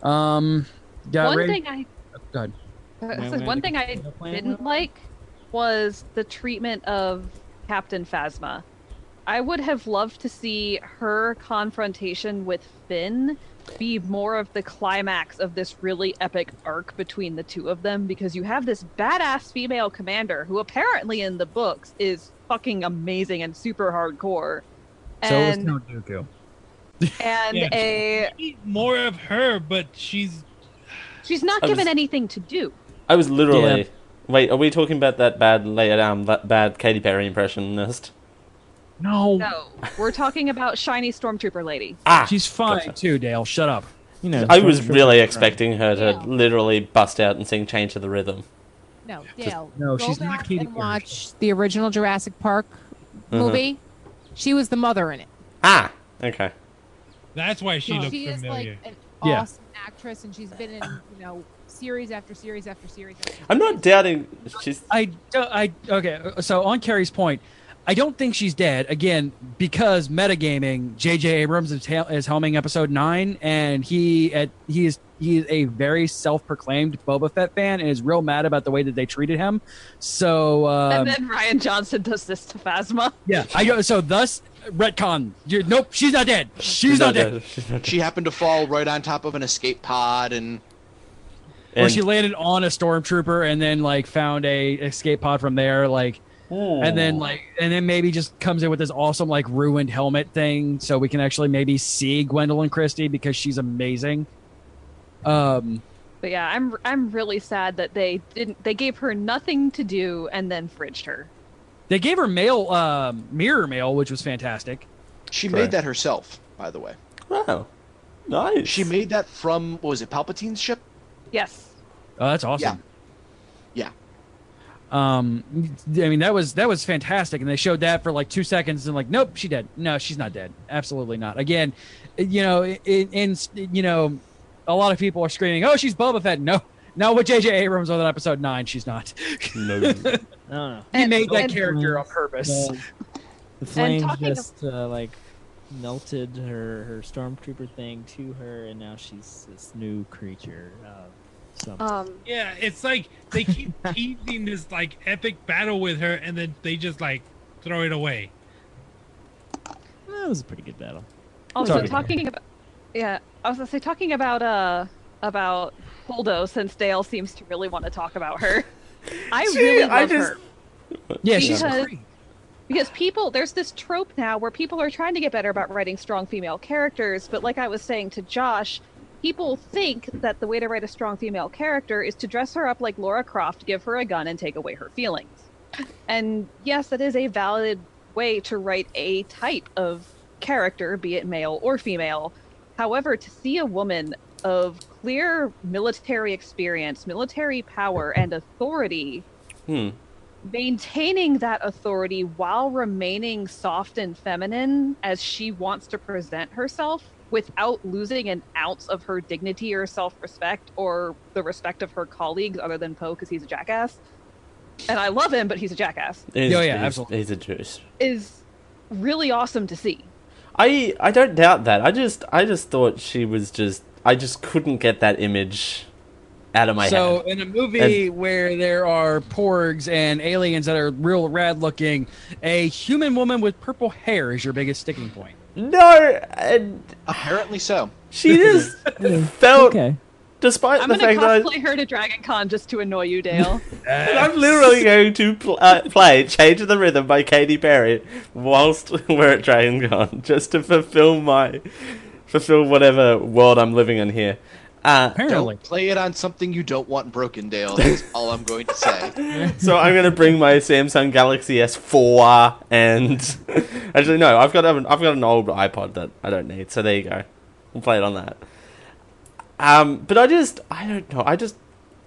S1: Um, yeah,
S10: One
S1: Ray-
S10: thing I [laughs]
S1: go ahead.
S11: Now
S10: so
S11: we
S10: one
S11: have to
S10: thing I
S11: get the plan
S10: didn't
S11: now?
S10: like was the treatment of Captain Phasma. I would have loved to see her confrontation with Finn be more of the climax of this really epic arc between the two of them because you have this badass female commander who apparently in the books is fucking amazing and super hardcore.
S1: So is
S10: And
S1: Count Dooku.
S10: and
S9: Yeah.
S10: a
S9: More of her, but she's
S10: she's not
S8: I was-
S10: given anything to do.
S8: I was literally. Wait, are we talking about that bad laid um, that bad Katy Perry impressionist?
S1: No,
S10: No. We're talking about shiny stormtrooper lady.
S8: Ah,
S1: she's fine
S8: gotcha.
S1: too. Dale, shut up.
S11: You know,
S8: I was
S11: Stormtrooper-
S8: really expecting her to
S7: Yeah.
S8: literally bust out and sing "Change to the Rhythm."
S7: No, Dale.
S1: no,
S7: go
S1: she's not
S7: back
S1: Katy
S7: and
S1: Perry.
S7: watch the original Jurassic Park
S8: Uh-huh.
S7: movie. She was the mother in it.
S8: Ah, okay.
S9: that's why she looked
S7: she is
S9: familiar.
S7: like an
S1: Yeah.
S7: awesome actress, and she's been in you know series after series after series. After
S8: I'm not doubting she's.
S1: I, do- I, okay. uh, So on Carrie's point, I don't think she's dead again because metagaming. J.J. Abrams is, hel- is helming episode nine, and he at he is he is a very self-proclaimed Boba Fett fan, and is real mad about the way that they treated him. So um,
S10: [laughs] and then Ryan Johnson does this to Phasma.
S1: yeah, I don't. So thus retcon. You're, nope, she's not dead. She's, not dead.
S8: She's not
S6: Oh, She happened to fall right on top of an escape pod and
S1: Or
S8: And-
S1: she landed on a stormtrooper and then like found a escape pod from there. Like and then like and then maybe just comes in with this awesome like ruined helmet thing so we can actually maybe see gwendolyn christie because she's amazing um
S10: But yeah, I'm I'm really sad that they didn't they gave her nothing to do and then fridged her.
S1: they gave her mail um mirror mail which was fantastic
S6: she
S8: Correct.
S6: made that herself, by the way.
S8: Wow. Nice.
S6: She made that from what was it, Palpatine's ship?
S10: Yes.
S1: oh that's awesome
S6: Yeah.
S1: um i mean that was that was fantastic and they showed that for like two seconds and like nope she dead no she's not dead absolutely not again you know in, in you know a lot of people are screaming oh she's boba fett no no with jj abrams on episode 9 she's not
S8: No.
S11: I don't know.
S1: he
S10: And-
S1: made that
S10: and-
S1: character on purpose
S11: The, the flames
S10: talking of-
S11: just uh, like melted her her stormtrooper thing to her, and now she's this new creature. Uh, some
S10: Um,
S9: Yeah, it's like they
S7: [laughs]
S9: keep teasing this like epic battle with her, and then they just like throw it away.
S11: that eh, was a pretty good battle.
S10: Also
S11: Sorry.
S10: talking about yeah, I was gonna say talking about uh about Holdo since Dale seems to really want to talk about her. [laughs] I
S8: Gee,
S10: really love
S8: I just-
S10: her
S1: Yeah, she's
S10: because because people there's this trope now where people are trying to get better about writing strong female characters, but like I was saying to Josh, people think that the way to write a strong female character is to dress her up like Laura Croft, give her a gun, and take away her feelings. And yes, that is a valid way to write a type of character, be it male or female. However, to see a woman of clear military experience, military power, and authority
S8: Hmm.
S10: maintaining that authority while remaining soft and feminine as she wants to present herself without losing an ounce of her dignity or self-respect or the respect of her colleagues other than Poe because he's a jackass. And I love him, but he's a jackass.
S8: He's-
S1: Oh, yeah,
S8: he's-
S1: absolutely.
S8: He's a juice.
S10: Is really awesome to see.
S8: I I don't doubt that. I just I just thought she was just I just couldn't get that image out of my
S1: so
S8: head.
S1: in a movie where there are porgs and aliens that are real rad looking, a human woman with purple hair is your biggest sticking point.
S8: No, and
S6: Apparently so.
S8: she just felt
S11: Okay.
S8: despite
S10: I'm
S8: the
S10: going to
S8: fact that
S10: cosplay her to Dragon Con just to annoy you, Dale.
S8: I, and I'm literally going to pl- uh, play "Change the Rhythm" by Katy Perry whilst [laughs] we're at Dragon Con just to fulfill my fulfill whatever world I'm living in here. Uh,
S1: Apparently.
S6: Don't play it on something you don't want broken,
S8: [laughs]
S6: Dale. That's all I'm going to say.
S8: So I'm gonna bring my Samsung Galaxy S4 and [laughs] actually no, I've got an, I've got an old iPod that I don't need. So there you go. We'll play it on that. Um, but I just I don't know. I just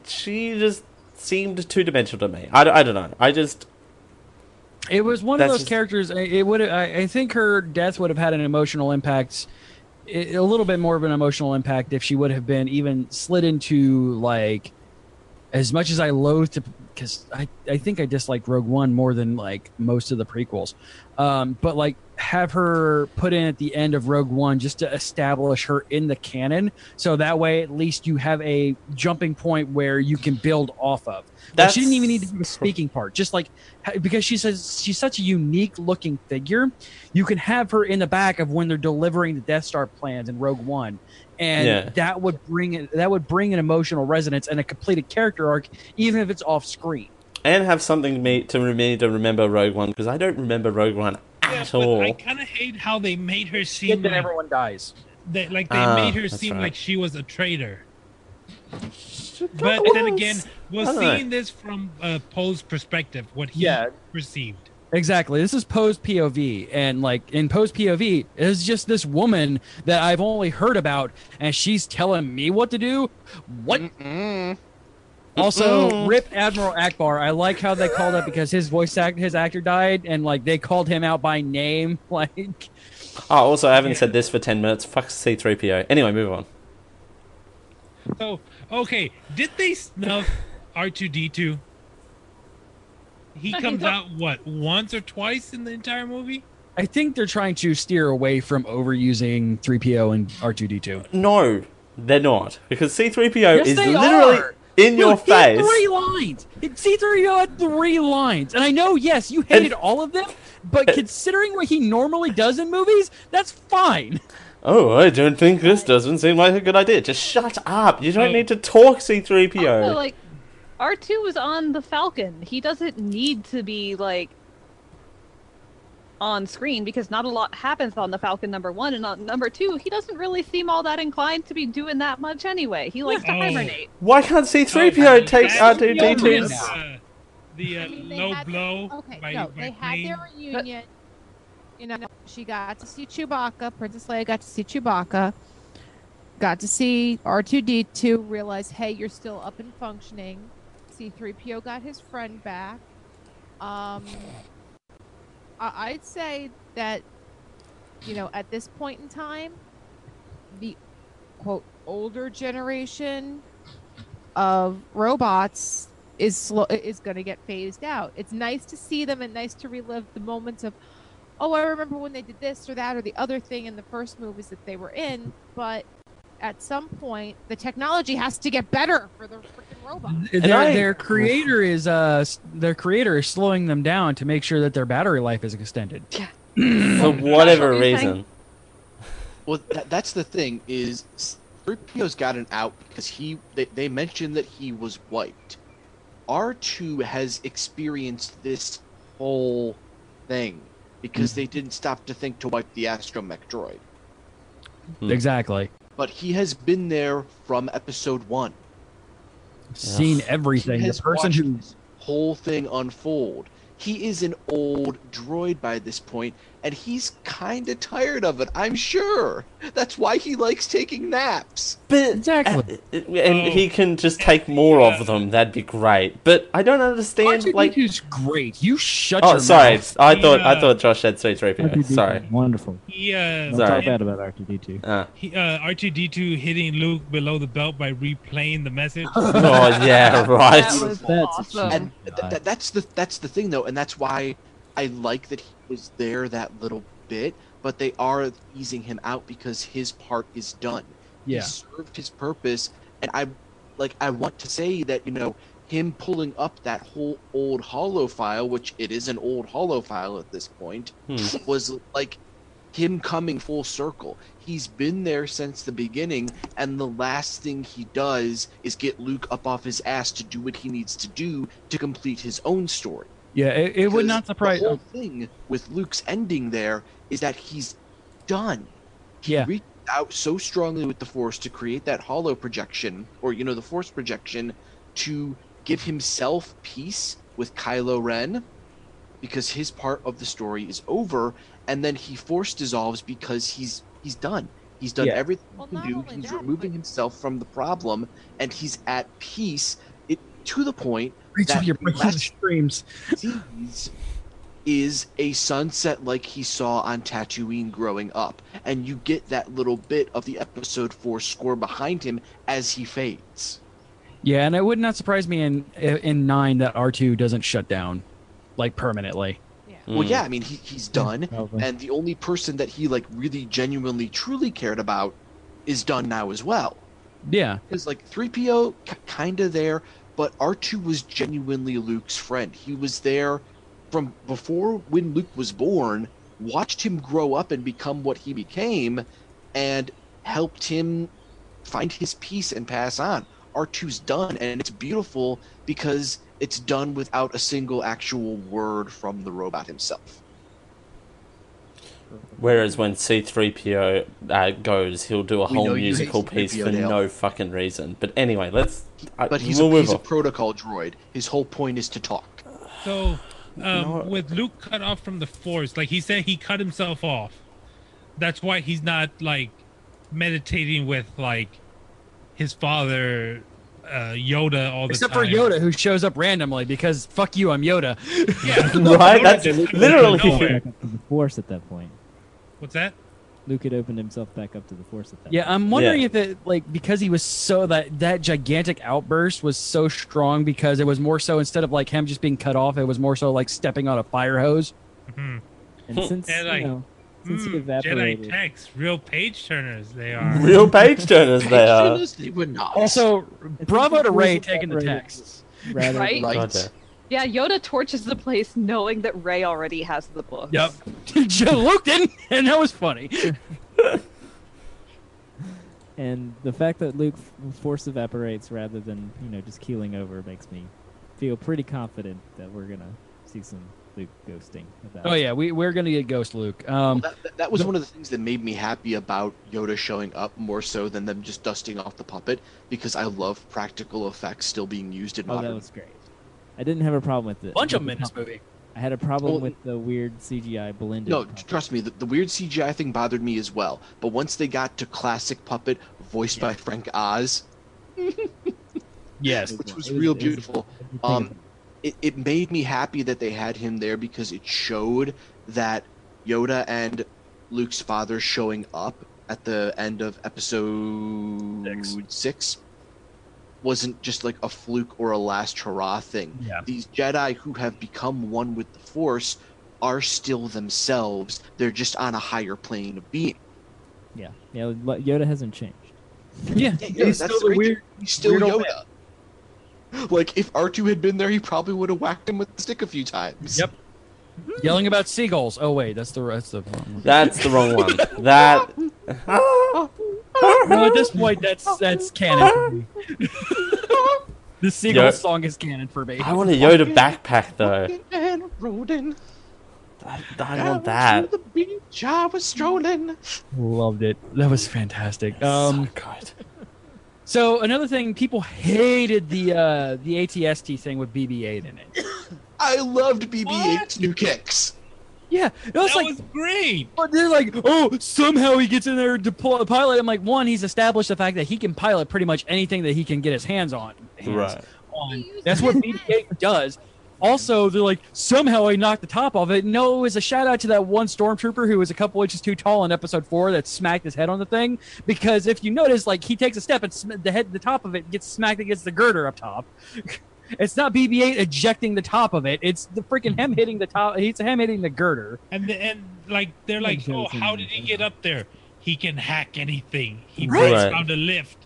S8: she just seemed two dimensional to me. I, don't- I don't know. I just
S1: It was one
S8: That's
S1: of those
S8: just-
S1: characters. I- It would. I, I think her death would have had an emotional impact, i- a little bit more of an emotional impact if she would have been even slid into like, as much as I loathe to, because I I think I disliked Rogue One more than like most of the prequels, um, but like have her put in at the end of Rogue One just to establish her in the canon, so that way at least you have a jumping point where you can build off of. Like, she didn't even need to do a speaking part. Just like ha- because she says she's such a unique looking figure, you can have her in the back of when they're delivering the Death Star plans in Rogue One, and
S8: Yeah.
S1: that would bring it. That would bring an emotional resonance and a completed character arc, even if it's off screen.
S8: and have something to me to me to remember Rogue One because I don't remember Rogue One
S9: Yeah,
S8: at
S9: but
S8: all.
S9: I kind of hate how they made her
S1: Yet
S9: seem
S1: then
S9: like,
S1: everyone dies.
S9: they, like they
S8: Ah,
S9: made her
S8: that's
S9: seem
S8: right.
S9: like she was a traitor. But then again, we're
S8: I don't know.
S9: seeing this from uh, Poe's perspective, what he
S1: Yeah.
S9: perceived.
S1: Exactly. This is Poe's POV, and like in Poe's POV, it's just this woman that I've only heard about, and she's telling me what to do. What?
S6: Mm-mm.
S1: Also,
S8: Mm-mm.
S1: Rip Admiral Akbar. I like how they called it because his voice act, his actor died, and like they called him out by name. [laughs] Like,
S8: oh, also I haven't said this for ten minutes. Fuck C3PO. Anyway, move on.
S9: So, okay, did
S7: [laughs]
S9: they snuff R2D2? He comes out, what, once or twice in the entire movie?
S1: I think they're trying to steer away from overusing 3PO and R2D2.
S8: No, they're not. Because C3PO
S1: Yes,
S8: is
S1: they
S8: literally
S1: are.
S8: in your
S1: Dude, he had
S8: face.
S1: Three lines. C3PO had three lines, and I know, yes, you hated all of them, but considering what he normally does in movies, that's fine.
S8: Oh, I don't think this doesn't seem like a good idea. Just shut up. You don't
S9: Mm.
S8: need to talk C3PO.
S10: Also, Oh, like R2 was on the Falcon. He doesn't need to be like on screen because not a lot happens on the Falcon number 1 and on number 2 he doesn't really seem all that inclined to be doing that much anyway. He likes to
S9: Oh.
S10: hibernate.
S8: Why can't C3PO take
S9: That's
S1: R2D2's-
S8: R2D2's.
S1: now.
S9: Uh, the uh,
S7: I mean, they
S9: low
S7: had their-
S9: blow.
S7: Okay,
S9: by-
S7: no,
S9: by
S7: they had their
S9: plane.
S7: reunion. You know, she got to see Chewbacca. Princess Leia got to see Chewbacca. Got to see R2D2 realize, hey, you're still up and functioning. C3PO got his friend back. Um, I- I'd say that, you know, at this point in time, the quote older generation of robots is slow is going to get phased out. It's nice to see them and nice to relive the moments of oh, I remember when they did this or that or the other thing in the first movies that they were in, but at some point, the technology has to get better for the freaking robot.
S1: Their, their creator is uh s- their creator is slowing them down to make sure that their battery life is extended.
S8: For whatever reason.
S6: Well, that, that's the thing is 3PO's gotten out because he they, they mentioned that he was wiped. R2 has experienced this whole thing because
S1: Mm-hmm.
S6: they didn't stop to think to wipe the astromech droid.
S1: Exactly.
S6: But he has been there from episode 1.
S1: Seen everything.
S6: He
S1: The
S6: has
S1: person
S6: watched
S1: who
S6: this whole thing unfold. He is an old droid by this point, and he's kind of tired of it. I'm sure. That's why he likes taking naps.
S8: But uh,
S1: exactly.
S8: and he can just take more of them. That'd be great. But I don't understand. Like,
S1: who's great? You shut
S8: oh,
S1: your
S8: sorry.
S1: mouth.
S8: I thought I
S9: Yeah.
S8: thought Josh had three three PO.
S11: R2D2, [laughs]
S8: Sorry.
S11: Wonderful.
S9: He, uh,
S11: Don't
S8: Sorry.
S11: talk bad about R2D2.
S8: Uh,
S9: he, uh, R2D2 hitting Luke below the belt by replaying
S7: [laughs]
S9: the message.
S8: oh yeah,
S10: That [laughs]
S8: right.
S10: was
S11: That's
S10: awesome.
S6: And th-
S11: God.
S6: th- that's the that's the thing though, and that's why I like that he was there that little bit. But they are easing him out because his part is done.
S1: Yeah.
S6: He served his purpose, and I like I want to say that you know him pulling up that whole old hollow file, which it is an old hollow file at this point,
S8: Hmm.
S6: was like him coming full circle. He's been there since the beginning, and the last thing he does is get Luke up off his ass to do what he needs to do to complete his own story.
S1: Yeah, it, it would not surprise.
S6: The whole thing with Luke's ending there is that he's done. He
S1: Yeah.
S6: reached out so strongly with the Force to create that hollow projection, or you know, the Force projection, to give himself peace with Kylo Ren, because his part of the story is over, and then he Force dissolves because he's he's done. He's done
S1: Yeah.
S6: everything
S7: Well,
S6: he can
S7: not
S6: do.
S7: only
S6: He's
S7: that,
S6: removing
S7: but-
S6: himself from the problem, and he's at peace. It to the point
S1: reach
S6: that
S1: with your
S6: last
S1: streams.
S6: sees is a sunset like he saw on Tatooine growing up, and you get that little bit of the episode four score behind him as he fades.
S1: Yeah, and it would not surprise me in in nine that R two doesn't shut down, like permanently.
S6: Well,
S8: Mm.
S6: yeah, I mean he, he's done,
S11: probably.
S6: and the only person that he like really genuinely truly cared about is done now as well.
S1: Yeah,
S6: Because like three PO k- kind of there, but R two was genuinely Luke's friend. He was there from before when Luke was born, watched him grow up and become what he became, and helped him find his peace and pass on. R2's done, and it's beautiful because it's done without a single actual word from the robot himself.
S8: Whereas when C three PO uh, goes, he'll do a
S6: We
S8: whole
S6: know you hate
S8: musical piece for
S6: 3PO now.
S8: no fucking reason. But anyway, let's. I,
S6: But he's,
S8: we'll
S6: a,
S8: move
S6: he's a
S8: on.
S6: protocol droid. His whole point is to talk.
S9: So, um,
S8: No.
S9: with Luke cut off from the Force, like he said, he cut himself off. That's why he's not like meditating with like his father, uh, Yoda, all the
S1: except for
S9: time.
S1: Yoda, who shows up randomly because fuck you, I'm Yoda. [laughs]
S8: right? That's
S9: Yoda just-
S8: literally.
S9: No.
S11: Back up to the Force at that point.
S9: What's that?
S11: Luke had opened himself back up to the Force at that
S1: Yeah,
S11: point.
S1: I'm wondering if it like because he was so that that gigantic outburst was so strong because it was more so instead of like him just being cut off, it was more so like stepping on a fire hose.
S9: Mhm.
S11: And since,
S9: And, like,
S11: you know, since he
S9: Mm, Jedi
S11: evaporated,
S9: texts, real page turners they
S8: [laughs]
S9: are.
S8: Real
S6: [laughs]
S8: page turners they uh, are.
S6: Pictures, they were not.
S1: Also, bravo to
S11: It's
S1: Ray
S11: just
S1: taking the
S11: separated.
S1: texts.
S11: rather
S10: Right?
S6: Right.
S8: God damn.
S10: Yeah, Yoda torches the place knowing that Ray already has the book.
S1: Yep, Joe [laughs] Luke didn't, and that was funny.
S11: and the fact that Luke f- force evaporates rather than you know just keeling over makes me feel pretty confident that we're gonna see some Luke ghosting. Of that.
S1: Oh yeah, we we're gonna get Ghost Luke. Um,
S6: Well, that, that, that was one of the things that made me happy about Yoda showing up more so than them just dusting off the puppet because I love practical effects still being used in
S11: oh that
S6: modern.
S11: was great. I didn't have a problem with it.
S1: bunch of them in this movie.
S11: I had a problem
S6: Well-
S11: with the weird CGI blended.
S6: No,
S11: problem.
S6: trust me, the, the weird CGI thing bothered me as well. But once they got to classic puppet voiced by Frank Oz,
S1: Yes,
S6: which was
S11: It was-
S6: real
S11: it was-
S6: beautiful,
S11: Everything
S6: um,
S11: about
S6: it, it made me happy that they had him there because it showed that Yoda and Luke's father showing up at the end of episode
S1: Six.
S6: six wasn't just like a fluke or a last hurrah thing.
S1: Yeah.
S6: These Jedi who have become one with the Force are still themselves. They're just on a higher plane of being.
S11: Yeah, yeah. Lo- Yoda hasn't changed.
S1: Yeah,
S6: Yeah,
S1: he's
S6: that's
S1: still
S6: the
S1: the
S6: great-
S1: weird.
S6: He's still
S1: weird old
S6: Yoda. Like if R2 had been there, he probably would have whacked him with the stick a few times.
S1: Yep. Yelling about seagulls. Oh wait, that's the that's the. wrong one.
S8: That's the wrong one.
S6: [laughs]
S8: That
S1: No, at this point, that's that's canon. For me. [laughs] the seagull
S8: Yo-
S1: song is canon for me.
S8: [laughs] I want a Yoda backpack though.
S6: And Rodin.
S8: I, I want that.
S6: the beach I was strolling.
S1: Loved it. That was fantastic. Um,
S8: so good.
S1: So another thing, people hated the uh, the ATST thing with BB-8 in it.
S6: I loved BB-8's
S9: What?
S6: new kicks.
S1: Yeah, it was
S9: that
S1: like,
S9: was great.
S1: but they're like, oh, somehow he gets in there to pl- pilot. I'm like, one, he's established the fact that he can pilot pretty much anything that he can get his hands on. hands
S8: Right.
S1: on. That's what BB-8 does. Also, they're like, somehow I knocked the top off it. No, it was a shout out to that one stormtrooper who was a couple inches too tall in episode four that smacked his head on the thing. Because if you notice, like he takes a step and sm- the head, the top of it gets smacked against the girder up top. [laughs] it's not BB-8 ejecting the top of it. It's the freaking him hitting the top. It's him hitting the girder.
S9: And the, and like they're
S11: Yeah,
S9: like,
S11: sure,
S9: oh,
S11: it's in
S9: how
S11: there,
S9: did he
S11: yeah.
S9: get up there? He can hack anything. He
S8: Right.
S9: right.
S8: Right.
S9: found a lift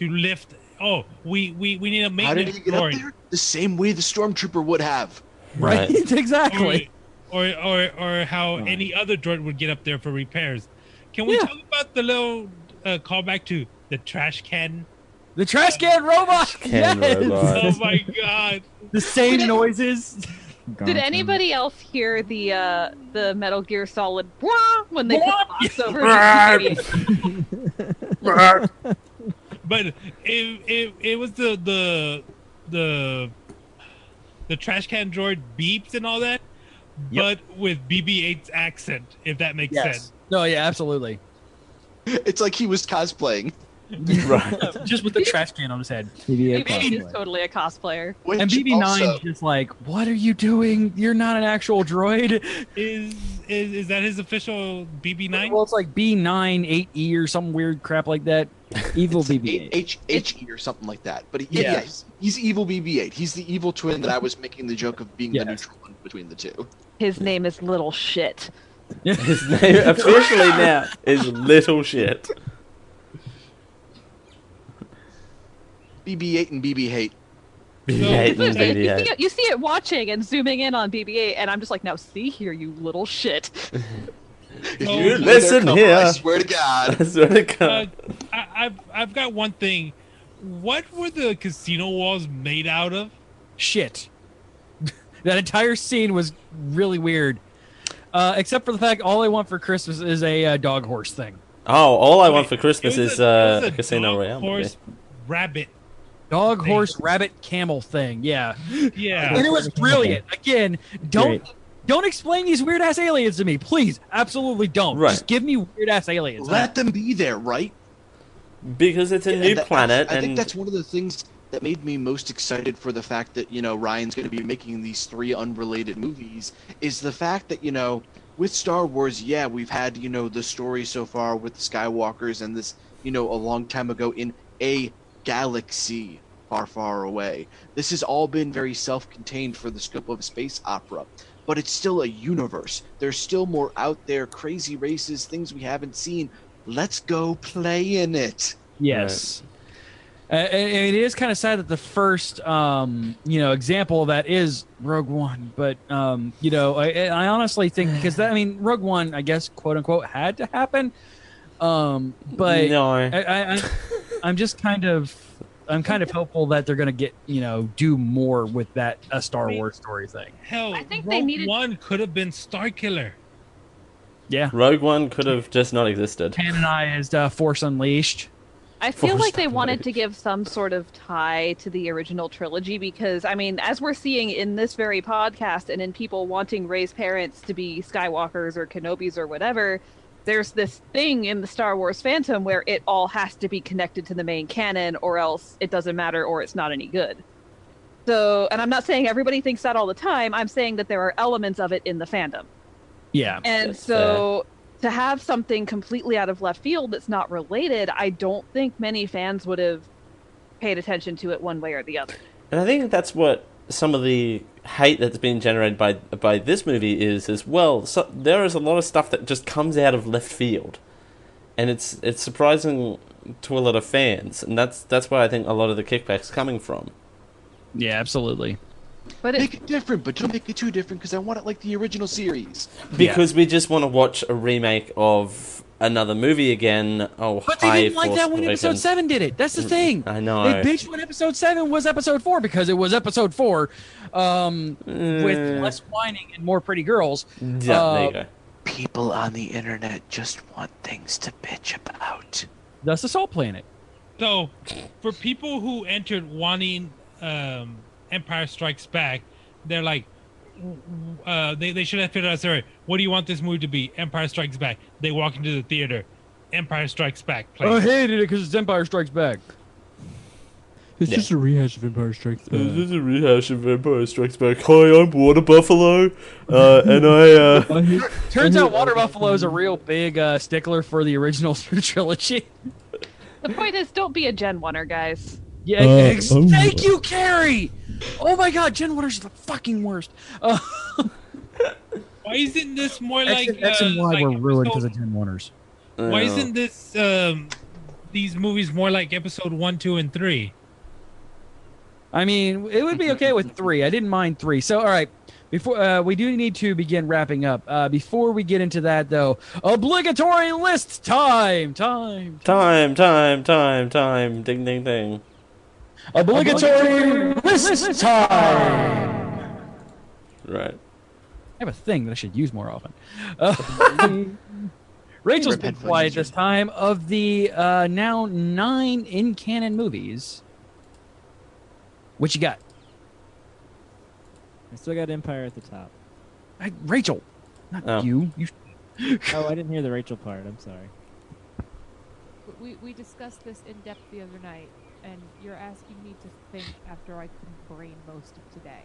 S9: to lift. Oh, we we we need a
S6: How did
S9: maintenance
S6: he get up
S9: droid.
S6: there? The same way the stormtrooper would have. [laughs]
S1: [laughs] Right.
S8: Right.
S1: exactly.
S9: Or or or, or how
S11: Right.
S9: any other droid would get up there for repairs. Can we
S1: Yeah.
S9: talk about the little uh, callback to the trash can?
S1: The trash can robot.
S8: Can
S1: yes.
S8: robot.
S9: Oh my [laughs] god!
S1: The same noises.
S10: Did anybody else hear the uh, the Metal Gear Solid "Bwah" when they put the box over [laughs] the
S9: But it, it it was the the the the trash can droid beeps and all that, but with BB-8's accent, if that makes sense.
S1: [laughs] No. Yeah. Absolutely.
S6: It's like he was cosplaying.
S8: Right.
S1: Just with the trash can on his head.
S11: BB-8
S10: BB-8 is
S11: cosplay.
S10: totally a cosplayer.
S6: Which
S1: And BB-9
S6: also-
S1: just like, what are you doing? You're not an actual droid.
S9: Is is is that his official BB-9?
S1: Well, it's like B9 8E E or some weird crap like that.
S11: Evil
S6: It's like
S11: BB-8.
S6: H- H- HE or something like that. But he, yeah,
S1: Yeah.
S6: yeah, he's, he's evil BB-8. He's the evil twin that I was making the joke of being
S1: Yes.
S6: the neutral one between the two.
S10: His name is Little Shit.
S8: His [laughs] name officially now is Little Shit.
S6: BB-8 and BB-8.
S8: BB-8
S10: You
S8: and
S10: see,
S8: BB-8.
S10: it, you see it watching and zooming in on BB-8, and I'm just like, now see here, you little shit.
S6: If
S9: Oh,
S6: look at their
S8: listen
S6: cover,
S8: here.
S6: I swear
S1: [laughs]
S6: to God.
S8: I swear to
S9: Uh,
S8: God.
S9: I, I've I've got one thing. What were the casino walls made out of?
S1: Shit. [laughs] that entire scene was really weird. Uh, except for the fact all I want for Christmas is a uh, dog horse thing.
S8: Oh, all I
S9: Wait,
S8: want for Christmas
S9: it was
S8: is
S9: a-
S8: uh,
S9: it was a
S8: Casino
S9: dog,
S8: Royale.
S9: horse, rabbit.
S1: Dog,
S9: Thing.
S1: horse, rabbit, camel thing. Yeah.
S9: Yeah.
S1: And it was brilliant. Again, don't.
S11: Great.
S1: Don't explain these weird ass aliens to me, please. Absolutely don't.
S8: Right.
S1: Just give me weird ass aliens.
S6: Let them be there, right?
S8: maybe. Because it's a
S6: And
S8: new
S6: that-
S8: planet,
S6: I think
S8: and
S6: that's one of the things that made me most excited for the fact that you know Ryan's going to be making these three unrelated movies is the fact that you know with Star Wars, yeah, we've had you know the story so far with the Skywalker's and this you know a long time ago in a galaxy far far away. This has all been very self-contained for the scope of a space opera. But it's still a universe. There's still more out there, crazy races, things we haven't seen. Let's go play in it.
S1: Yes. Uh, and and it is kind of sad that the first, um, you know, example of that is Rogue One. But um, you know, I, I honestly think because that, I mean, Rogue One, I guess, quote unquote, had to happen. Um, but
S8: no,
S1: I, I, I, I'm just kind of, I'm kind of hopeful that they're gonna get, you know, do more with that a Star Wars story thing.
S9: Hell,
S10: I think
S9: Rogue
S10: they needed-
S9: One could have been Star Killer.
S1: Yeah.
S8: Rogue One could have just not existed.
S1: Pan and I is uh, Force Unleashed.
S10: I feel
S8: Force
S10: like they
S8: that
S10: wanted
S8: way.
S10: to give some sort of tie to the original trilogy because, I mean, as we're seeing in this very podcast and in people wanting Ray's parents to be Skywalkers or Kenobis or whatever, there's this thing in the Star Wars Phantom where it all has to be connected to the main canon or else it doesn't matter or it's not any good. So, and I'm not saying everybody thinks that all the time, I'm saying that there are elements of it in the fandom.
S1: Yeah.
S10: And
S8: That's
S10: so to have something completely out of left field that's not related, I don't think many fans would have paid attention to it one way or the other.
S8: And I think that's what some of the hate that's been generated by by this movie is as well. So, there is a lot of stuff that just comes out of left field, and it's it's surprising to a lot of fans, and that's that's where I think a lot of the kickbacks coming from.
S1: Yeah, absolutely.
S10: But
S6: make it different, but don't make it too different because I want it like the original series.
S8: Because we just want to watch a remake of another movie again. Oh,
S1: But they
S8: hi,
S1: didn't like
S8: Force
S1: that when episode
S8: Awakens.
S1: seven did it. That's the thing.
S8: I know.
S1: They bitched when episode seven was episode four because it was episode four, um,
S8: Uh.
S1: with less whining and more pretty girls.
S8: Yeah, there
S1: Uh,
S8: you go.
S6: People on the internet just want things to bitch about. [sighs]
S1: That's the Salt Planet.
S9: So, for people who entered wanting um, Empire Strikes Back, they're like, w- w- uh, they, they should have figured out, sorry, what do you want this movie to be? Empire Strikes Back. They walk into the theater. Empire Strikes Back. Play.
S1: I hated it because it's Empire Strikes Back.
S11: It's
S8: Yeah.
S11: just a rehash of Empire Strikes Back.
S8: This is a rehash of Empire Strikes Back. Hi, I'm Water Buffalo, uh, and I. Uh,
S11: I hate-
S1: Turns
S11: I hate
S1: out Water
S11: all that
S1: Buffalo is a
S11: movie.
S1: real big uh, stickler for the original [laughs] trilogy.
S10: The point is, don't be a Gen 1er, guys.
S1: Yeah.
S11: Uh,
S1: ex-
S11: oh.
S1: Thank you, Carrie. Oh my God, Jen Waters is the fucking worst. Uh,
S9: Why isn't this more
S1: X,
S9: like.
S1: and, X and
S9: uh,
S1: Y
S9: like
S1: were ruined
S9: episode-
S1: because of Jen Waters.
S9: Why
S8: Oh.
S9: isn't this. Um, these movies more like episode one, two, and three?
S1: I mean, it would be okay with three. I didn't mind three. So, all right. Before uh, we do need to begin wrapping up. Uh, before we get into that, though, obligatory list time. Time.
S8: Time, time, time, time. Ding, ding, ding.
S1: Obligatory list time.
S8: Right.
S1: I have a thing that I should use more [laughs] often. Uh, [laughs] Rachel's been
S6: Repent,
S1: quiet
S6: please.
S1: this time. Of the uh, now nine in canon movies, what you got?
S11: I still got Empire at the top.
S1: I, Rachel, not
S8: Oh.
S1: you. You
S11: Oh, I didn't hear the Rachel part. I'm sorry.
S7: We, we discussed this in depth the other night, and you're asking me to think after I couldn't brain most of today.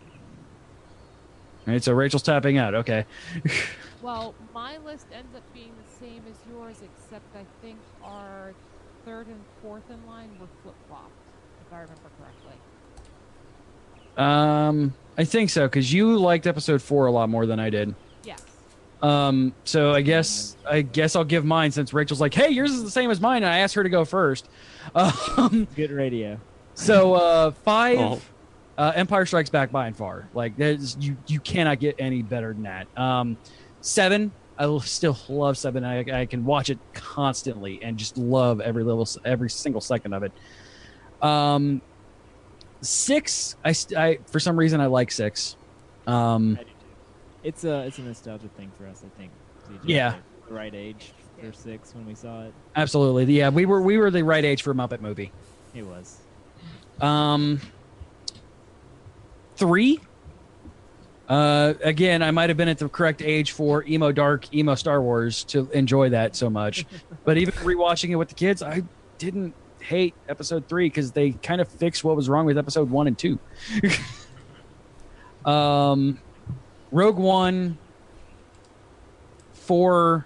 S1: All right, so Rachel's tapping out. Okay.
S7: Well, my list ends up being the same as yours, except I think our third and fourth in line were flip flopped, if I remember correctly.
S1: Um, I think so because you liked episode four a lot more than I did.
S7: Yes.
S1: Um, so I guess I guess I'll give mine since Rachel's like, "Hey, yours is the same as mine," and I asked her to go first. [laughs] Um,
S11: Good radio.
S1: so uh, five,
S8: Oh.
S1: uh, Empire Strikes Back by and far. Like, there's you you cannot get any better than that. Um, seven, I l- still love seven. I I can watch it constantly and just love every little s- every single second of it. Um, six, I, st- I for some reason I like six. Um,
S11: It's a it's a nostalgia thing for us, I think. CJ.
S1: Yeah.
S11: Like, the right age for six when we saw it.
S1: absolutely, yeah. We were we were the right age for a Muppet movie.
S11: It was.
S1: Um, three. Uh, again, I might have been at the correct age for emo dark, emo Star Wars to enjoy that so much. but even rewatching it with the kids, I didn't hate episode three because they kind of fixed what was wrong with episode one and two. [laughs] um, Rogue One, four,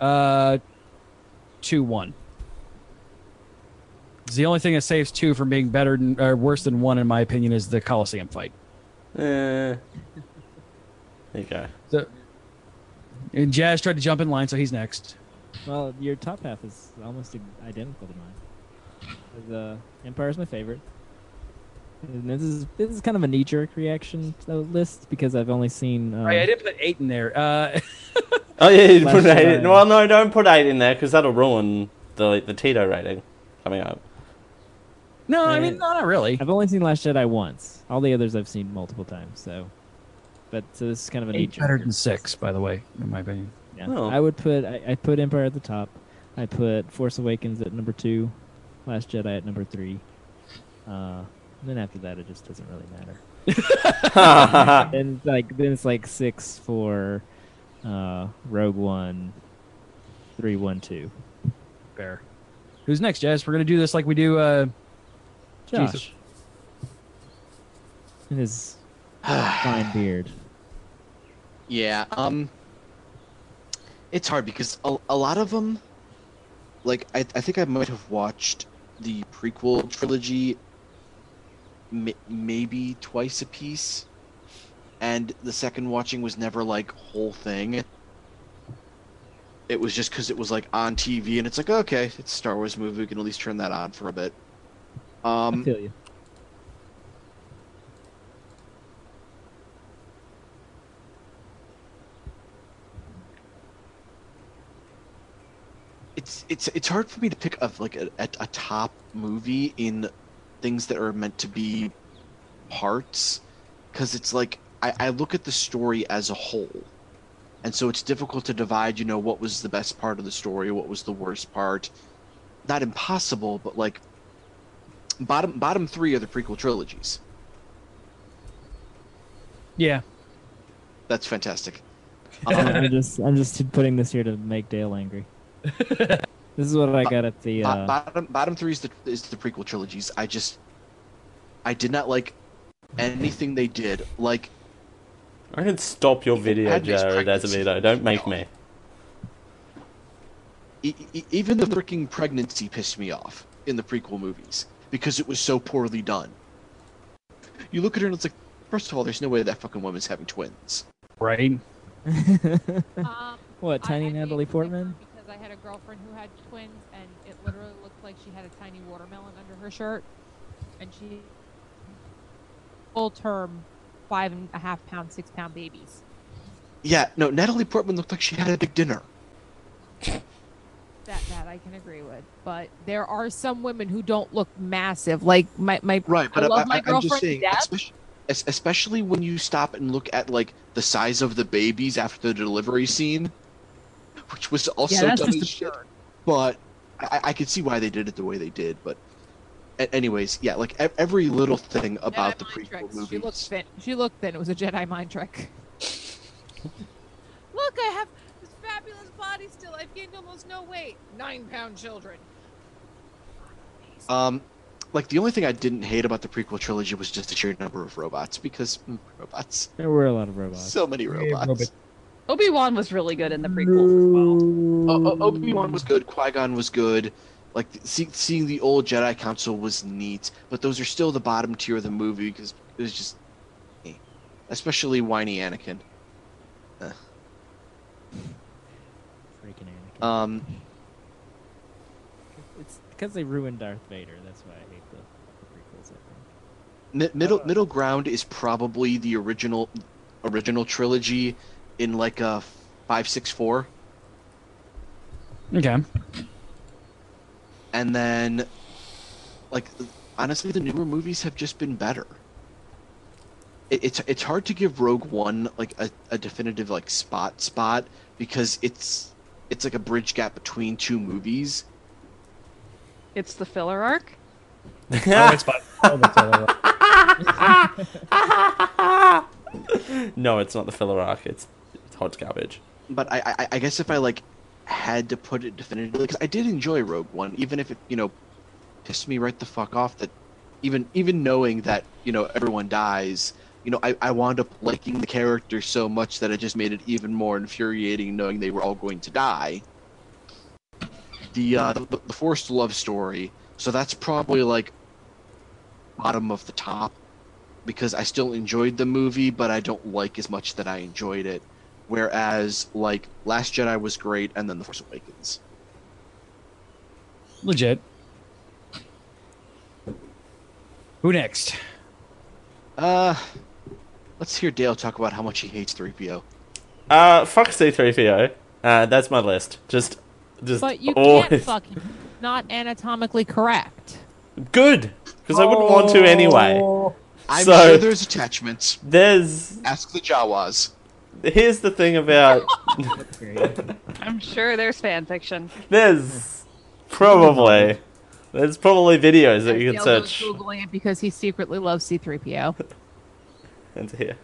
S1: uh, two, one. It's the only thing that saves two from being better than, or worse than one, in my opinion, is the Coliseum fight.
S8: Uh, there you go.
S1: So, and Jazz tried to jump in line, so he's next.
S11: Well, your top half is almost i- identical to mine. The Empire is my favorite. And this is this is kind of a knee jerk reaction to the list because I've only seen. Um,
S1: Right, Oh, I did put eight in there. Uh, [laughs]
S8: Oh yeah, you put
S11: Last
S8: eight. In.
S11: Jedi.
S8: Well, no, don't put eight in there because that'll ruin the the Tito rating coming up. [laughs]
S1: no, I
S11: Yeah.
S1: mean, no, not really.
S11: I've only seen Last Jedi once. All the others I've seen multiple times. So, but so this is kind of a knee
S1: Eight
S11: jerk.
S1: better than six, by the way, in my opinion.
S11: Yeah.
S8: Oh.
S11: I would put I, I put Empire at the top. I put Force Awakens at number two, Last Jedi at number three. Uh, and then after that, it just doesn't really matter.
S8: Ah.
S11: And like then it's like six for uh, Rogue One, three one two.
S1: Fair. Who's next, Jazz? We're gonna do this like we do. Uh,
S11: Josh.
S1: Jesus.
S11: And his fine beard.
S6: Yeah. Um. It's hard because a, a lot of them, like I, I think I might have watched the prequel trilogy m- maybe twice a piece, and the second watching was never like whole thing. It was just because it was like on TV, and it's like okay, it's a Star Wars movie. We can at least turn that on for a bit. Um,
S11: I feel you.
S6: it's it's it's hard for me to pick up like a, a, a top movie in things that are meant to be parts because it's like I, I look at the story as a whole and so it's difficult to divide you know what was the best part of the story what was the worst part not impossible but like bottom bottom three are the prequel trilogies
S1: Yeah.
S6: that's fantastic Um,
S11: I'm just I'm just putting this here to make Dale angry. this is what I got at the.
S6: Bo-
S11: Uh,
S6: bottom bottom three is the is the prequel trilogies. I just I did not like anything they did. Like
S8: I can stop your video,
S6: Padme's
S8: Jared Azevedo. Don't make me.
S6: e- e- even the freaking pregnancy pissed me off in the prequel movies because it was so poorly done. You look at her and it's like, first of all, there's no way that fucking woman's having twins.
S1: Right?
S7: Um,
S11: what
S7: I
S11: tiny
S7: had the
S11: Natalie
S7: exam
S11: Portman?
S7: Because I had a girlfriend who had twins, and it literally looked like she had a tiny watermelon under her shirt, and she full term, five and a half pound, six pound babies.
S6: Yeah, no, Natalie Portman looked like she had a big dinner.
S7: That that I can agree with, but there are some women who don't look massive. Like my my
S6: Right, but
S7: I
S6: I
S7: love
S6: I,
S7: my
S6: am just
S7: girlfriend
S6: saying,
S7: Deb.
S6: especially, especially when you stop and look at like the size of the babies after the delivery scene, which was also
S7: that's
S6: dumb
S7: just
S6: as shit. But I, I could see why they did it the way they did. But, a- anyways, yeah, like ev- every little thing about the prequel
S7: tricks.
S6: movies.
S7: She looked thin. She looked thin. It was a Jedi mind
S11: [laughs]
S7: trick. Look, I have this fabulous body still. I've gained almost no weight. Nine pound children.
S6: Um, like the only thing I didn't hate about the prequel trilogy was just the sheer number of robots because mm, robots,
S11: there were a lot of robots.
S6: so many robots.
S10: Obi Wan was really good in the prequels
S6: O- O- Obi Wan was good. Qui Gon was good. Like see, seeing the old Jedi Council was neat, but those are still the bottom tier of the movie because it was just, eh. especially whiny Anakin.
S11: Freaking Anakin.
S6: Um,
S11: It's because they ruined Darth Vader. That's why I hate the, the prequels. I think.
S6: mi- middle middle ground is probably the original original trilogy in like a five six four,
S1: Okay.
S6: and then like honestly, the newer movies have just been better. It, it's it's hard to give Rogue One like a, a definitive like spot spot because it's it's like a bridge gap between two movies.
S10: It's the filler arc.
S9: Oh, it's fine. Oh, that's all right.
S8: No, it's not the filler arc. It's, it's hot garbage.
S6: But I, I I guess if I like had to put it definitively because I did enjoy Rogue One even if it you know pissed me right the fuck off that even even knowing that you know everyone dies you know I, I wound up liking the character so much that it just made it even more infuriating knowing they were all going to die the uh the, the forced love story so that's probably like bottom of the top because i still enjoyed the movie but i don't like as much that i enjoyed it whereas like last jedi was great and then the force awakens
S1: Legit. Who next?
S6: Uh, let's hear Dale talk about how much he hates 3PO.
S8: Uh, fuck C3PO. Uh, that's my list. Just, just.
S7: But you can't
S8: always-
S7: fucking. Not anatomically correct.
S8: [laughs] Good, because I wouldn't want
S10: Oh.
S8: to anyway.
S6: I'm
S8: So-
S6: sure there's attachments.
S8: There's.
S6: Ask the Jawas.
S8: Here's the
S10: [laughs]
S8: thing about.
S10: I'm sure there's fan fiction.
S8: There's probably there's probably videos that you
S7: Dale
S8: can
S7: goes
S8: search
S7: Googling it because he secretly loves C-3PO.
S8: and here.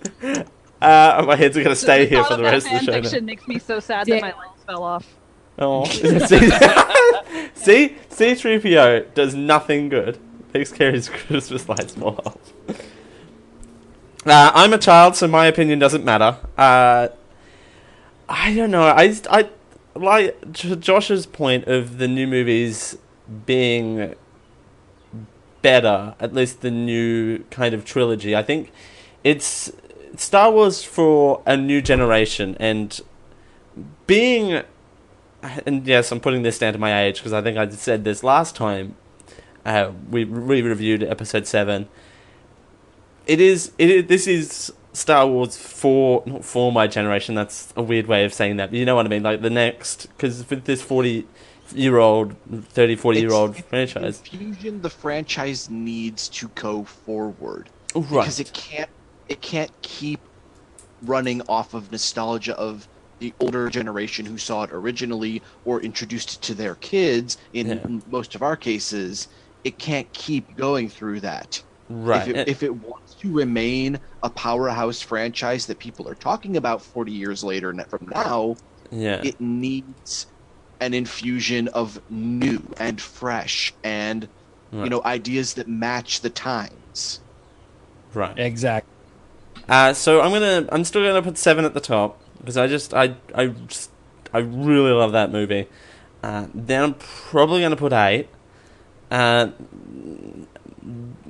S8: [laughs] Uh, my heads are gonna stay
S10: The
S8: here
S10: thought
S8: for the
S10: that
S8: rest of the
S10: fan
S8: show. now.
S10: fiction makes me so sad that my legs fell off.
S8: Oh, [laughs] see, see, C3PO does nothing good. Takes care of his [laughs] Christmas lights more. off. Uh, I'm a child, so my opinion doesn't matter. Uh, I don't know. I, just- I like to Josh's point of the new movies being better, at least the new kind of trilogy. I think it's Star Wars for a new generation, and being, and yes, I'm putting this down to my age because I think I said this last time. Uh, we re reviewed episode seven. It is it. is- This is Star Wars for not for my generation. That's a weird way of saying that. But you know what I mean. Like the next, because with this forty year old, 30, 40 year old franchise,
S6: Fusion, the franchise needs to go forward
S8: Right.
S6: because it can't it can't keep running off of nostalgia of the older generation who saw it originally or introduced it to their kids. In m- most of our cases, it can't keep going through that.
S8: Right.
S6: If it, if it wants to remain a powerhouse franchise that people are talking about 40 years later and from now,
S8: Yeah.
S6: it needs an infusion of new and fresh and you
S8: Right.
S6: know ideas that match the times. eh.
S8: right?
S1: Exactly.
S8: Uh, so I'm gonna, I'm still gonna put seven at the top because I just, I, I just, I really love that movie. Uh, then I'm probably gonna put eight. Uh,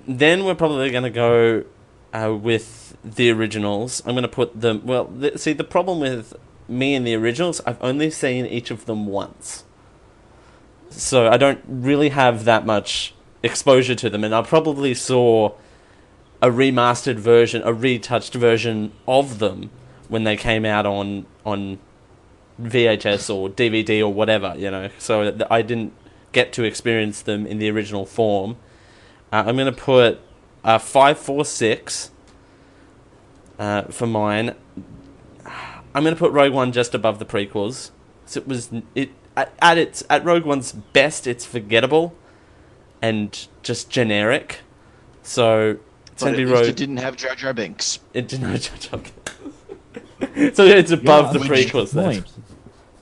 S8: then we're probably gonna go uh, with the originals. I'm gonna put them. Well, th- see, the problem with me and the originals, I've only seen each of them once. so I don't really have that much exposure to them, and I probably saw a remastered version, a retouched version of them when they came out on on VHS or DVD or whatever, you know. So th- I didn't get to experience them in the original form. Uh, I'm gonna put uh, five, four, six uh, for mine. I'm gonna put Rogue One just above the prequels. 'cause it was it at, at its at Rogue One's best. It's forgettable and just generic. So it's
S6: But
S8: gonna
S6: at
S8: be
S6: least
S8: Rogue.
S6: it didn't have Jar Jar Binks.
S8: It didn't [laughs] have Jar Jar Binks. so it's above the
S6: Which-
S8: prequels. Then.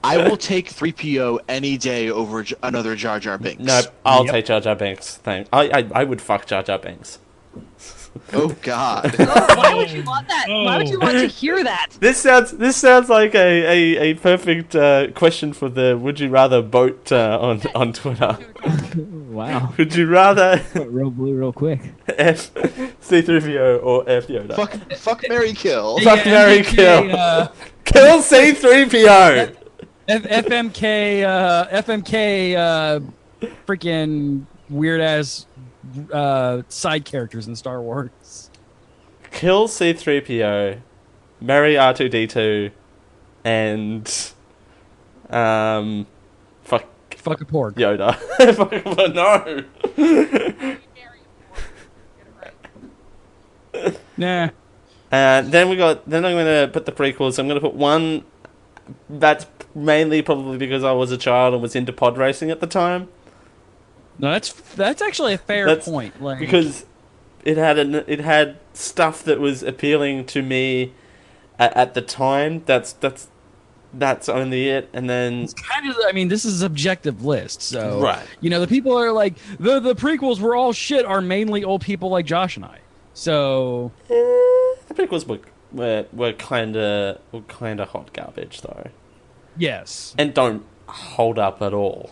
S6: I will take 3PO any day over J- another Jar Jar Binks.
S8: No, I'll take Jar Jar Binks. Thank. I, I I would fuck Jar Jar Binks.
S6: Oh God.
S10: [laughs] Oh, Why would you want that? Why would you want to hear that? [laughs]
S8: This sounds this sounds like a, a, a perfect uh, question for the would you rather vote uh, on on Twitter. [laughs]
S11: Wow.
S8: Would you rather [laughs]
S11: Went real blue real quick.
S8: F C three PO or F Yoda?
S6: fuck, fuck Mary Kill.
S8: Fuck, marry, kill.
S1: uh,
S8: [laughs] Kill C three PO.
S1: F- FMK, uh, FMK, uh, freaking weird ass uh, side characters in Star Wars.
S8: Kill C three PO. Marry R two D two, and um, fuck
S1: Fuck a pork.
S8: Yoda. [laughs] fuck, well, no.
S1: Nah.
S8: Uh, then we got. Then I'm gonna put the prequels. I'm gonna put one. That's mainly probably because I was a child and was into pod racing at the time.
S1: No, that's that's actually a fair
S8: That's-
S1: point. Like
S8: because it had an, it had stuff that was appealing to me at, at the time. That's that's that's only it. And then
S1: kind of, I mean, this is a subjective list, so
S8: Right.
S1: You know, the people are like the the prequels were all shit. Are mainly old people like Josh and I. So
S8: the prequels were were, were kind of were kind of hot garbage though,
S1: yes,
S8: and don't hold up at all.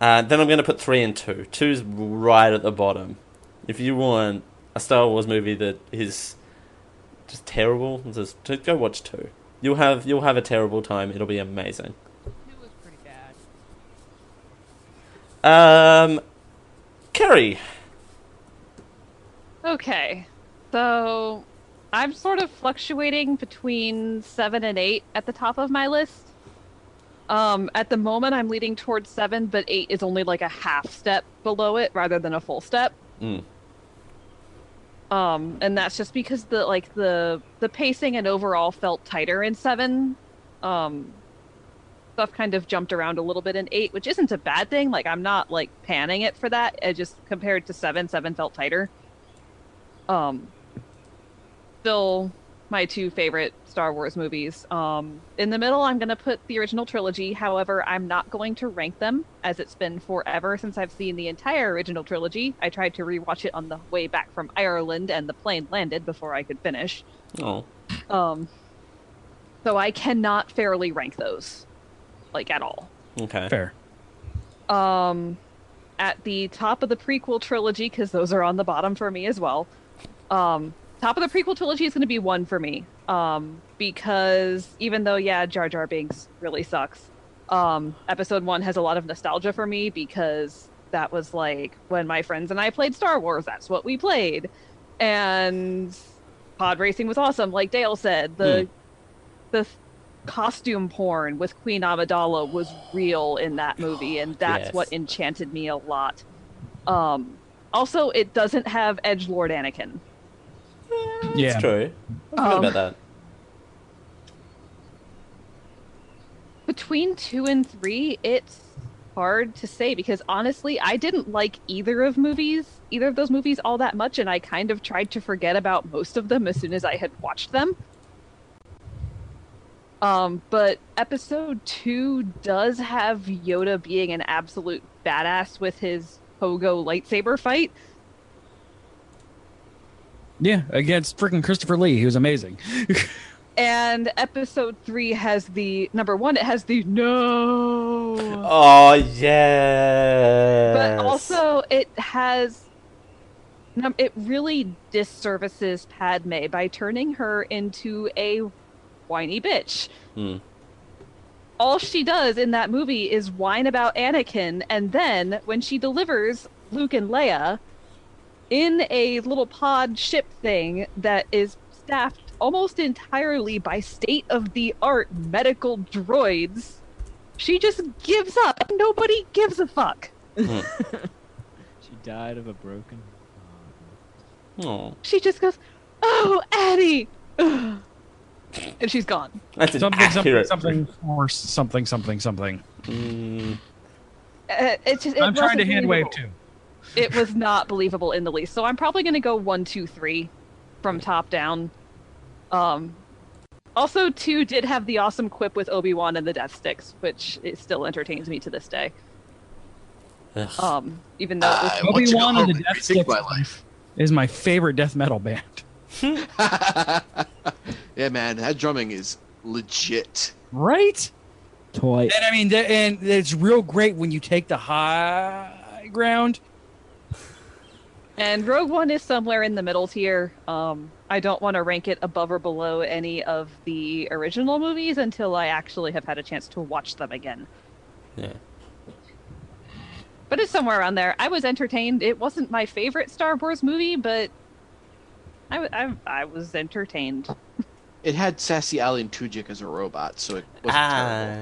S8: Uh, then I'm going to put three and two. Two's right at the bottom. If you want a Star Wars movie that is just terrible, just just go watch two. You'll have you'll have a terrible time. It'll be amazing. Um, Kerry.
S10: Okay. So I'm sort of fluctuating between seven and eight at the top of my list. Um, at the moment, I'm leading towards seven, but eight is only like a half step below it rather than a full step.
S8: Mm.
S10: Um, and that's just because the like the the pacing and overall felt tighter in seven. Um, stuff kind of jumped around a little bit in eight, which isn't a bad thing. Like I'm not like panning it for that. It just compared to seven, seven felt tighter. Um, still my two favorite Star Wars movies. Um, in the middle, I'm going to put the original trilogy. However, I'm not going to rank them as it's been forever since I've seen the entire original trilogy. I tried to rewatch it on the way back from Ireland, and the plane landed before I could finish.
S8: Oh,
S10: Um, so I cannot fairly rank those, like at all.
S8: okay.
S1: fair.
S10: Um, at the top of the prequel trilogy because those are on the bottom for me as well. Um, top of the prequel trilogy is going to be one for me um, because even though yeah, Jar Jar Binks really sucks, um, Episode One has a lot of nostalgia for me because that was like when my friends and I played Star Wars. That's what we played, and pod racing was awesome. Like Dale said, the the costume porn with Queen Amidala was real in that movie, and that's
S12: Yes.
S10: what enchanted me a lot. Um, also, it doesn't have Edge Lord Anakin.
S1: Yeah.
S8: It's true. I forgot
S10: Um,
S8: about that.
S10: Between two and three, it's hard to say because honestly, I didn't like either of movies, either of those movies, all that much, and I kind of tried to forget about most of them as soon as I had watched them. Um, but episode two does have Yoda being an absolute badass with his Pogo lightsaber fight.
S1: Yeah, against freaking Christopher Lee, he was amazing.
S10: And episode three has the number one, it has the no.
S8: Oh yeah.
S10: But also, it has. num- It really disservices Padme by turning her into a whiny bitch.
S8: Mm.
S10: All she does in that movie is whine about Anakin, and then when she delivers Luke and Leia in a little pod ship thing that is staffed almost entirely by state of the art medical droids, she just gives up. Nobody gives a fuck.
S11: She died of a broken.
S8: Oh,
S10: She just goes, "Oh, Annie," and she's gone.
S8: that's an
S1: something, something,
S8: accurate-
S1: something, force, something, something, something.
S8: Hmm.
S10: Uh, it's just, it
S1: I'm trying to
S10: wasn't
S1: hand wave
S10: believable.
S1: too.
S10: It was not believable in the least. So I'm probably going to go one, two, three, from top down. Um, also, two did have the awesome quip with Obi Wan and the Death Sticks, which it still entertains me to this day.
S8: Ugh.
S10: Um, even though
S1: Obi
S10: it was
S6: want to
S1: Wan
S6: know
S1: and the
S6: what
S1: Death
S6: you think
S1: Sticks
S6: my life.
S1: is my favorite death metal band.
S6: yeah, man, that drumming is legit.
S1: Right?
S11: Toy.
S1: And I mean, the, and it's real great when you take the high ground.
S10: And Rogue One is somewhere in the middle tier. Um, I don't want to rank it above or below any of the original movies until I actually have had a chance to watch them again.
S8: Yeah.
S10: But it's somewhere around there. I was entertained. It wasn't my favorite Star Wars movie, but I, w- I, I was entertained.
S6: It had Sassy Alley and Tujik as a robot, so it wasn't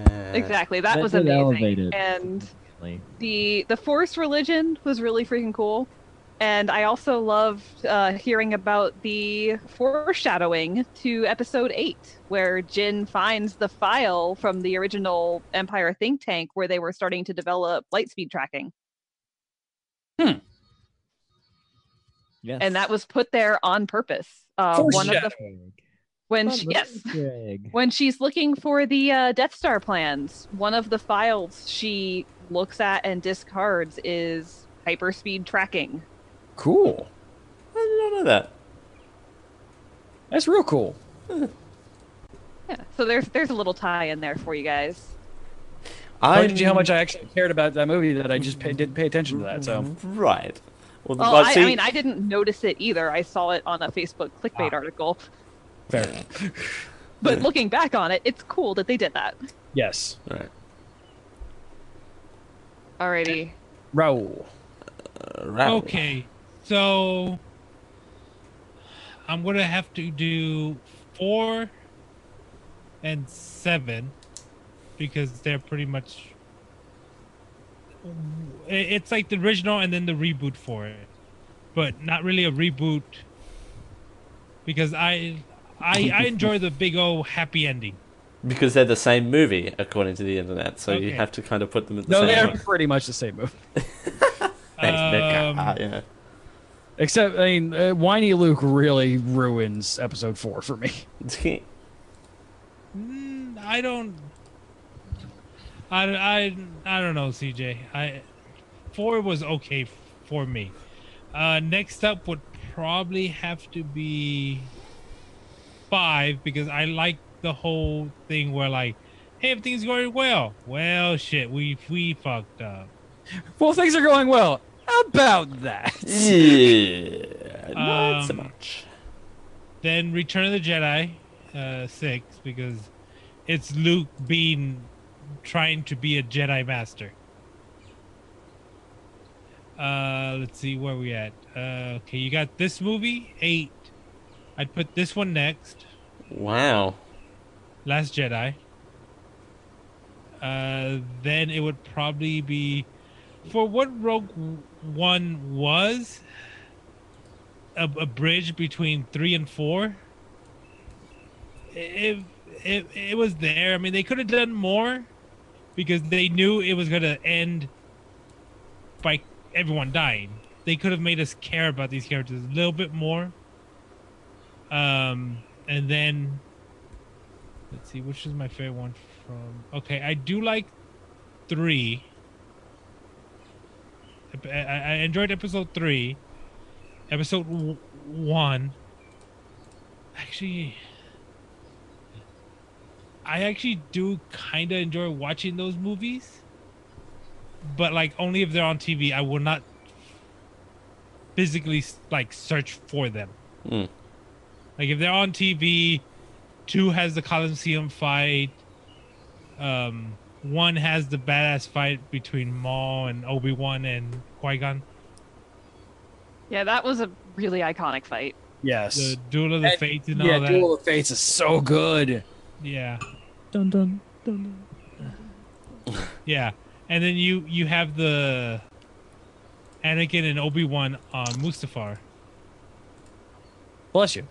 S6: terrible.
S8: Ah.
S10: exactly. That,
S11: that
S10: was
S11: did
S10: amazing.
S11: elevate it.
S10: And
S11: Like,
S10: the the force religion was really freaking cool and i also loved uh, hearing about the foreshadowing to episode 8 where jin finds the file from the original empire think tank where they were starting to develop light speed tracking
S11: yes.
S10: and that was put there on purpose uh, one of the when she, yes
S11: Greg.
S10: when she's looking for the uh, Death Star plans, one of the files she looks at and discards is hyperspeed tracking.
S1: Cool.
S8: I did not know that.
S1: That's real cool.
S10: Yeah, so there's there's a little tie in there for you guys.
S1: I
S8: I
S1: told you how much I actually cared about that movie that I just pay, didn't pay attention to that.
S8: Mm-hmm.
S1: So
S8: right. Well,
S10: Oh,
S8: like,
S10: I,
S8: see,
S10: I mean, I didn't notice it either. I saw it on a Facebook clickbait
S8: Ah.
S10: article.
S1: fair.
S10: But looking back on it, it's cool that they did that.
S1: Yes,
S8: right.
S10: Alrighty.
S1: Raul.
S8: Uh, right.
S9: Okay, so I'm gonna have to do four and seven because they're pretty much. i- It's like the original and then the reboot for it, but not really a reboot because I I I enjoy the big old happy ending.
S8: Because they're the same movie, according to the internet, so you
S9: Okay.
S8: have to kind of put them at the
S1: No,
S8: same. [laughs]
S1: they're
S8: time.
S1: pretty much the same movie.
S8: Thanks, Nick.
S9: Um,
S8: Ah, yeah.
S1: Except, I mean, uh, whiny Luke really ruins episode four for me. [laughs]
S9: Mm, I don't. I, I, I don't know, CJ. I four was okay f- for me. Uh, next up would probably have to be five because I like the whole thing where like, hey, everything's going well. Well, shit, we we fucked up.
S1: Well, things are going well. How about that?
S8: [laughs] Yeah, not so
S9: Um,
S8: much.
S9: Then Return of the Jedi uh, six because it's Luke being trying to be a Jedi Master. Uh, let's see where we at. Uh, okay, you got this movie eight. I'd put this one next.
S8: Wow. [laughs]
S9: Last Jedi. Uh, then it would probably be for what Rogue One was a, a bridge between three and four. It, it it was there. I mean, they could have done more because they knew it was gonna end by everyone dying. They could have made us care about these characters a little bit more. Um, and then Let's see, which is my favorite one from? Okay, I do like three. I, I I enjoyed episode three. Episode w- one. Actually, I actually do kind of enjoy watching those movies, but like only if they're on TV. I will not physically like search for them.
S8: Mm.
S9: Like if they're on TV, two has the Coliseum fight. Um, one has the badass fight between Maul and Obi Wan and Qui Gon.
S10: Yeah, that was a really iconic fight.
S1: Yes.
S9: The Duel of the
S1: And-
S9: Fates and
S1: yeah,
S9: all that.
S1: Duel of Fates is so good.
S9: yeah,
S11: Dun dun dun. dun.
S9: [laughs] yeah. And then you you have the Anakin and Obi Wan on Mustafar.
S1: Bless you.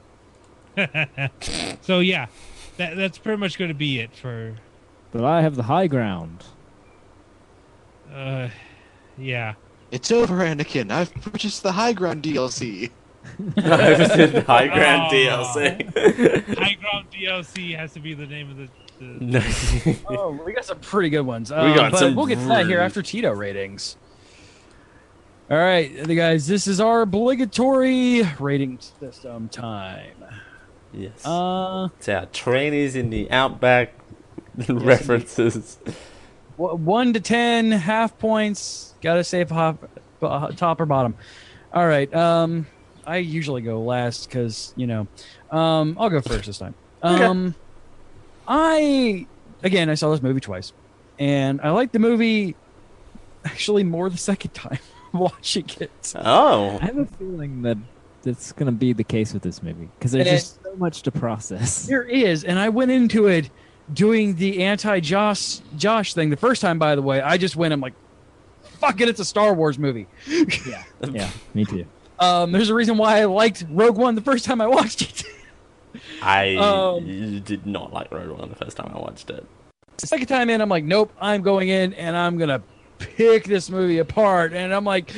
S9: So yeah, that that's pretty much going to be it for.
S11: But I have the high ground.
S9: Uh, yeah.
S6: It's over, Anakin. I've purchased the High Ground DLC.
S8: I was in the high ground
S1: [laughs]
S9: Oh.
S8: DLC.
S9: High Ground DLC has to be the name of the.
S8: [laughs]
S9: the
S8: No. [laughs]
S1: Oh, we got some pretty good ones. We
S8: got
S1: but
S8: some
S1: We'll get to that here
S8: really-
S1: after Tito ratings. All right, the guys, this is our obligatory rating system time.
S8: yes.
S1: Uh,
S8: it's our trainees in the outback [laughs] references.
S1: w- one to ten, half points. Gotta save hop, bo- top or bottom. All right. Um, I usually go last because you know, um, I'll go first this time. Um, I again, I saw this movie twice, and I liked the movie actually more the second time [laughs] watching it.
S8: Oh.
S11: I have a feeling that that's going to be the case with this movie because there's
S1: And it-
S11: just so much to process.
S1: There is, and I went into it doing the anti Josh Josh thing the first time. By the way, I just went. I'm like, fuck it, it's a Star Wars movie.
S11: [laughs] yeah, me too.
S1: Um, there's a reason why I liked Rogue One the first time I watched it. [laughs]
S8: I
S1: Um,
S8: did not like Rogue One the first time I watched it.
S1: the second time in, I'm like, nope, I'm going in and I'm gonna pick this movie apart. And I'm like,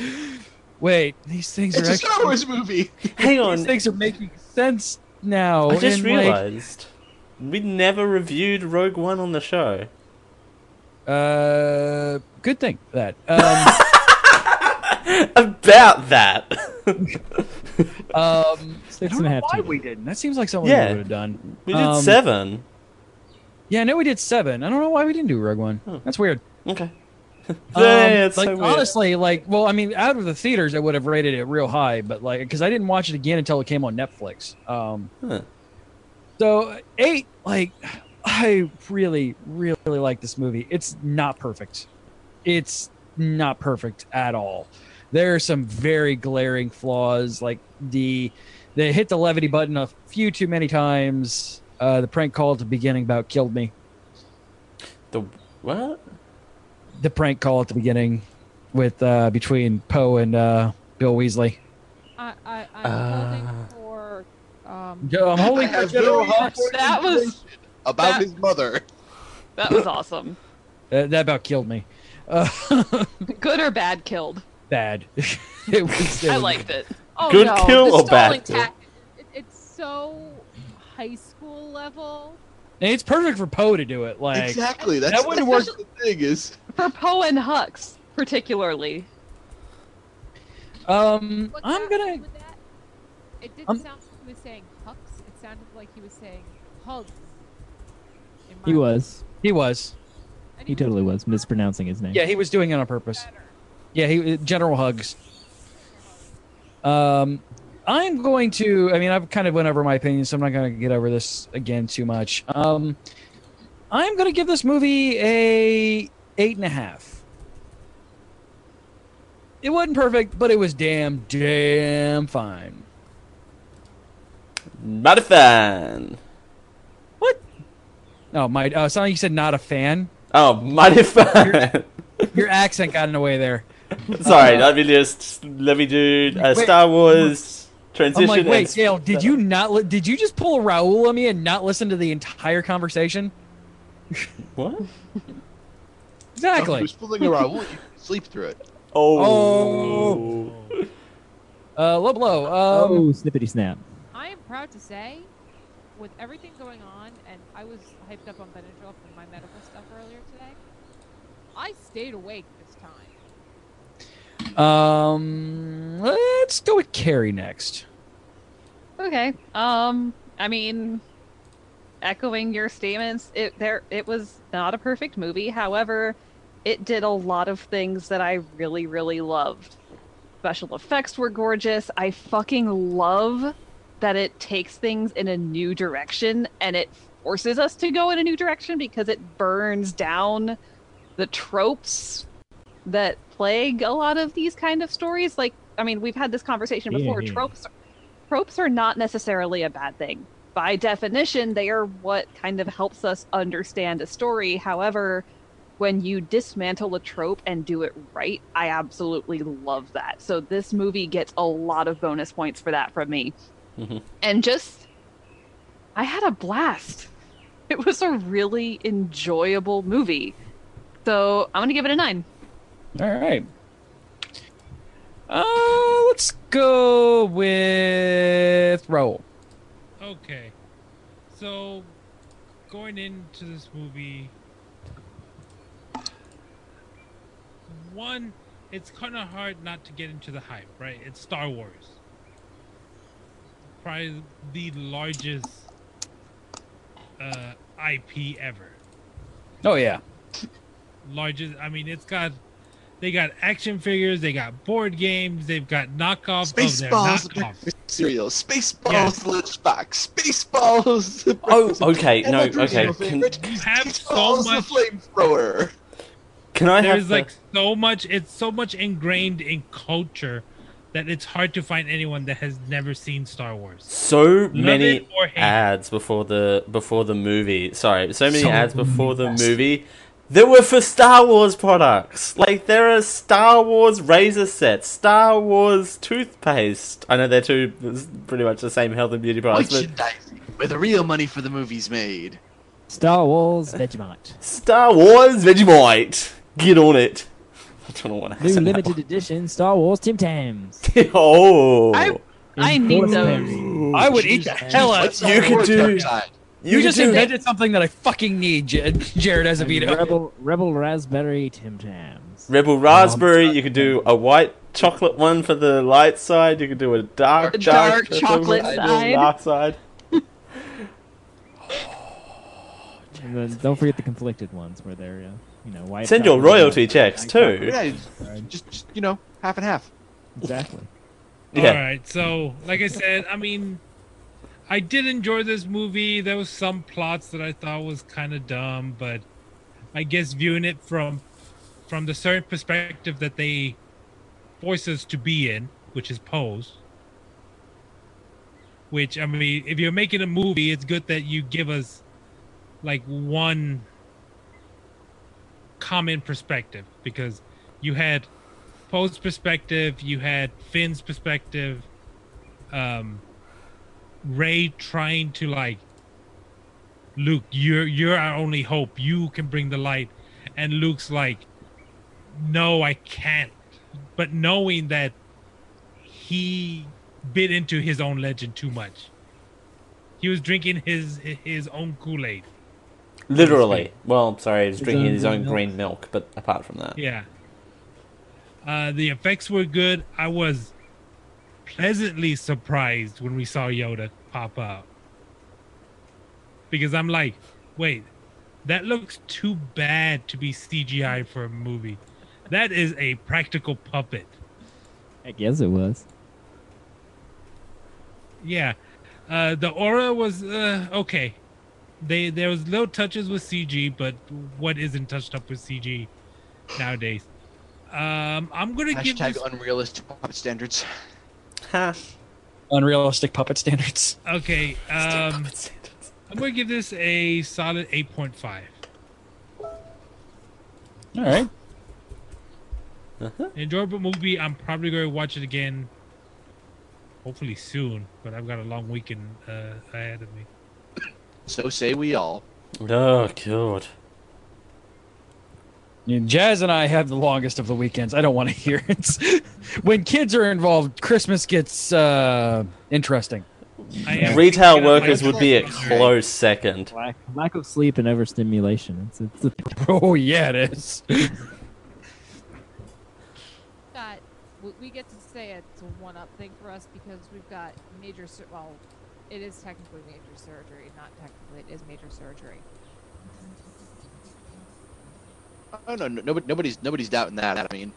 S1: wait, these things
S6: It's
S1: are
S6: a Star
S1: actually-
S6: Wars movie.
S8: Hang
S1: [laughs]
S8: on.
S1: these things are making sense now.
S8: I just
S1: and, like,
S8: realized we never reviewed Rogue One on the show.
S1: uh, good thing [laughs] that. Um,
S8: About that. [laughs]
S1: um, I don't
S11: Six and a
S1: know
S11: half.
S1: why
S11: to it.
S1: we didn't. That seems like something
S8: Yeah.
S1: we would have done.
S8: we did
S1: Um,
S8: seven.
S1: Yeah, I know we did seven. I don't know why we didn't do Rogue One. That's weird.
S8: Okay.
S1: Um,
S8: yeah, it's
S1: like
S8: so weird.
S1: honestly, like well, I mean, out of the theaters, I would have rated it real high, but like because I didn't watch it again until it came on Netflix. Um,
S8: Huh.
S1: So eight, like [sighs] I really, really like this movie. It's not perfect. It's not perfect at all. There are some very glaring flaws, like the they hit the levity button a few too many times. Uh, the prank call at the beginning about killed me.
S8: The what?
S1: the prank call at the beginning with uh between Poe and uh Bill Weasley.
S7: I, I, I'm
S8: Ah.
S1: Uh,
S7: holding for. Um,
S1: I'm
S6: I
S1: holding for
S6: have
S1: General
S6: no
S1: Hux.
S6: important
S10: That was-
S6: information about
S10: that-
S6: his mother.
S10: That was awesome.
S1: Uh, that about killed me. Uh,
S10: Good or bad killed.
S1: bad. [laughs] it was, it
S10: I
S1: was-
S10: liked it.
S7: oh,
S8: Good
S7: no,
S8: kill
S7: the
S8: or bad
S7: stalling
S8: kill?
S7: tactic. It, it's so high school level.
S1: And it's perfect for Poe to do it. Like
S6: exactly. That's,
S1: that wouldn't
S6: that's the thing is.
S10: For Poe and Hux, particularly.
S1: um
S7: What
S1: I'm
S7: got me
S1: gonna
S7: with that, it didn't
S1: I'm-
S7: sound like he was saying hucks. It sounded like he was saying hugs. in my
S11: He was.
S1: he was.
S7: mind. And
S11: He totally was mispronouncing his name.
S1: Yeah, he was doing it on purpose.
S7: better.
S1: Yeah, he General Hugs. Um, I'm going to. I mean, I've kind of went over my opinion, so I'm not going to get over this again too much. Um, I'm going to give this movie a eight and a half. It wasn't perfect, but it was damn, damn fine.
S8: Not a fan.
S1: Oh my! Oh, something you said. Not a fan.
S8: Oh, mighty fan. [laughs]
S1: Your accent got in the way there.
S8: Sorry,
S1: Uh,
S8: let me just let me do a
S1: Wait,
S8: Star Wars
S1: I'm
S8: transition.
S1: like,
S8: and
S1: wait, Gail, did you not? Li- did you just pull a Raul on me and not listen to the entire conversation?
S8: What?
S1: Exactly.
S6: Who's pulling around? Well, you can sleep through it.
S1: Oh. Uh, low blow. Um,
S11: oh, snippity snap.
S7: I am proud to say, with everything going on, and I was hyped up on Benadryl for my medical stuff earlier today, I stayed awake this time.
S1: oh. Um, let's go with Carrie next.
S10: Okay. Um, I mean, echoing your statements, it there it was not a perfect movie. However, it did a lot of things that I really really loved. Special effects were gorgeous. I fucking love that it takes things in a new direction and it forces us to go in a new direction because it burns down the tropes that plague a lot of these kind of stories. Like, I mean, we've had this conversation
S11: Yeah,
S10: before.
S11: yeah.
S10: Tropes, tropes are not necessarily a bad thing. By definition, they are what kind of helps us understand a story. However, when you dismantle a trope and do it right, I absolutely love that. So this movie gets a lot of bonus points for that from me.
S8: Mhm.
S10: And just, I had a blast. It was a really enjoyable movie. So I'm gonna give it a nine.
S1: All right. Uh, let's go with Raul.
S9: Okay. So, going into this movie, one, it's kind of hard not to get into the hype, right? It's Star Wars. Probably the largest uh, IP ever.
S1: Oh yeah.
S9: Largest, I mean, it's got. They got action figures. They got board games. They've got knockoff of their
S6: Spaceballs,
S9: knockoff.
S6: cereal. Spaceballs,
S9: Yes.
S6: lunchbox. Spaceballs.
S8: Oh, okay, no,
S6: Evergreen
S8: okay. Can,
S6: favorite.
S9: You have so
S6: Balls
S9: much
S6: the flamethrower.
S8: can I have
S9: there's
S8: the-
S9: like so much it's so much ingrained in culture that it's hard to find anyone that has never seen star wars
S8: so
S9: it
S8: many
S9: or hate it.
S8: ads before the before the movie. Sorry, so many
S2: So
S8: ads before the
S2: many.
S8: movie that were for Star Wars products. Like there are Star Wars razor sets, Star Wars toothpaste. I know they're two it's pretty much the same health and beauty products, but
S6: Merchandising, where the real money for the movie's made.
S11: Star Wars Vegemite.
S8: Star Wars Vegemite. Get on it. I don't know what
S11: New
S8: accent. that
S11: limited edition Star Wars Tim Tams.
S8: was. [laughs] oh,
S10: I- I
S11: In
S10: need
S11: Porterberry.
S1: I would eat the hell
S9: Uh,
S1: out.
S6: What's
S1: of
S8: you
S6: Star
S8: could
S6: Wars
S8: do-
S6: website?
S1: You, just
S8: can do
S1: invented something that I fucking need, J- Jared Azevedo.
S11: Rebel, Rebel Raspberry Tim Tams.
S8: Rebel Raspberry. You could do a white chocolate one for the light side. You could do a dark
S10: The dark chocolate side.
S8: Dark side.
S11: And then don't forget the conflicted ones where they're, uh, you know, white.
S8: Send your
S11: chocolate.
S8: royalty checks too.
S6: Yeah, just, just you know, half and half.
S11: Exactly.
S8: Yeah.
S9: all right so like i said i mean i did enjoy this movie there was some plots that i thought was kind of dumb but i guess viewing it from from the certain perspective that they force us to be in which is pose which i mean if you're making a movie it's good that you give us like one common perspective because you had Poe's perspective, you had Finn's perspective, um, Ray trying to like, Luke, you're you're our only hope. You can bring the light, and Luke's like, no, I can't. But knowing that he bit into his own legend too much, he was drinking his his own Kool Aid.
S8: Literally. Well, sorry, he's
S11: His
S8: drinking
S11: own
S8: his own
S11: green milk.
S8: green milk, but apart from that.
S9: Yeah. Uh, the effects were good. I was pleasantly surprised when we saw Yoda pop out. Because I'm like, wait, that looks too bad to be CGI for a movie. That is a practical puppet.
S11: I guess it was.
S9: Yeah, uh, the aura was uh, okay. They there was little touches with CG, but what isn't touched up with CG nowadays? Um, I'm gonna give
S6: Hashtag
S9: this.
S6: unrealistic puppet standards.
S1: Unrealistic puppet standards.
S9: Okay, um, I'm gonna give this a solid 8.5.
S1: All right.
S9: Enjoyable movie. I'm probably going to watch it again, hopefully soon. But I've got a long weekend uh, ahead of me.
S6: So say we all.
S8: Oh god.
S1: Yeah, Jazz and I have the longest of the weekends. I don't want to hear it. when kids are involved, Christmas gets uh, interesting. [laughs]
S9: I am
S8: Retail
S9: thinking of my
S8: workers would be a
S9: choice.
S8: close second.
S11: Lack, lack of sleep and overstimulation. It's, it's a,
S1: Oh yeah, it is.
S7: got we- we get to say it's a one up thing for us because we've got major sur- well it is technically major surgery not technically it is major surgery
S6: Oh no, no nobody, nobody's nobody's doubting that. I mean,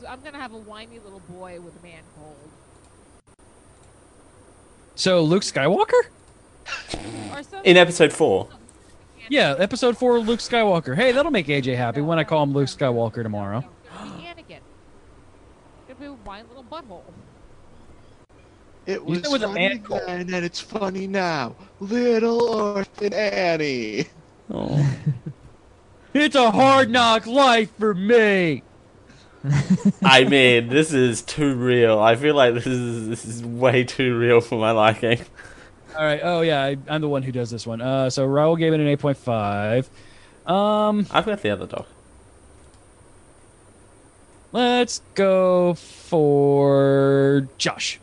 S7: so i'm gonna have a whiny little boy with a man cold
S1: So Luke Skywalker?
S7: or something
S8: In episode four.
S1: Yeah, episode four, Luke Skywalker. Hey, that'll make AJ happy when I call him Luke Skywalker tomorrow.
S7: gonna be [gasps] anakin gonna be a whiny little butthole
S6: it
S1: You
S6: was
S1: said it was a
S6: funny
S1: man cult.
S6: then, and it's funny now. Little orphan Annie.
S8: Oh.
S1: It's a hard knock life for me.
S8: [laughs] I mean, this is too real. I feel like this is this is way too real for my liking.
S1: All right. Oh yeah, I, I'm the one who does this one. Uh, so Raul gave it an 8.5. Um,
S8: I've got the other dog.
S1: let's go for Josh.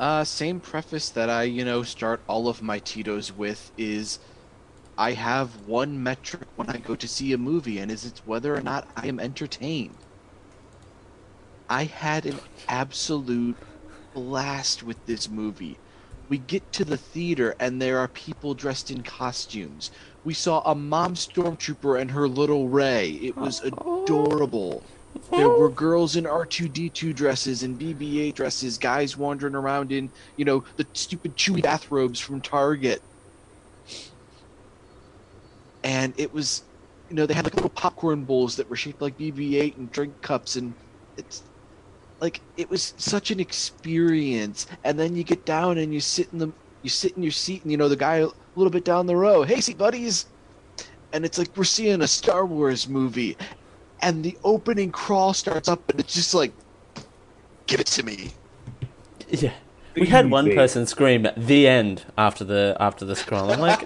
S6: Uh, same preface that I, you know, start all of my Tito's with is I have one metric when I go to see a movie, and is it's whether or not I am entertained. I had an absolute blast with this movie. We get to the theater, and there are people dressed in costumes. We saw a mom stormtrooper and her little Ray. It was adorable. There were girls in R2D2 dresses and BB-8 dresses, guys wandering around in, you know, the stupid chewy bathrobes from Target. And it was, you know, they had like little popcorn bowls that were shaped like BB-8 and drink cups, and it's like it was such an experience. And then you get down and you sit in the you sit in your seat, and you know the guy a little bit down the row, hey, see buddies, and it's like we're seeing a Star Wars movie, and the opening crawl starts up and it's just like give it to me
S8: Yeah. We had one person scream the end after the after the scroll. I'm like,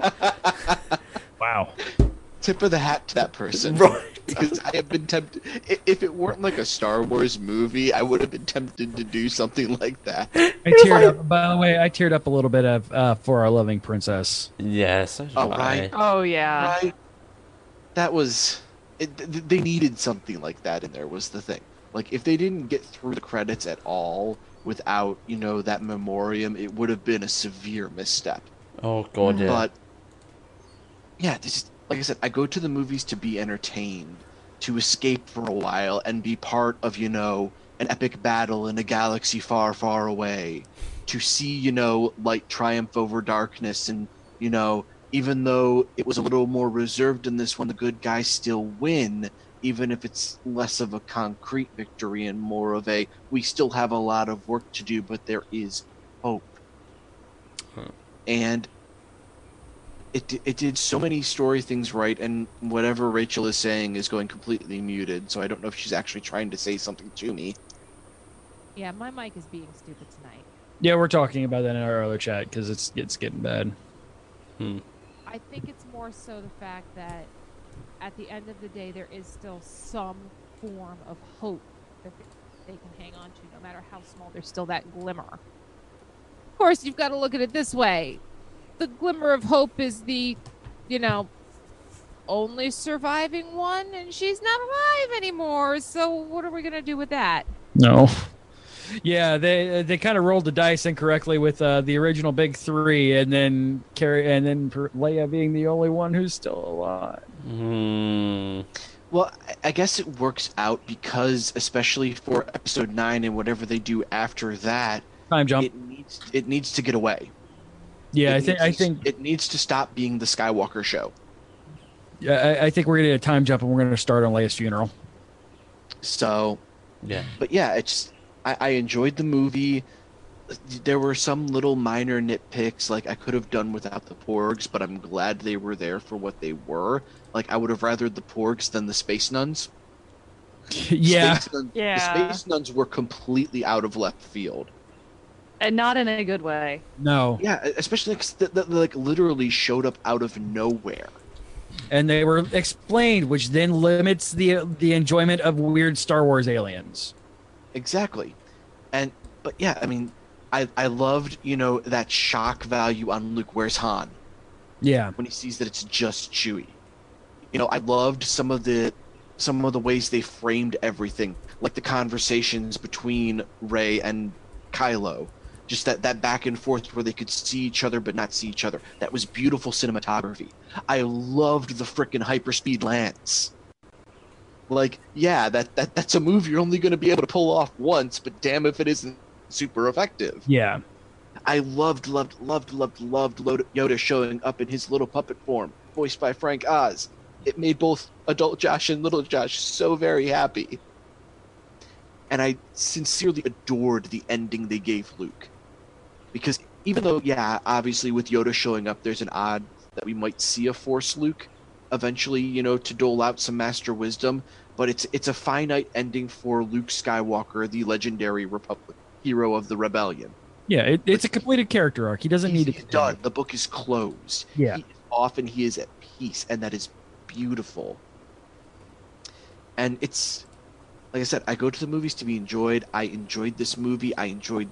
S8: [laughs]
S9: Wow.
S6: tip of the hat to that person
S8: Right.
S6: because i have been tempted i- if it weren't like a star wars movie i would have been tempted to do something [laughs] like that
S1: I teared up. By the way, I teared up a little bit of uh, for our loving princess.
S8: yeah, so did
S6: Oh,
S8: I.
S6: right.
S10: Oh yeah.
S6: right that was it, th- th- they needed something like that in there was the thing like if they didn't get through the credits at all without you know that memoriam it would have been a severe misstep
S8: Oh god, yeah.
S6: But yeah, this is like I said, I go to the movies to be entertained, to escape for a while and be part of, you know, an epic battle in a galaxy far, far away, to see, you know, light triumph over darkness and, you know, even though it was a little more reserved in this one, the good guys still win, even if it's less of a concrete victory and more of a we still have a lot of work to do, but there is hope. And it di- it did so many story things right, and whatever Rachel is saying is going completely muted. So I don't know if she's actually trying to say something to me.
S7: yeah my mic is being stupid tonight
S1: Yeah, we're talking about that in our other chat because it's it's getting bad.
S7: I think it's more so the fact that at the end of the day, there is still some form of hope that they can hang on to, no matter how small. There's still that glimmer. Of course, you've got to look at it this way the glimmer of hope is the, you know, only surviving one, and she's not alive anymore. So, what are we going to do with that?
S1: No. Yeah, they they kind of rolled the dice incorrectly with uh, the original big three, and then carry and then Leia being the only one who's still alive.
S8: Hmm.
S6: Well, I- I guess it works out because, especially for episode nine and whatever they do after that,
S1: Time jump.
S6: It needs it needs to get away.
S1: Yeah,
S6: It
S1: I think
S6: needs
S1: I
S6: to-
S1: think
S6: it needs to stop being the Skywalker show.
S1: yeah, I, I think we're gonna get a time jump and we're gonna start on Leia's funeral. [laughs]
S6: So,
S8: Yeah. [laughs]
S6: but yeah, it's I, I enjoyed the movie. There were some little minor nitpicks, like I could have done without the Porgs, but I'm glad they were there for what they were. Like I would have rathered the Porgs than the Space Nuns.
S1: yeah,
S6: Space Nuns-
S10: Yeah.
S6: The Space Nuns were completely out of left field.
S10: and not in a good way.
S1: no,
S6: Yeah, e, especially because they, they, like literally showed up out of nowhere.
S1: and they were explained, which then limits the the enjoyment of weird Star Wars aliens.
S6: Exactly. And but yeah, I mean, I I loved you know that shock value on Luke. Where's Han?
S1: Yeah,
S6: when he sees that it's just Chewie. You know, I loved some of the some of the ways they framed everything, like the conversations between Ray and Kylo. Just that, that back and forth where they could see each other but not see each other. That was beautiful cinematography. I loved the frickin' hyperspeed lance. Like, yeah, that, that that's a move you're only gonna be able to pull off once, but damn if it isn't super effective.
S1: yeah,
S6: I loved, loved, loved, loved, loved Lo- Yoda showing up in his little puppet form, voiced by Frank Oz. It made both adult Josh and little Josh so very happy. And I sincerely adored the ending they gave Luke. Because even though, yeah, obviously with Yoda showing up, there's an odd that we might see a Force Luke eventually, you know, to dole out some master wisdom, but it's it's a finite ending for Luke Skywalker, the legendary Republic hero of the rebellion
S1: yeah. It, it's a completed character arc. He doesn't need to.
S6: he's
S1: continue.
S6: done. The book is closed.
S1: Yeah.
S6: He, often he is at peace, and that is beautiful. And it's like I said, I go to the movies to be enjoyed. I enjoyed this movie. I enjoyed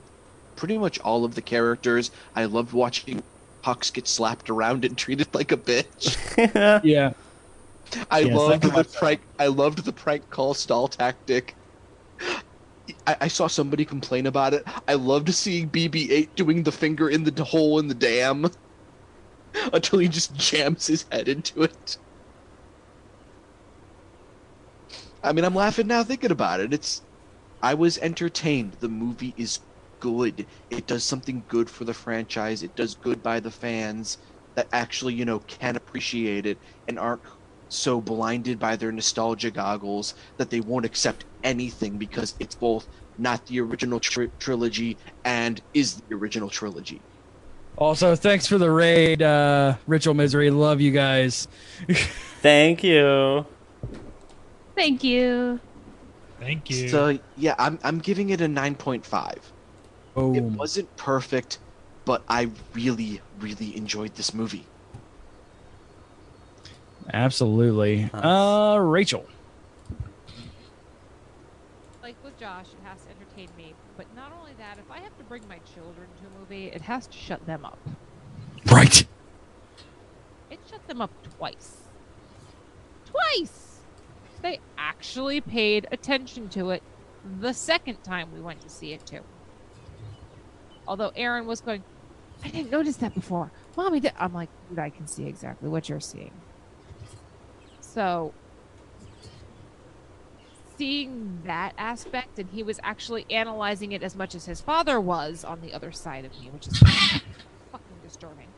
S6: pretty much all of the characters. I loved watching Hux get slapped around and [laughs] treated like a bitch.
S1: Yeah,
S6: I
S11: Yes, I
S6: loved
S11: can
S6: the prank. I loved the prank call stall tactic. I, I saw somebody complain about it. I loved seeing BB-8 doing the finger in the d- hole in the dam [laughs] until he just jams his head into it. I mean, I'm laughing now thinking about it. It's I was entertained. The movie is good. It does something good for the franchise. It does good by the fans that actually, you know, can appreciate it and aren't so blinded by their nostalgia goggles that they won't accept anything because it's both not the original tri- trilogy and is the original trilogy.
S1: Also, thanks for the raid, uh, Ritual Misery. Love you guys.
S8: Thank you.
S10: Thank you.
S9: Thank you.
S6: So yeah, I'm I'm giving it a 9.5. It
S1: Boom.
S6: wasn't perfect, but I really really enjoyed this movie.
S1: Absolutely. Uh, Rachel.
S7: like with Josh, it has to entertain me. But not only that, if I have to bring my children to a movie, it has to shut them up.
S1: Right.
S7: It shut them up twice. Twice! They actually paid attention to it the second time we went to see it, too. Although Aaron was going, I didn't notice that before. Mommy did. I'm like, dude, I can see exactly what you're seeing. So, seeing that aspect, and he was actually analyzing it as much as his father was on the other side of me, which is [laughs] fucking disturbing.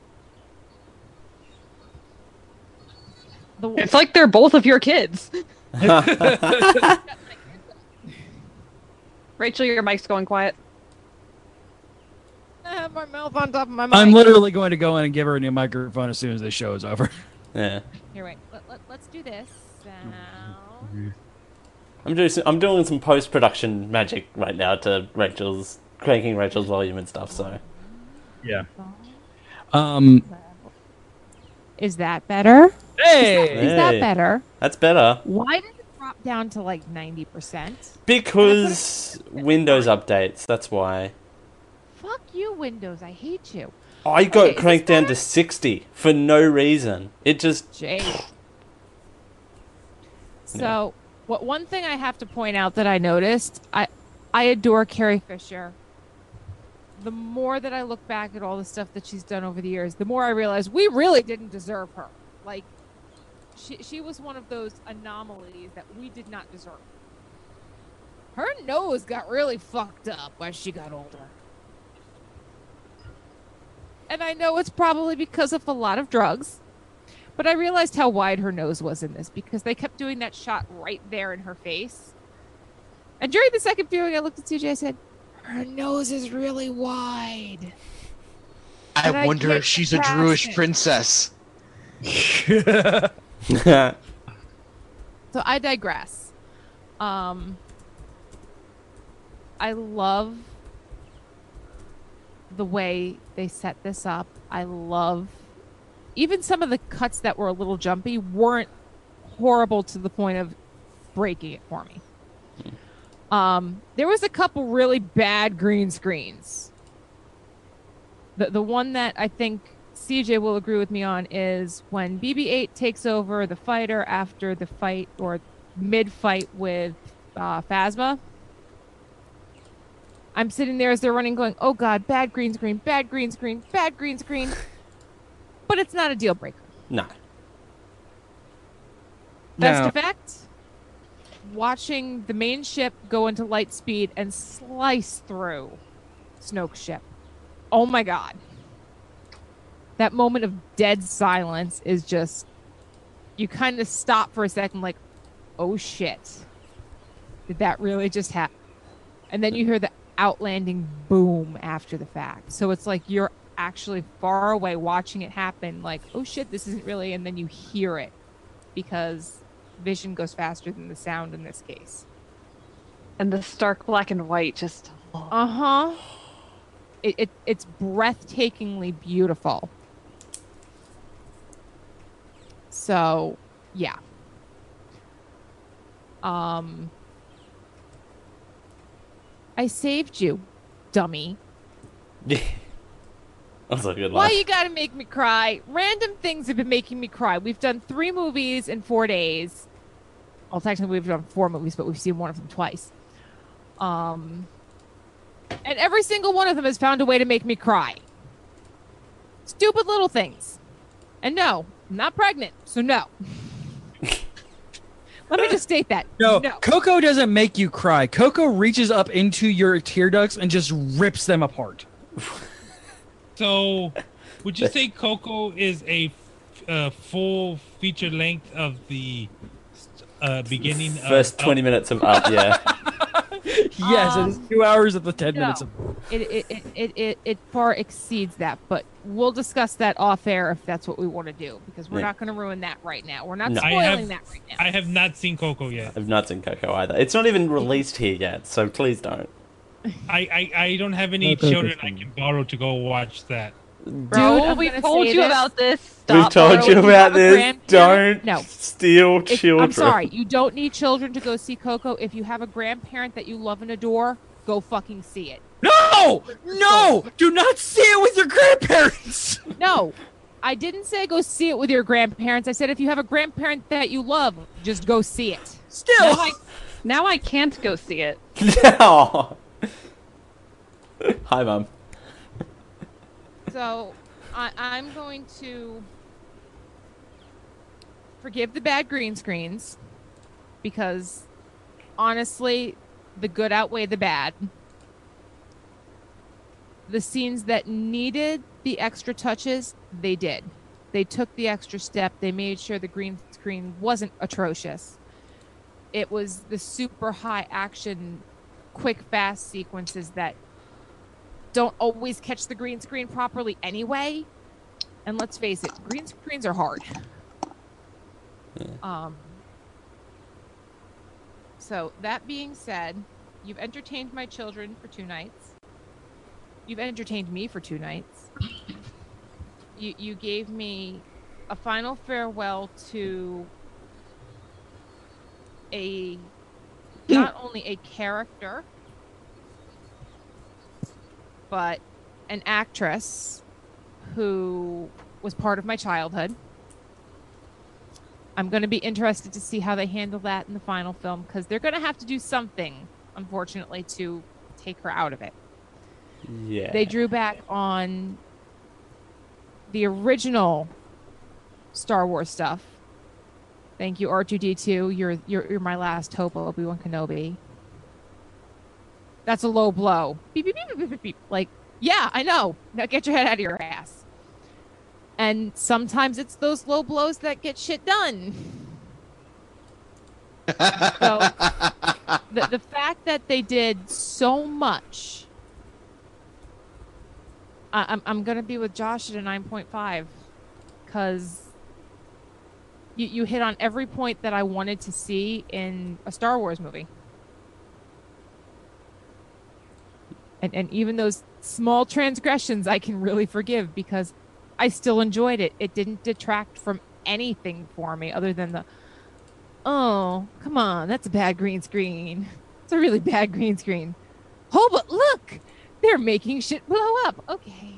S7: The
S10: It's like they're both of your kids. [laughs] Rachel, your mic's going quiet.
S7: I have my mouth on top of my mic.
S1: I'm literally going to go in and give her a new microphone as soon as this show is over.
S8: Yeah.
S7: Here, wait. Let, let, us do this. Sound.
S8: I'm doing some, I'm doing some post production magic right now to Rachel's cranking Rachel's volume and stuff. So
S1: Yeah. Um.
S7: Is that better?
S1: Hey.
S7: Is that
S8: Hey.
S7: better?
S8: that's better
S7: Why did it drop down to like 90%?
S8: because Windows updates. That's why
S7: Fuck you, Windows. I hate you.
S8: I got
S7: Okay, is
S8: cranked
S7: this
S8: down
S7: better?
S8: to sixty for no reason. It just [laughs]
S7: Jay. So, what one thing I have to point out that I noticed, I I adore Carrie Fisher. The more that I look back at all the stuff that she's done over the years, the more I realize we really didn't deserve her. Like She, she was one of those anomalies that we did not deserve. Her nose got really fucked up as she got older. And I know it's probably because of a lot of drugs, but I realized how wide her nose was in this because they kept doing that shot right there in her face. And during the second viewing, I looked at CJ. I said, "Her nose is really wide."
S6: I
S7: And I
S6: wonder
S7: can't
S6: if she's a
S7: pass
S6: Druish
S7: it.
S6: princess.
S8: [laughs]
S7: So I digress. Um, I love the way they set this up. I love even some of the cuts that were a little jumpy weren't horrible to the point of breaking it for me. Um, there was a couple really bad green screens. The the one that I think CJ will agree with me on is when BB-8 takes over the fighter after the fight or mid-fight with uh, Phasma. I'm sitting there as they're running, going, "Oh God, bad green screen, bad green screen, bad green screen," but it's not a deal breaker.
S8: no.
S7: Best
S8: No.
S7: effect? Watching the main ship go into light speed and slice through Snoke's ship. Oh my god. That moment of dead silence is just. You kind of stop for a second, like, oh shit. Did that really just happen? And then you hear the outlanding boom after the fact. So it's like you're actually far away watching it happen, like, oh shit, this isn't really. And then you hear it because vision goes faster than the sound in this case.
S10: And the stark black and white just.
S7: Uh huh. It, it it's breathtakingly beautiful. So, yeah. Um, I saved you, dummy.
S8: that was a good
S7: Why
S8: laugh.
S7: you gotta make me cry? Random things have been making me cry. We've done three movies in four days. Well, technically we've done four movies, but we've seen one of them twice. Um, and every single one of them has found a way to make me cry. Stupid little things. And no, I'm not pregnant, so no. [laughs] Let me just state that.
S1: No,
S7: no.
S1: Coco doesn't make you cry. Coco reaches up into your tear ducts and just rips them apart.
S9: So, would you say Coco is a uh, full feature length of the uh, beginning?
S8: First
S9: of,
S8: 20 minutes of up, yeah.
S1: Yes, it is two hours of the ten minutes. Of-
S7: It, it, it, it, it, it far exceeds that, but we'll discuss that off air if that's what we want to do because we're
S8: Yeah.
S7: not going to ruin that right now. We're not
S8: No. I
S7: spoiling
S8: have-
S7: that right now.
S9: I have not seen Coco yet.
S8: I've not seen Coco either. It's not even released here yet, so please don't.
S9: I, I, I don't have any
S8: Coco's
S9: children I can borrow to go watch that.
S10: Dude,
S7: I'm
S10: we've
S7: gonna
S10: told
S7: say
S10: you
S7: this.
S10: about this.
S8: We've
S10: Stop.
S8: told
S7: Laura,
S8: you
S7: would you
S8: about
S7: have a
S8: this.
S7: grandparent?
S8: Don't
S7: No.
S8: steal
S7: If-
S8: children.
S7: I'm
S8: [laughs]
S7: sorry, you don't need children to go see Coco. If you have a grandparent that you love and adore, go fucking see it.
S1: no, no, do not see it with your grandparents. [laughs]
S7: No, I didn't say go see it with your grandparents. I said if you have a grandparent that you love, just go see it.
S1: Still,
S10: Now I, now I can't go see it.
S8: No. Hi, Mum.
S7: So I, I'm going to forgive the bad green screens because honestly, the good outweigh the bad. The scenes that needed the extra touches, they did. They took the extra step. They made sure the green screen wasn't atrocious. It was the super high action, quick, fast sequences that don't always catch the green screen properly anyway. And let's face it, green screens are hard. Um, so, that being said, you've entertained my children for two nights. You've entertained me for two nights. You, you gave me a final farewell to a not only a character but an actress who was part of my childhood. I'm going to be interested to see how they handle that in the final film because they're going to have to do something, unfortunately, to take her out of it.
S8: Yeah.
S7: They drew back on the original Star Wars stuff Thank you, R2D2. You're you're you're my last hope, Obi Wan Kenobi. That's a low blow. Beep beep beep beep, beep beep beep. Like, yeah, I know. Now get your head out of your ass. And sometimes it's those low blows that get shit done. so the, the fact that they did so much, I, I'm I'm gonna be with Josh at a 9.5, because you, you hit on every point that I wanted to see in a Star Wars movie. And, and even those small transgressions I can really forgive because I still enjoyed it. It didn't detract from anything for me other than the, oh, come on, that's a bad green screen. It's a really bad green screen. Oh, but look, they're making shit blow up. Okay.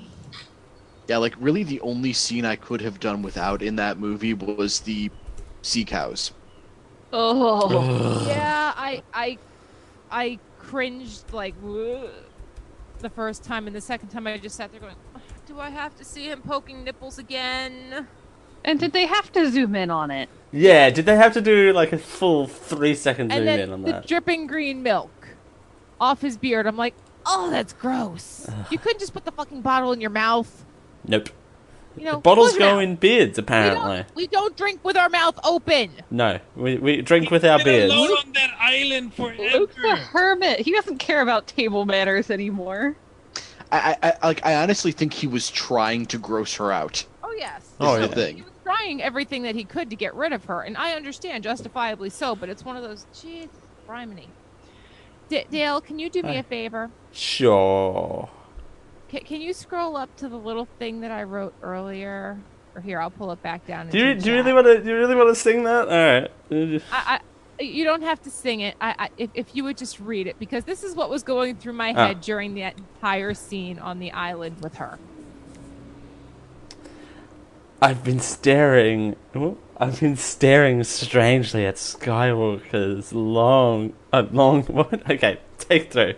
S6: Yeah, like really the only scene I could have done without in that movie was the sea cows.
S10: Oh.
S7: yeah, I I I cringed like "Ugh," the first time and the second time I just sat there going, "Do I have to see him poking nipples again?"
S10: And did they have to zoom in on it?
S8: Yeah, did they have to do like a full three second zoom
S7: And
S8: in
S7: then
S8: on
S7: the
S8: that?
S7: dripping green milk off his beard. I'm like, "Oh, that's gross. You couldn't just put the fucking bottle in your mouth."
S8: nope.
S7: You know,
S8: the bottles
S7: close your
S8: go
S7: mouth.
S8: in beards,
S7: We
S8: apparently.
S7: don't, we don't drink with our mouth open.
S8: No, we, we drink with our beards.
S9: alone on that island forever.
S10: Luke's a hermit. He doesn't care about table manners anymore.
S6: I, I, I like I honestly think he was trying to gross her out.
S7: Oh yes.
S6: Oh,
S7: So
S6: yeah. thing.
S7: He was trying everything that he could to get rid of her, and I understand justifiably so. But it's one of those, jeez, briminy. D- Dale, can you do me
S8: Hi.
S7: a favor?
S8: Sure.
S7: C- can you scroll up to the little thing that I wrote earlier? Or here, I'll pull it back down.
S8: Do you
S7: into the
S8: do you
S7: chat.
S8: really want to do you really want to sing that? All right.
S7: I, I, you don't have to sing it. I, I, if, if you would just read it, because this is what was going through my
S8: Ah.
S7: head during the entire scene on the island with her.
S8: I've been staring. oh, I've been staring strangely at Skywalker's long, uh, long. [laughs] What? Okay, take through.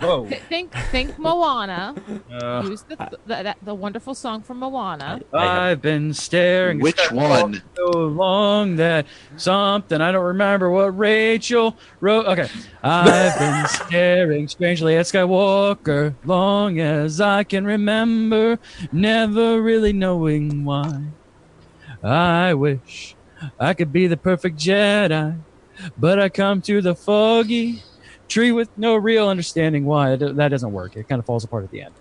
S1: Whoa.
S7: Th- think, think Moana.
S8: [laughs]
S1: Uh,
S7: Use the, the, that- the wonderful song from Moana.
S1: I've been staring. at
S6: Which
S1: Skywalker
S6: one?
S1: So long that something I don't remember what Rachel wrote. Okay, I've been staring strangely at Skywalker long as I can remember, never really knowing why. I wish I could be the perfect Jedi, but I come to the foggy tree with no real understanding why It- that doesn't work. It kind of falls apart at the end.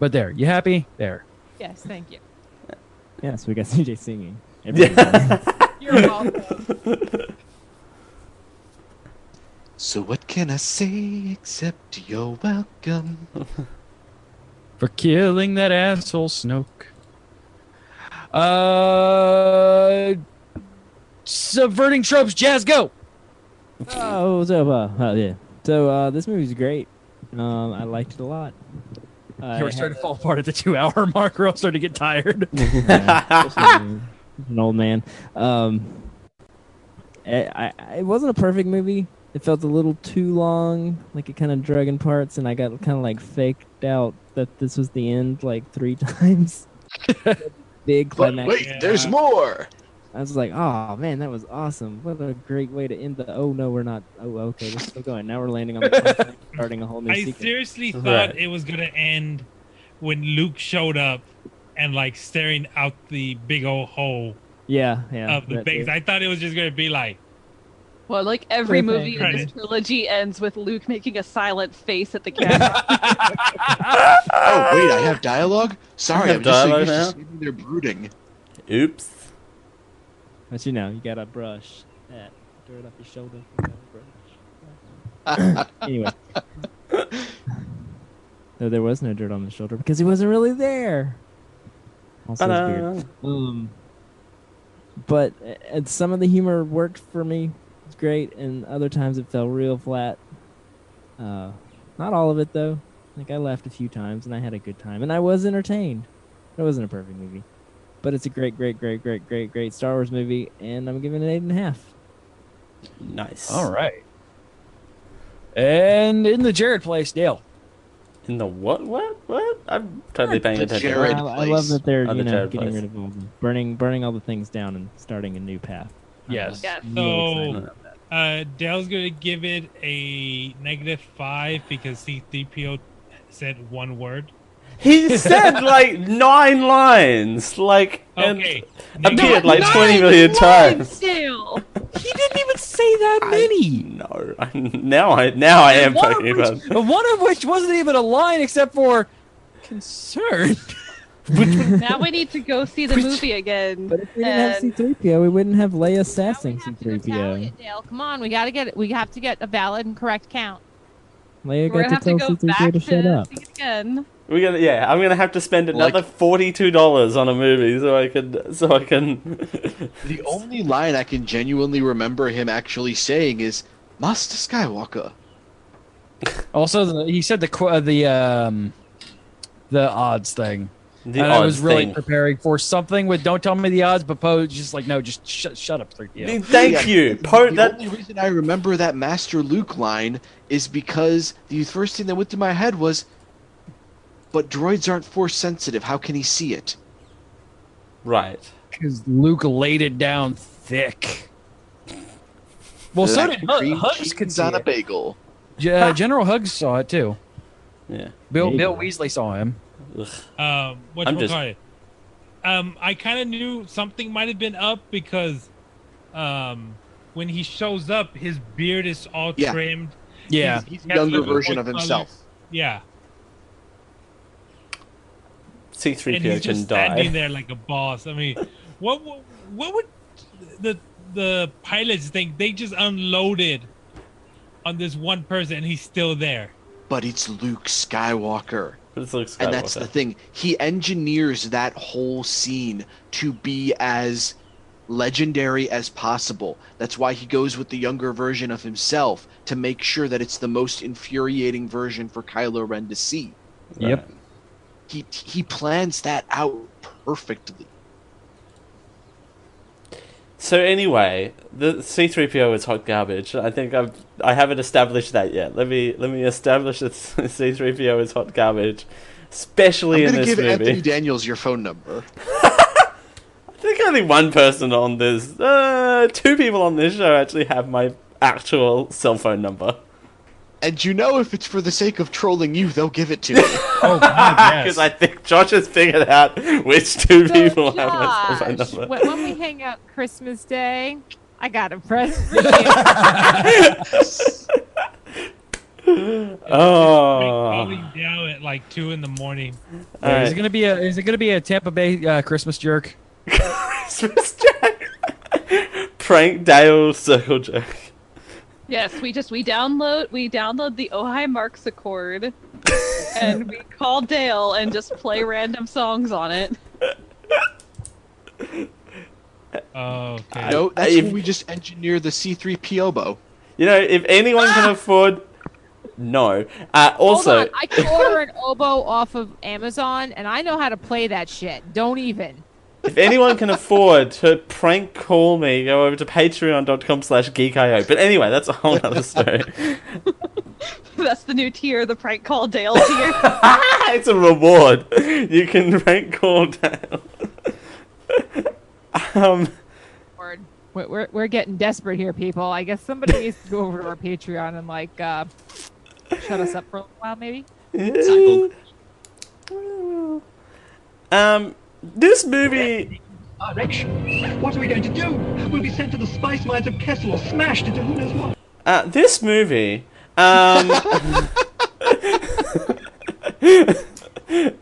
S1: But there, you happy? There.
S7: Yes, thank you.
S11: Yeah, so we got [laughs] CJ singing.
S8: Yeah.
S7: You're welcome.
S6: So what can I say except you're welcome?
S1: for killing that asshole Snoke. Uh, subverting tropes, jazz go.
S11: Oh, so, uh, oh, yeah. So uh, this movie's great. Um, I liked it a lot.
S1: Here
S11: I
S1: we're
S11: had-
S1: starting to fall apart at the two-hour [laughs] mark. We're all starting to get tired.
S11: Yeah, especially an old man. Um, I, I, it wasn't a perfect movie. It felt a little too long, like it kind of drug in parts, and I got kind of like faked out that this was the end like three [laughs] times. Big
S6: But
S11: climax.
S6: wait,
S9: Yeah.
S6: there's more.
S11: I was like, oh man, that was awesome. What a great way to end the. Oh no, we're not. Oh okay, we're still going. Now we're landing on the continent, starting a whole new
S9: I
S11: sequence.
S9: seriously
S8: Right.
S9: thought it was gonna end when Luke showed up and like staring out the big old hole
S11: yeah, yeah.
S9: of the
S11: that
S9: base.
S11: too.
S9: I thought it was just gonna be like,
S10: Well, like every
S11: Perfect.
S10: movie in this
S9: Credit.
S10: trilogy ends with Luke making a silent face at the
S8: [laughs]
S10: camera.
S6: Oh wait, I have dialogue. Sorry,
S8: have
S6: I'm just so
S8: dialogue
S6: used to
S8: now?
S6: sitting there brooding.
S8: Oops.
S11: But you know, you gotta brush that dirt off your shoulder. You gotta brush. anyway. no, there was no dirt on the shoulder because he wasn't really there. Also, it's weird.
S8: Ta-da.
S11: Um, but uh, and some of the humor worked for me. It's great, and other times it fell real flat. Uh, not all of it though. Like I laughed a few times, and I had a good time, and I was entertained. It wasn't a perfect movie, but it's a great, great, great, great, great, great Star Wars movie, and I'm giving it eight and a half.
S8: Nice.
S1: all right. And in the Jared place, Dale.
S8: In the what? What? What? I'm totally paying
S6: The
S8: attention.
S6: Jared
S11: I, I love that they're
S8: Oh, the
S11: you know
S8: Jared
S11: getting
S8: place.
S11: rid of all the burning burning all the things down and starting a new path.
S8: Uh-huh.
S11: I'm
S1: Yes.
S10: Yes.
S11: really excited
S9: So
S11: about that.
S9: uh, Dell's gonna give it a negative five because C3PO said one word.
S8: He said like nine lines, like and
S9: Okay.
S8: appeared like
S9: Nine
S8: twenty million times.
S10: Still.
S1: He didn't even say that many.
S8: No, [laughs] I, now I now I am
S1: One of
S8: talking about
S1: which- [laughs] one of which wasn't even a line except for concern. [laughs]
S10: now we need to go see the movie again.
S11: But if we didn't have
S10: And-
S11: C-3PO, we wouldn't have Leia
S7: Now
S11: sassing
S7: we have to go tally
S11: C-3PO.
S7: it, Dale. Come on, we gotta get it. We have to get a valid and correct
S8: [laughs]
S7: count.
S10: We're
S11: Leia
S10: gonna
S11: got
S10: have to
S11: to
S10: go
S11: tell
S10: back
S11: C-3PO to
S10: to
S11: shut up.
S10: see it again.
S8: we're gonna yeah I'm gonna have to spend
S6: Like-
S8: another forty two dollars on a movie so I could so I can [laughs]
S6: The only line I can genuinely remember him actually saying is Master Skywalker.
S1: Also, the, he said the qu- uh, the um, the odds thing,
S8: the
S1: and
S8: odds
S1: I was really
S8: thing.
S1: preparing for something with "Don't tell me the odds," but Poe was just like, "No, just shut shut up, three PO."
S8: Thank
S6: Yeah,
S8: you.
S6: The,
S8: Po-
S6: the
S8: that
S6: only reason I remember that Master Luke line is because the first thing that went through my head was, "But droids aren't force sensitive. How can he see it?"
S8: right.
S1: Because Luke laid it down thick. Well, so
S6: Like
S1: did Hug-
S6: cream
S1: Hugs.
S6: cheese
S1: Could see
S6: on a
S1: it.
S6: bagel.
S1: Ge- uh, General Hugs saw it too.
S8: Yeah.
S1: Bill
S11: There you
S1: Bill
S11: go.
S1: Weasley saw him.
S8: Ugh.
S9: Um, what
S8: I'm just-
S9: Um, I kind of knew something might have been up because, um, when he shows up, his beard is all
S6: Yeah.
S9: trimmed.
S1: Yeah,
S9: He's-
S6: He's a
S9: got
S6: younger
S9: little
S6: version
S9: boy
S6: of himself.
S9: colors. Yeah,
S8: C three
S9: and he's
S8: PO
S9: just
S8: can
S9: standing
S8: die.
S9: there like a boss. I mean, what what, what would the the pilots think? They just unloaded on this one person, and he's still there.
S6: But it's Luke Skywalker.
S8: [laughs] This looks
S6: And that's the thing. He engineers that whole scene to be as legendary as possible. That's why he goes with the younger version of himself to make sure that it's the most infuriating version for Kylo Ren to see.
S1: Yep.
S6: He he plans that out perfectly.
S8: So anyway, the C three PO is hot garbage. I think I've I haven't established that yet. Let me let me establish that [laughs] C three PO is hot garbage, especially
S6: I'm
S8: in
S6: gonna
S8: this
S6: give
S8: movie.
S6: Anthony Daniels your phone number.
S8: I think only one person on this, uh, two people on this show actually have my actual cell
S1: [laughs]
S8: phone number. [laughs]
S6: And you know if it's for the sake of trolling you, they'll give it to
S8: [laughs]
S6: you.
S1: Oh
S9: [laughs]
S1: God, yes.
S8: Because I think Josh has figured out which two
S7: So,
S8: people have my cell phone
S7: Josh,
S8: number.
S7: wh- when we hang out Christmas Day, I got a [laughs] present for
S8: [laughs]
S7: you.
S8: Oh,
S9: Calling down at like two in the morning.
S8: all right.
S1: Is it gonna be a is it gonna be a Tampa Bay uh, Christmas jerk?
S8: [laughs] Christmas joke. [laughs] Prank Dale circle joke.
S10: Yes, we just we download we download the Ojai Marks Accord, and we call Dale and just play random songs on it. [laughs]
S9: Oh, okay.
S6: no, that's
S8: if-
S6: when we just engineer the C3PO bow.
S8: You know, if anyone can afford, no. Uh,
S7: Ah!
S8: also,
S7: Hold on, I can order an oboe off of Amazon, and I know how to play that shit. Don't even.
S8: if anyone can afford to prank call me, go over to patreon.com slash geekio. But anyway, that's a whole other story. [laughs]
S10: That's the new tier, the prank call Dale
S11: [laughs]
S10: tier.
S8: Ah, it's a reward. You can prank call Dale. [laughs] um,
S7: Word. We're, we're, we're getting desperate here, people. I guess somebody needs to go over to our Patreon and like uh, shut us up for a little while, maybe.
S8: [laughs] um, this movie.
S12: direction. What are we going to do? We'll be sent to the spice mines of Kessel or smashed into who knows what.
S8: Uh, this movie um,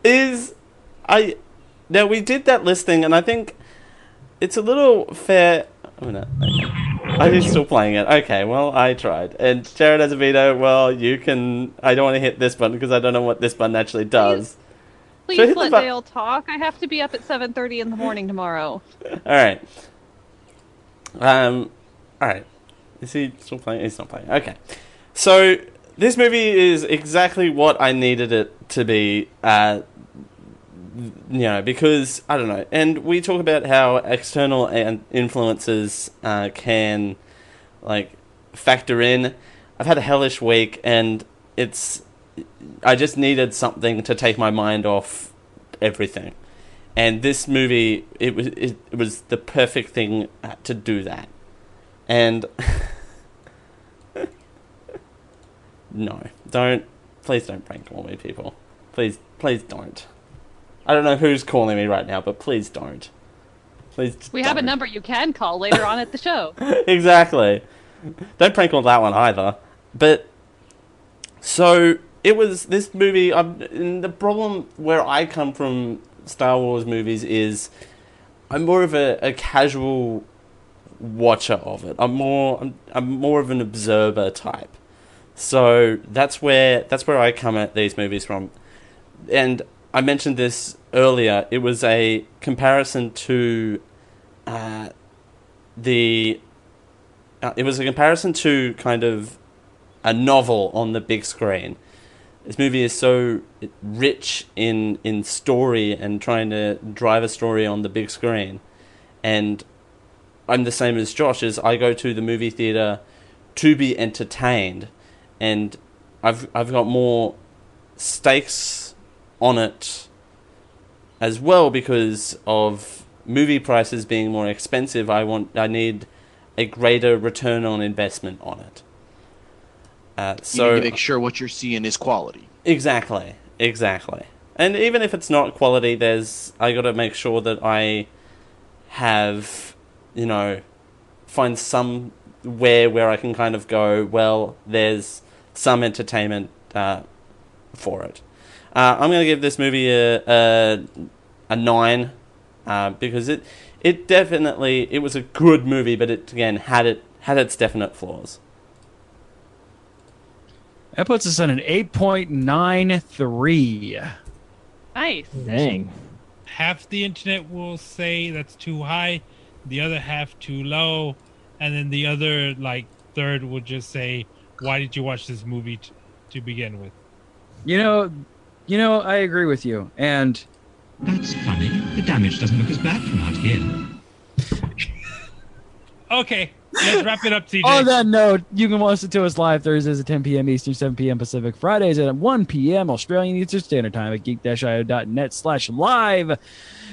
S8: is I now we did that listing, and I think it's a little fair. Oh, no, okay. Are you still playing it? Okay, well I tried, and Jared has a veto. Well, you can. I don't want to hit this button because I don't know what this button actually does. hit
S10: Please
S8: the
S10: let
S8: bu-
S10: Dale talk. I have to be up at seven thirty in the morning tomorrow.
S8: [laughs] All right. Um, all right. Is he still playing? He's not playing. Okay. So this movie is exactly what I needed it to be. Uh, you know, because I don't know, and we talk about how external and influences uh, can like factor in. I've had a hellish week, and it's I just needed something to take my mind off everything. And this movie, it was it, it was the perfect thing to do that. And [laughs] no, don't please don't prank call me, people. Please, please don't. I don't know who's calling me right now, but please don't. Please. just
S10: We have a
S8: don't.
S10: number you can call later on at the show.
S8: [laughs] exactly. Don't prank on that one either. But so it was this movie. I'm, and the problem where I come from Star Wars movies is I'm more of a, a casual watcher of it. I'm more I'm, I'm more of an observer type. So that's where that's where I come at these movies from. And I mentioned this earlier. It was a comparison to uh, the uh, it was a comparison to kind of a novel on the big screen. This movie is so rich in in story and trying to drive a story on the big screen, and I'm the same as Josh. Is I go to the movie theater to be entertained, and I've I've got more stakes on it as well because of movie prices being more expensive i want i need a greater return on investment on it uh,
S6: you
S8: so
S6: need to make sure what you're seeing is quality.
S8: Exactly. Exactly. And even if it's not quality, there's I got to make sure that I have, you know, find somewhere where I can kind of go. Well, there's some entertainment uh, for it. Uh, I'm gonna give this movie a a, a nine uh, because it it definitely it was a good movie, but it again had it had its definite flaws.
S1: That puts us on an 8.93.
S10: Nice.
S11: Dang.
S9: half the internet will say that's too high, the other half too low, and then the other like third will just say, "Why did you watch this movie t- to begin with?"
S1: You know, you know, I agree with you. And
S12: That's funny. The damage doesn't look as bad from out here.
S9: Okay, let's wrap it up,
S11: [laughs]
S9: CJ.
S1: on that note, you can listen to us live Thursdays at 10 p.m. Eastern, 7 p.m. Pacific, Fridays at 1 p.m. Australian Eastern Standard Time at geek-io.net slash live.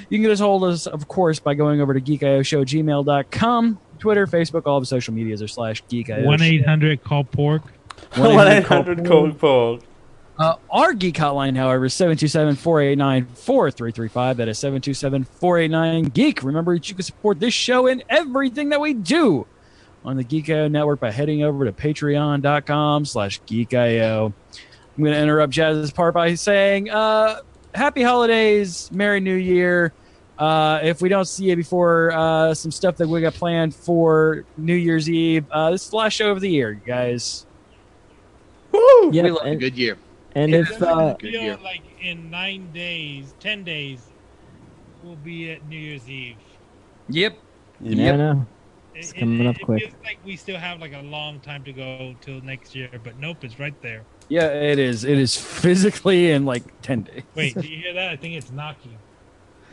S1: You can get us hold of us, of course, by going over to geekioshowgmail.com, Twitter, Facebook, all the social medias are slash geekio.
S9: One eight hundred call pork.
S8: [laughs]
S1: 1-800-CALL-PORK.
S8: Pork.
S1: Uh, our geek hotline, however, is 727 489 4335. That is 727 489 Geek. Remember that you can support this show and everything that we do on the Geek.io network by heading over to patreon.com slash geek.io. I'm going to interrupt Jazz's part by saying uh, happy holidays, Merry New Year. Uh, if we don't see you before uh, some stuff that we got planned for New Year's Eve, uh, this is the last show of the year, you guys.
S11: Woo!
S1: We
S11: Yeah,
S1: love
S11: and,
S6: Good year.
S11: and [laughs] if uh,
S6: Good year.
S9: like in nine days, ten days, we'll be at New Year's Eve.
S1: Yep.
S11: yeah, I know. It's
S9: It- it-
S11: coming up
S9: it
S11: quick.
S9: feels like we still have like a long time to go till next year, but nope, it's right there.
S1: Yeah, it is. It is physically in like 10 days.
S9: Wait, do you hear that? I think it's knocking.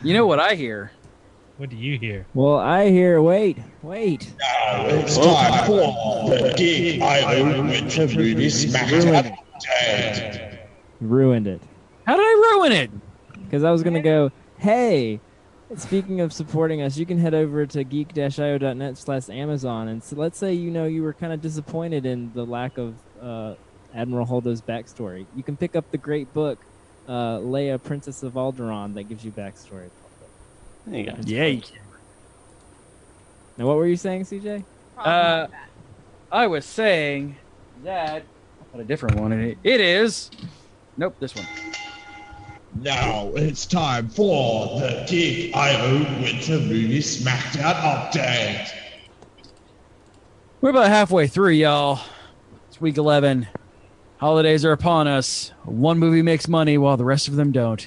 S1: You know what I hear?
S9: What do you hear?
S11: Well, I hear. Wait, wait.
S3: It's time for Geek IO interview this matter.
S11: You Ruined it.
S1: How did I ruin it?
S11: Because I was gonna go. Hey, speaking of supporting us, you can head over to geek-io.net slash Amazon, and so let's say you know you were kind of disappointed in the lack of uh, Admiral Holdo's backstory. You can pick up the great book, uh, Leia, Princess of Alderaan, that gives you backstory.
S8: There you go.
S1: Yeah, you can.
S11: Now, what were you saying, CJ?
S1: Uh, I was saying that. What a different one. It it is. Nope, this one.
S3: Now it's time for the Geek IO Winter Movie Smackdown update.
S1: We're about halfway through, y'all. It's week 11. Holidays are upon us. One movie makes money while the rest of them don't.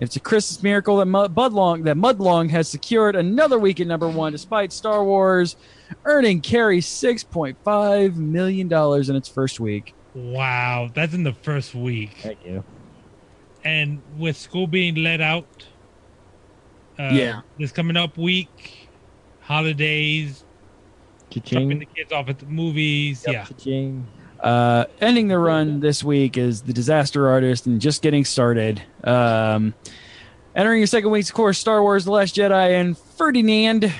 S1: It's a Christmas miracle that Mud- Budlong that Mudlong has secured another week at number one, despite Star Wars earning Carrie six point five million dollars in its first week.
S9: Wow, that's in the first week.
S11: Thank you.
S9: and with school being let out, uh,
S1: Yeah.
S9: this coming up week, holidays, dropping the
S11: Cha-ching.
S9: kids off at the movies, yeah,
S11: Cha-ching.
S1: Uh, ending the run this week is the Disaster Artist and just getting started. Um, entering your second week's course, Star Wars: The Last Jedi and Ferdinand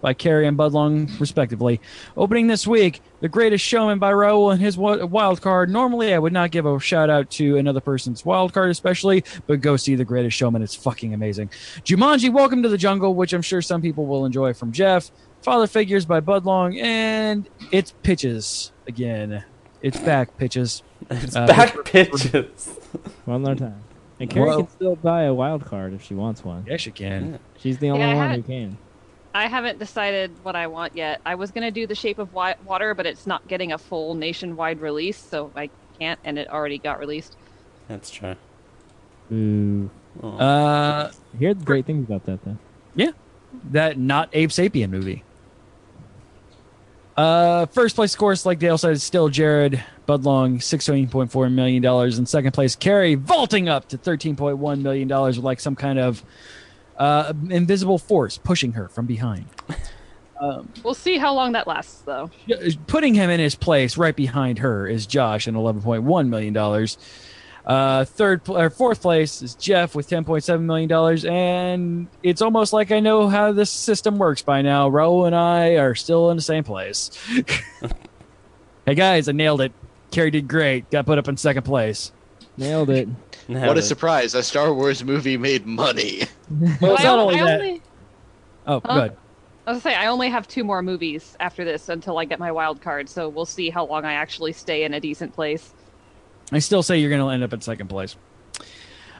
S1: by Carrie and Budlong, respectively. Opening this week, The Greatest Showman by Raoul and his wi- wild card. Normally, I would not give a shout out to another person's wild card, especially, but go see The Greatest Showman. It's fucking amazing. Jumanji, Welcome to the Jungle, which I'm sure some people will enjoy from Jeff. Father Figures by Budlong, and it's Pitches again. It's back, Pitches. It's
S8: back pitches.
S11: One more time. And Carrie
S1: Whoa.
S11: can still buy a wild card if she wants one.
S1: Yes, she can.
S11: She's the
S10: Yeah,
S11: only
S10: I
S11: one
S10: had-
S11: who can.
S10: I haven't decided what I want yet. I was gonna do The Shape of Wi- Water, but it's not getting a full nationwide release, so I can't. And it already got released.
S8: That's true. Oh,
S11: Ooh.
S1: Uh,
S11: Hear the great things about that, though.
S1: Yeah. That not Ape Sapien movie. Uh, first place, of course, like Dale said, is still Jared Budlong, $16.4 million. In second place, Carrie vaulting up to $13.1 million with like some kind of uh, invisible force pushing her from behind. Um,
S10: We'll see how long that lasts, though.
S1: putting him in his place right behind her is Josh and eleven point one million dollars. Uh, third pl- or fourth place is Jeff with ten point seven million dollars, and it's almost like I know how this system works by now. Raul and I are still in the same place. [laughs] hey guys, I nailed it. Carrie did great. Got put up in second place.
S11: Nailed it.
S6: what a surprise! A Star Wars movie made [laughs] money.
S1: Well, it's not
S10: I, on-
S1: only
S10: I
S1: that.
S10: only,
S1: Oh,
S10: Huh?
S1: good.
S10: I was gonna say I only have two more movies after this until I get my wild card, so we'll see how long I actually stay in a decent place.
S1: I still say you're going to end up in second place.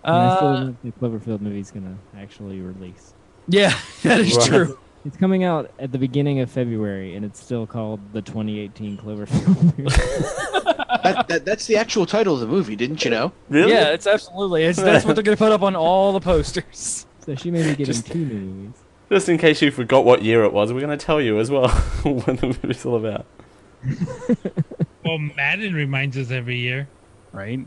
S11: And I still
S1: Uh,
S11: don't think the Cloverfield movie's gonna actually release.
S1: Yeah, [laughs] that is Right. true.
S11: It's coming out at the beginning of February, and it's still called the 2018 Cloverfield. [laughs] movie.
S6: that, that, that's the actual title of the movie, didn't you know?
S1: Yeah, it's absolutely. It's, that's what they're going to put up on all the posters.
S11: so she may be getting
S1: Just-
S11: two movies.
S8: Just in case you forgot what year it was, we're going to tell you as well [laughs] what the movie's all about.
S9: Well, Madden reminds us every year.
S1: [laughs] Right.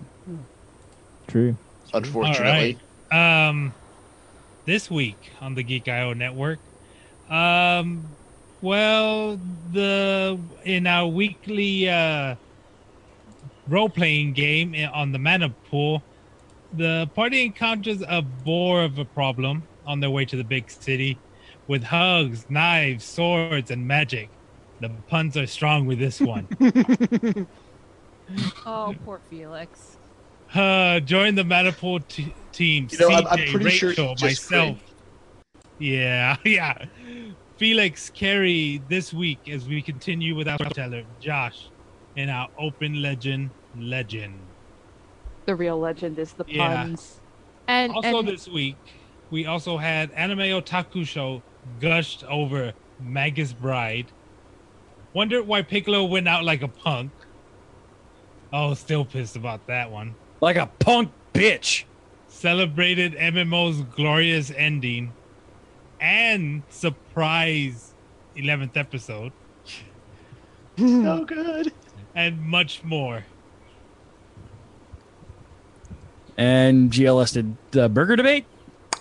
S11: True.
S6: Unfortunately.
S9: All right. Um, this week on the Geek IO network, um, well, the in our weekly uh, role playing game in- on the mana pool, the party encounters a bore of a problem on their way to the big city, with hugs, knives, swords, and magic. The puns are strong with this one.
S7: Oh, poor Felix.
S9: Uh, join the Manipul t- team.
S6: You know,
S9: CJ,
S6: I'm- I'm pretty sure
S9: Rachel,
S6: he just
S9: myself. Yeah, [laughs] yeah. Felix, Carrie, this week as we continue with our storyteller, Josh, and our open legend, legend.
S10: The real legend is the
S9: Yeah.
S10: puns.
S7: And
S9: also
S7: and-
S9: this week, we also had anime otaku show gushed over Magus Bride. Wondered why Piccolo went out like a punk. Oh, still pissed about that one.
S1: Like a punk bitch.
S9: Celebrated MMO's glorious ending, and surprise eleventh episode,
S6: So good.
S9: and much more.
S1: And GLS did the burger debate.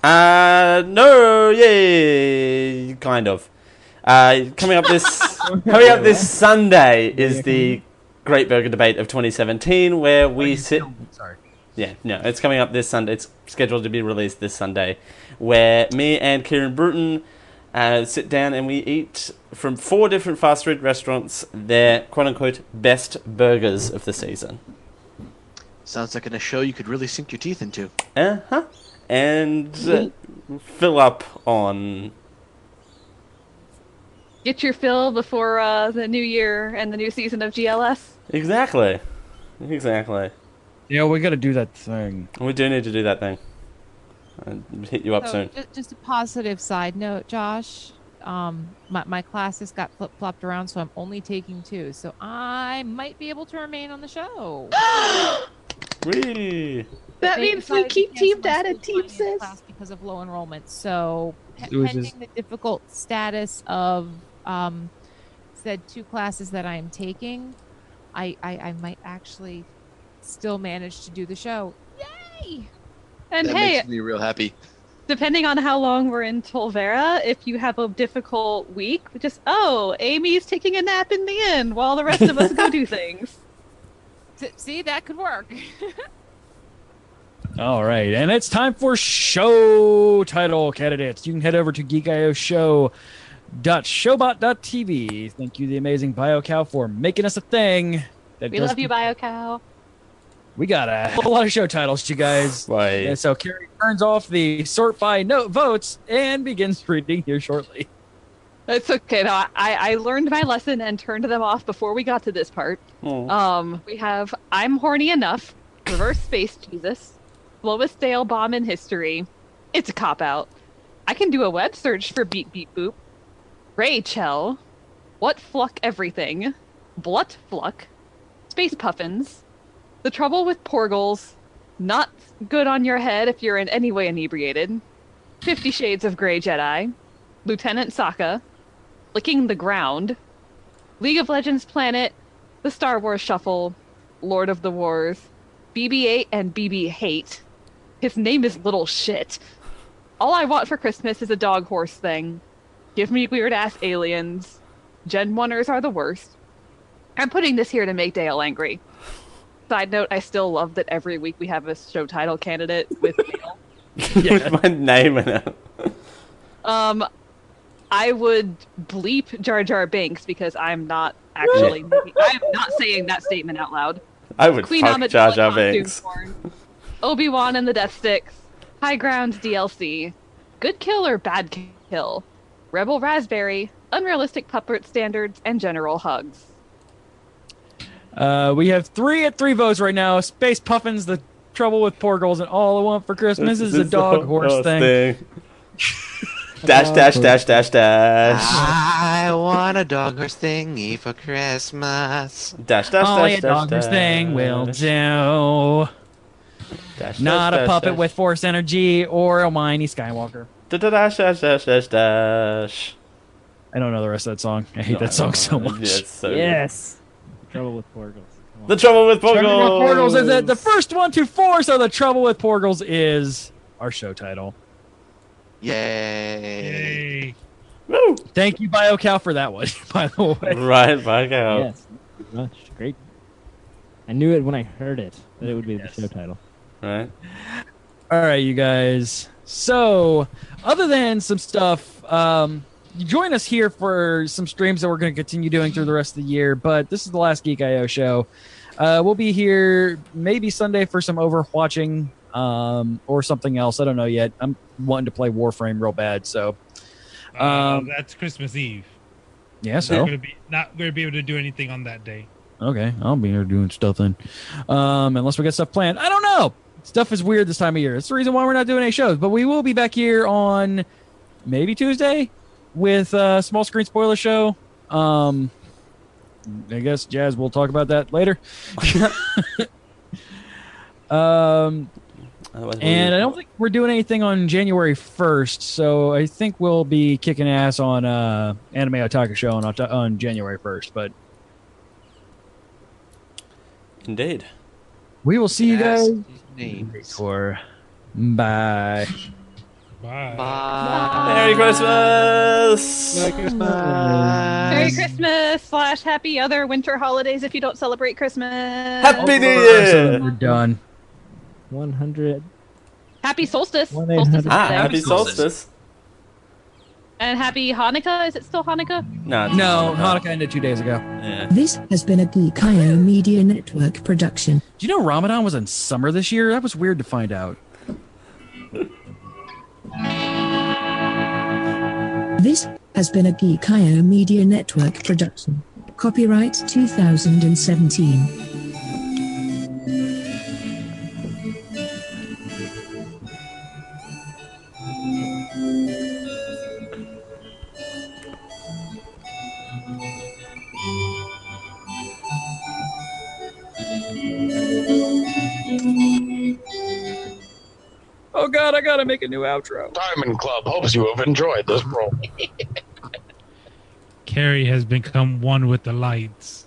S8: Uh, no, yeah, kind of. Uh, coming up this coming up this Sunday is the Great Burger Debate of 2017, where we sit.
S1: Sorry.
S8: Yeah, no, it's coming up this Sunday. It's scheduled to be released this Sunday, where me and Kieran Bruton uh, sit down and we eat from four different fast food restaurants their quote unquote best burgers of the season.
S6: Sounds like a show you could really sink your teeth into.
S8: Uh huh. And uh, fill up on
S10: Get your fill before uh, the new year and the new season of GLS.
S8: Exactly. Exactly.
S1: Yeah, we got to do that thing.
S8: We do need to do that thing. I'll hit
S1: Oh,
S8: you up
S7: So
S8: soon.
S7: just, just a positive side note, Josh. Um, my, my classes got flip flopped around, so I'm only taking two. So I might be able to remain on the show.
S8: Whee!
S7: They decided to cancel my school finance class because of low enrollment. So pe-
S1: It was
S7: pending
S1: just-
S7: the difficult status of um, said two classes that I am taking, I, I I might actually still manage to do the show. Yay!
S10: And
S6: that
S10: hey,
S6: makes me real happy.
S10: depending on how long we're in Tolvera, if you have a difficult week, just oh, Amy's taking a nap in the inn while the rest of us go do things.
S7: S- See, that could work. [laughs]
S1: All right, and it's time for show title candidates. You can head over to Geek.io show dot showbot.tv. Thank you, the amazing BioCow, for making us a thing. That
S10: we
S1: does-
S10: love you, BioCow.
S1: We got a, whole lot of show titles, you guys.
S8: Right.
S1: And so Carrie turns off the sort by note votes and begins reading here shortly.
S10: It's okay. No, I, I learned my lesson and turned them off before we got to this part.
S1: [laughs]
S8: Hmm. [laughs]
S10: Um, we have I'm horny enough, reverse space Jesus, lowest Dale bomb in history. It's a cop out. I can do a web search for beat beat boop. Rachel, what fluck everything, blut fluck, space puffins, the trouble with porgles, not good on your head if you're in any way inebriated, Fifty Shades of Grey Jedi, Lieutenant Sokka, Licking the Ground, League of Legends Planet, The Star Wars Shuffle, Lord of the Wars, BB 8 and BB Hate. His name is Little Shit. All I want for Christmas is a dog horse thing. Give me weird ass aliens. Gen 1ers are the worst. I'm putting this here to make Dale angry. Side note, I still love that every week we have a show title candidate with Dale.
S8: With my name in it.
S10: Um, I would bleep Jar Jar Binks because I'm not actually. making- I'm not saying that statement out loud.
S8: I would
S10: Queen
S8: fuck
S10: Amidala
S8: Jar Jar
S10: costume
S8: Binks.
S10: Obi Wan and the Death Sticks. High Ground DLC. Good kill or bad kill. Rebel Raspberry. Unrealistic puppet standards and general hugs.
S1: Uh, we have three at three votes right now. Space Puffins, The Trouble with Poor Girls, and All I Want for Christmas is a [laughs]
S8: the
S1: dog horse thing. [laughs]
S8: dash dash dash dash
S1: Ah.
S8: dash.
S6: I want a dog horse thingy for Christmas.
S8: Dash dash
S1: Only
S8: dash
S1: a dog
S8: dash
S1: horse thing will
S8: dash.
S1: do.
S8: Dash,
S1: Not
S8: dash,
S1: a
S8: dash,
S1: puppet
S8: dash.
S1: with force energy or a whiny Skywalker.
S8: Da- da- Dash dash dash dash dash.
S1: I don't know the rest of that song. I hate
S8: No, I
S1: that song
S8: don't
S1: so
S8: know.
S1: much.
S8: Yeah, it's so good.
S11: Yes. Trouble with Porgles. Come on.
S8: The trouble with Porgles.
S1: Trouble with Porgles is that the first one to four, so the trouble with Porgles is our show title.
S6: Yay.
S9: Yay.
S1: [laughs]
S8: Woo.
S1: Thank you, BioCal, for that one, [laughs] by the way.
S8: Right back
S1: Oh.
S8: out.
S11: Yes. thank you Much. Great. I knew it when I heard it that it would be the show title.
S8: Right.
S1: All right, you guys. So, other than some stuff, um, you join us here for some streams that we're going to continue doing through the rest of the year. But this is the last Geek IO show. Uh, we'll be here maybe Sunday for some Overwatching um, or something else. I don't know yet. I'm wanting to play Warframe real bad, so
S9: Uh,
S1: Um,
S9: that's Christmas Eve.
S1: yeah.
S9: Not
S1: So
S9: gonna be not gonna be able to do anything on that day.
S1: Okay, I'll be here doing stuff then. Um, unless we get stuff planned. I don't know. Stuff is weird this time of year. It's the reason why we're not doing any shows, but we will be back here on maybe Tuesday with a small screen spoiler show. Um, I guess Jazz will talk about that later. [laughs] um,
S8: Otherwise we'll
S1: and
S8: be-
S1: I don't think we're doing anything on January 1st, so I think we'll be kicking ass on uh, Anime Otaku Show on, Ota- on January 1st, but
S8: Indeed.
S1: we will see you
S6: Yes,
S1: guys.
S6: names.
S1: Or bye.
S9: Bye.
S8: Merry Christmas.
S10: Merry Christmas slash happy other winter holidays if you don't celebrate Christmas.
S8: Happy New
S1: So
S8: Year.
S1: we're done.
S11: 100.
S10: Happy solstice.
S11: One eight
S10: solstice
S11: hundred-
S10: is
S8: Ah,
S10: today.
S8: happy solstice.
S10: And happy Hanukkah. Is it still Hanukkah?
S8: No, it's
S1: No,
S8: not.
S1: Hanukkah ended two days ago.
S8: Yeah.
S13: This has been a Geekio Media Network production.
S1: Do you know Ramadan was in summer this year? That was weird to find out.
S13: This has been a Geekio Media Network production. Copyright 2017.
S1: Oh God, I gotta make a new outro.
S14: Diamond Club hopes you have enjoyed this program.
S9: Carrie has become one with the lights.